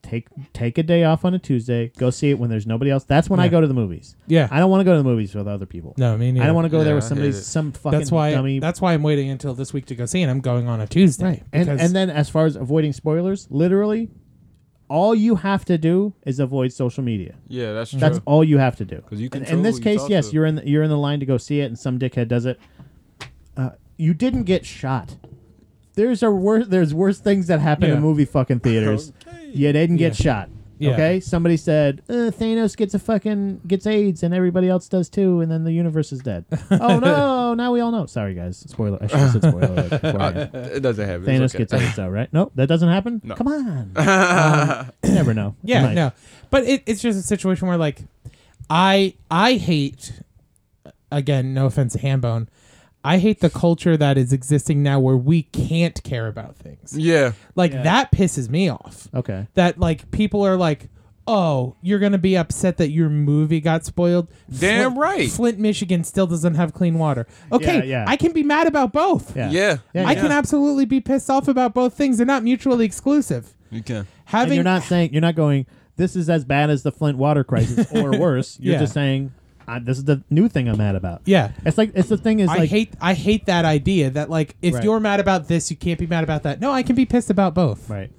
S1: Take take a day off on a Tuesday. Go see it when there's nobody else. That's when I
S2: Yeah.
S1: go to the movies.
S2: Yeah.
S1: I don't want to go to the movies with other people.
S2: no, I mean
S1: I don't want to go
S3: Yeah,
S1: there with
S3: I
S1: somebody,
S3: hate it.
S1: some fucking
S2: That's why.
S1: dummy
S2: That's why I'm waiting until this week to go see, and I'm going on a Tuesday.
S1: Right. And
S2: because-
S1: and then as far as avoiding spoilers, literally all you have to do is avoid social media.
S3: Yeah, that's true.
S1: That's all you have to do.
S3: 'Cause you
S1: And-
S3: control
S1: in this
S3: who you
S1: case,
S3: talk
S1: yes,
S3: to.
S1: you're in the, you're in the line to go see it, and some dickhead does it. Uh, you didn't get shot. There's a worse. There's worse things that happen
S2: Yeah.
S1: in movie fucking theaters. You didn't get shot.
S2: Yeah.
S1: Okay. Somebody said uh, Thanos gets a fucking gets AIDS, and everybody else does too, and then the universe is dead. oh no! Now we all know. Sorry guys. Spoiler. I should have said spoiler. alert beforehand.
S3: it doesn't happen.
S1: Thanos
S3: it's okay.
S1: gets AIDS though, right? No, that doesn't happen. Come on, Um, you never know. It
S2: yeah,
S1: might.
S2: no. But it, it's just a situation where like, I I hate. Again, no offense to Hambone. I hate the culture that is existing now where we can't care about things.
S3: Yeah.
S2: Like that pisses me off.
S1: Okay.
S2: That like people are like, "Oh, you're going to be upset that your movie got spoiled."
S3: Damn
S2: Flint,
S3: right.
S2: Flint, Michigan still doesn't have clean water. Okay,
S1: yeah.
S2: I can be mad about both.
S1: Yeah.
S3: Yeah.
S1: Yeah,
S2: I can absolutely be pissed off about both things. They're not mutually exclusive.
S3: You can.
S1: And
S2: Having
S1: you're not saying you're not going. This is as bad as the Flint water crisis, or worse. You're
S2: Yeah.
S1: just saying I, this is the new thing I'm mad about.
S2: Yeah.
S1: It's like it's the thing is
S2: I
S1: like
S2: hate I hate that idea that like if
S1: Right.
S2: you're mad about this, you can't be mad about that. No, I can be pissed about both.
S1: right.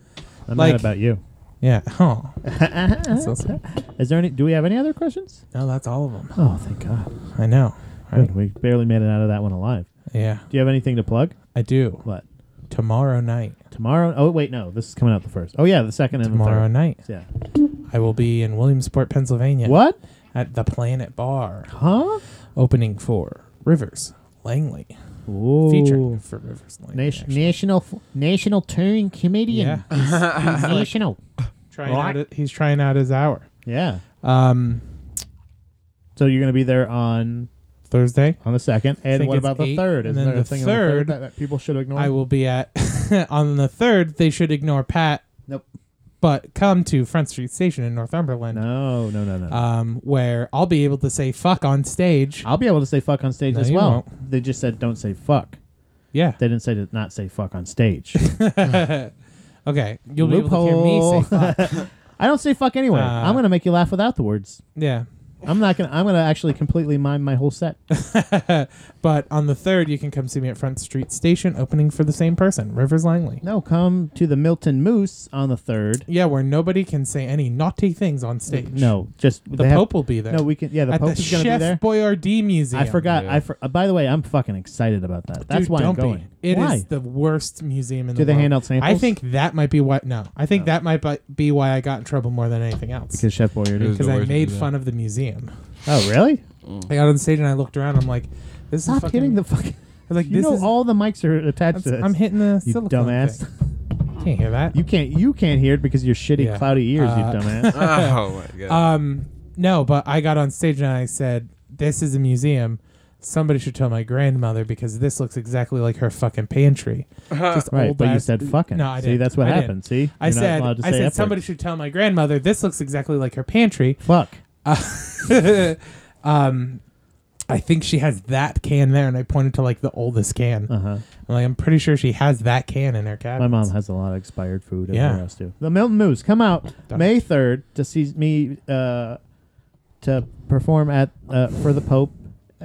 S1: I'm
S2: Like-
S1: mad about you.
S2: Yeah. Oh. That's also-
S1: Is there any? Do we have any other questions?
S2: no, that's all of them.
S1: Oh, thank God.
S2: I know. Right?
S1: Good. We barely made it out of that one alive.
S2: Yeah,
S1: Do you have anything to plug?
S2: I do.
S1: What?
S2: Tomorrow night.
S1: Tomorrow? Oh wait, no. This is coming out the first. Oh yeah, the second and
S2: Tomorrow
S1: the
S2: night,
S1: third. Yeah.
S2: I will be in Williamsport, Pennsylvania.
S1: What?
S2: At the Planet Bar,
S1: Huh?
S2: opening for Rivers Langley,
S1: Ooh.
S2: featuring for Rivers Langley.
S1: Nation,
S2: actually.
S1: national national touring comedian.
S2: Yeah.
S1: national.
S2: Trying out it- he's trying out his hour.
S1: Yeah.
S2: Um,
S1: So you're gonna be there on
S2: Thursday,
S1: on the second, and
S2: think
S1: what
S2: it's
S1: about the
S2: eight,
S1: third?
S2: and
S1: Isn't
S2: then
S1: there a
S2: the
S1: thing on the third
S2: third,
S1: that, that people should ignore?
S2: I will be at on the third. They should ignore Pat.
S1: Nope.
S2: But come to Front Street Station in Northumberland,
S1: No, no, no, no.
S2: um, where I'll be able to say "fuck" on stage.
S1: I'll be able to say fuck on stage
S2: No,
S1: as
S2: you
S1: well. They just said don't say fuck.
S2: yeah.
S1: They didn't say to not say fuck on stage.
S2: Okay. You'll be able to hear me say "fuck."
S1: I don't say fuck anyway.
S2: Uh,
S1: I'm gonna make you laugh without the words.
S2: yeah.
S1: I'm not gonna. I'm gonna actually completely mime my whole set.
S2: but on the third, you can come see me at Front Street Station, opening for the same person, Rivers Langley.
S1: No, come to the Milton Moose on the third.
S2: Yeah, where nobody can say any naughty things on stage.
S1: No, just
S2: the
S1: they have-
S2: Pope will be there.
S1: No, we can. Yeah, the
S2: at
S1: Pope
S2: the
S1: is gonna be
S2: Chef
S1: there.
S2: Boyardee Museum.
S1: I forgot.
S3: Yeah.
S1: I for, uh, by the way, I'm fucking excited about that. That's
S2: Dude,
S1: why I'm
S2: don't
S1: going.
S2: Be. It is
S1: why?
S2: the worst museum in
S1: Do
S2: the
S1: they
S2: world.
S1: hand out
S2: I
S1: samples?
S2: think that might be what. No, I think that might bu- be why I got in trouble more than anything else.
S1: because Chef Boyardee.
S3: It was
S2: Because
S3: the
S2: I
S3: worst
S2: made
S3: museum.
S2: fun of the museum.
S1: Oh, really?
S2: I got on stage and I looked around. I'm like, this is
S1: Stop
S2: fucking,
S1: hitting the fucking.
S2: I was like,
S1: You
S2: this
S1: know,
S2: is
S1: all the mics are attached to this.
S2: I'm hitting the
S1: you
S2: silicone
S1: dumbass.
S2: thing. Can't hear that.
S1: You can't. You can't hear it because your shitty
S2: Yeah.
S1: cloudy ears.
S2: Uh,
S1: you dumbass.
S3: Oh my
S1: Uh,
S3: god.
S2: Um, no, but I got on stage and I said, "This is a museum. Somebody should tell my grandmother because this looks exactly like her fucking pantry."
S3: Uh,
S2: Just
S1: right,
S2: old
S1: but you
S2: ass-
S1: said fucking.
S2: No, I
S1: See,
S2: didn't.
S1: that's what
S2: I didn't.
S1: happened. See,
S2: I
S1: You're not
S2: said,
S1: allowed to
S2: I
S1: say
S2: said
S1: F-words.
S2: somebody should tell my grandmother this looks exactly like her pantry.
S1: fuck.
S2: Uh, um, I think she has that can there, and I pointed to like the oldest can.
S1: Uh huh.
S2: I'm like, I'm pretty sure she has that can in her cabinet.
S1: My mom has a lot of expired food.
S2: Yeah.
S1: Everywhere else too. The Milton Moose come out
S2: Done.
S1: May third to see me uh, to perform at uh, for the Pope.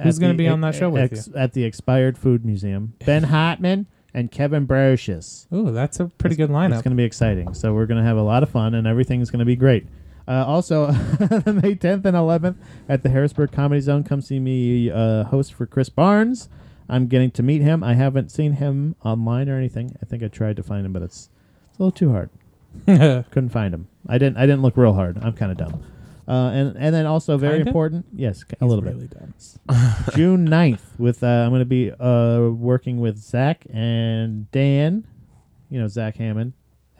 S2: Who's
S1: at
S2: gonna
S1: the
S2: be on
S1: e-
S2: that show with
S1: ex- At the Expired Food Museum, Ben Hartman and Kevin Brocious.
S2: Ooh, that's a pretty good
S1: It's
S2: lineup.
S1: going to be exciting. So we're going to have a lot of fun, and everything's going to be great. Uh, also, May 10th and 11th at the Harrisburg Comedy Zone, come see me uh, host for Chris Barnes. I'm getting to meet him. I haven't seen him online or anything. I think I tried to find him, but it's, it's a little too hard. Couldn't find him. I didn't. I didn't look real hard. I'm kind of dumb. Uh, and and then also very
S2: Kinda?
S1: important. Yes, a
S2: He's
S1: little bit.
S2: really dumb.
S1: June 9th with uh, I'm going to be uh, working with Zach and Dan, you know Zach Hammond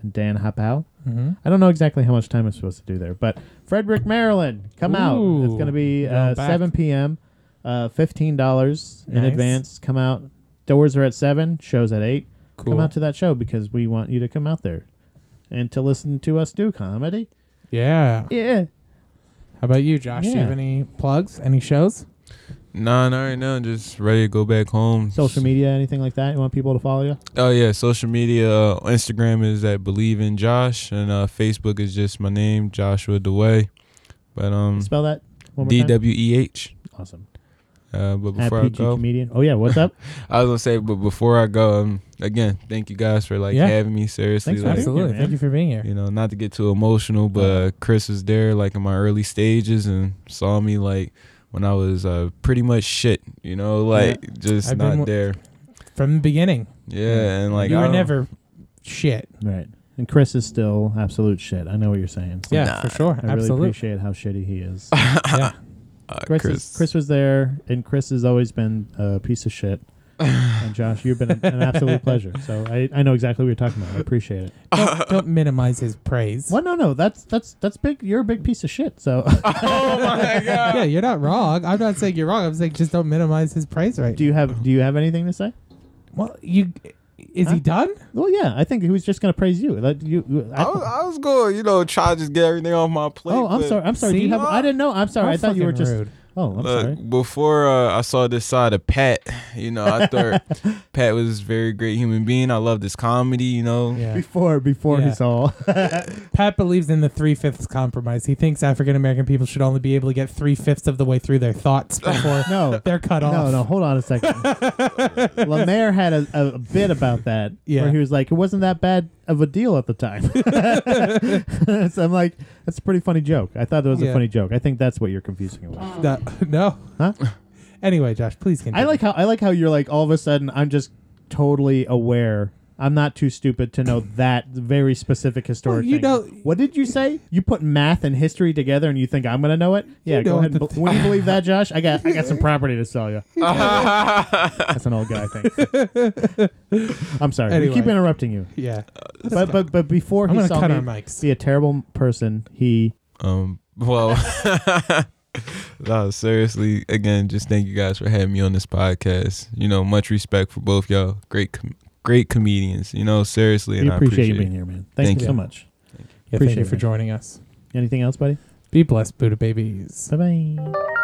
S1: and Dan Hopow.
S2: Mhm.
S1: I don't know exactly how much time I'm supposed to do there, but Frederick, Maryland, come out. It's
S2: Ooh,
S1: going to be
S2: you're
S1: uh,
S2: going back.
S1: 7 p.m. Uh, Fifteen dollars in
S2: Nice.
S1: advance. Come out. Doors are at seven. Shows at eight. Come
S2: Cool.
S1: out to that show because we want you to come out there and to listen to us do comedy.
S2: Yeah.
S1: Yeah.
S2: How about you, Josh? Do
S1: Yeah.
S2: you have any plugs? Any shows?
S3: nah, not right now. Just ready to go back home.
S1: Social media, anything like that. You want people to follow you?
S3: Oh yeah, social media. Uh, Instagram is at Believe in Josh, and uh, Facebook is just my name, Joshua Dewey. But um,
S1: Spell that. One more
S3: D
S1: time.
S3: W E H.
S1: Awesome.
S3: Uh, but
S1: At
S3: before I
S1: PG
S3: go,
S1: comedian. Oh yeah, what's up?
S3: I was gonna say, but before I go, um, again, thank you guys for like
S2: Yeah.
S3: having me. Seriously,
S1: Thanks for
S3: like,
S1: having
S2: Absolutely.
S1: man.
S2: Thank you for being here.
S3: you know, not to get too emotional, but uh, Chris was there like in my early stages and saw me like when I was uh, pretty much shit. You know, like just
S2: I've been
S3: not
S2: wa-
S3: there.
S2: From the beginning,
S3: Yeah, and like uh,
S2: you
S3: I
S2: were
S3: don't-
S2: never shit.
S1: Right. And Chris is still absolute shit. I know what you're saying. So
S2: Yeah, for sure.
S1: I really
S2: Absolutely.
S1: appreciate how shitty he is.
S2: yeah.
S3: uh,
S1: Chris,
S3: Chris.
S1: Is, Chris was there, and Chris has always been a piece of shit. And Josh, you've been an, an absolute pleasure. So I, I know exactly what you're talking about. I appreciate it.
S2: Don't, don't minimize his praise.
S1: Well, no, no, that's that's that's big. You're a big piece of shit. So
S3: Oh my god.
S2: Yeah, you're not wrong. I'm not saying you're wrong. I'm saying just don't minimize his praise right.
S1: do you have do you have anything to say?
S2: well, you is he done?
S1: Well, yeah, I think he was just going to praise you. Like, you- you- I-
S3: I was, I was going, you know, try to just get everything off my plate.
S1: oh, I'm
S3: but-
S1: sorry. I'm sorry. Do you
S2: See?
S1: have? I didn't know. I'm sorry.
S2: How
S1: I thought you were
S2: fucking
S1: just.
S2: rude.
S1: Oh, I'm
S3: Look,
S1: sorry.
S3: before uh, I saw this side of Pat, you know, I thought Pat was a very great human being. I loved his comedy, you know.
S2: Yeah.
S1: Before before
S2: Yeah.
S1: he saw.
S2: Pat believes in the three fifths compromise. He thinks African American people should only be able to get three fifths of the way through their thoughts before
S1: No.
S2: they're cut off.
S1: No, no, hold on a second. Lemaire had a, a, a bit about that
S2: Yeah.
S1: where he was like, it wasn't that bad of a deal at the time. so I'm like, that's a pretty funny joke. I thought it was
S2: Yeah.
S1: a funny joke. I think that's what you're confusing it with.
S2: No, no.
S1: Huh?
S2: Anyway, Josh, please continue.
S1: I like how I like how you're like all of a sudden I'm just totally aware. I'm not too stupid to know that very specific historic.
S2: Well, you
S1: thing.
S2: know-
S1: what did you say? You put math and history together, and you think I'm gonna know it? Yeah,
S2: know
S1: go ahead. And
S2: what
S1: bel- when you believe that, Josh, I got I got some property to sell you. That's an old guy thing. I'm sorry.
S2: Anyway.
S1: We keep interrupting you.
S2: Yeah.
S1: But but but before
S2: I'm
S1: he
S2: gonna
S1: saw
S2: cut
S1: me
S2: our mics.
S1: be a terrible person, he
S3: Um, well, no, seriously, again, just thank you guys for having me on this podcast. You know, much respect for both y'all. Great, com- great comedians. You know, seriously, and
S1: we
S3: I
S1: appreciate
S3: appreciate
S1: you being
S3: it.
S1: here, man. Thank,
S3: Thank
S1: you so
S2: you.
S1: much.
S2: Yeah,
S1: Appreciate
S2: thank you
S1: it,
S2: for
S1: man.
S2: joining us.
S1: Anything else, buddy?
S2: Be blessed, Buddha babies.
S1: Bye bye.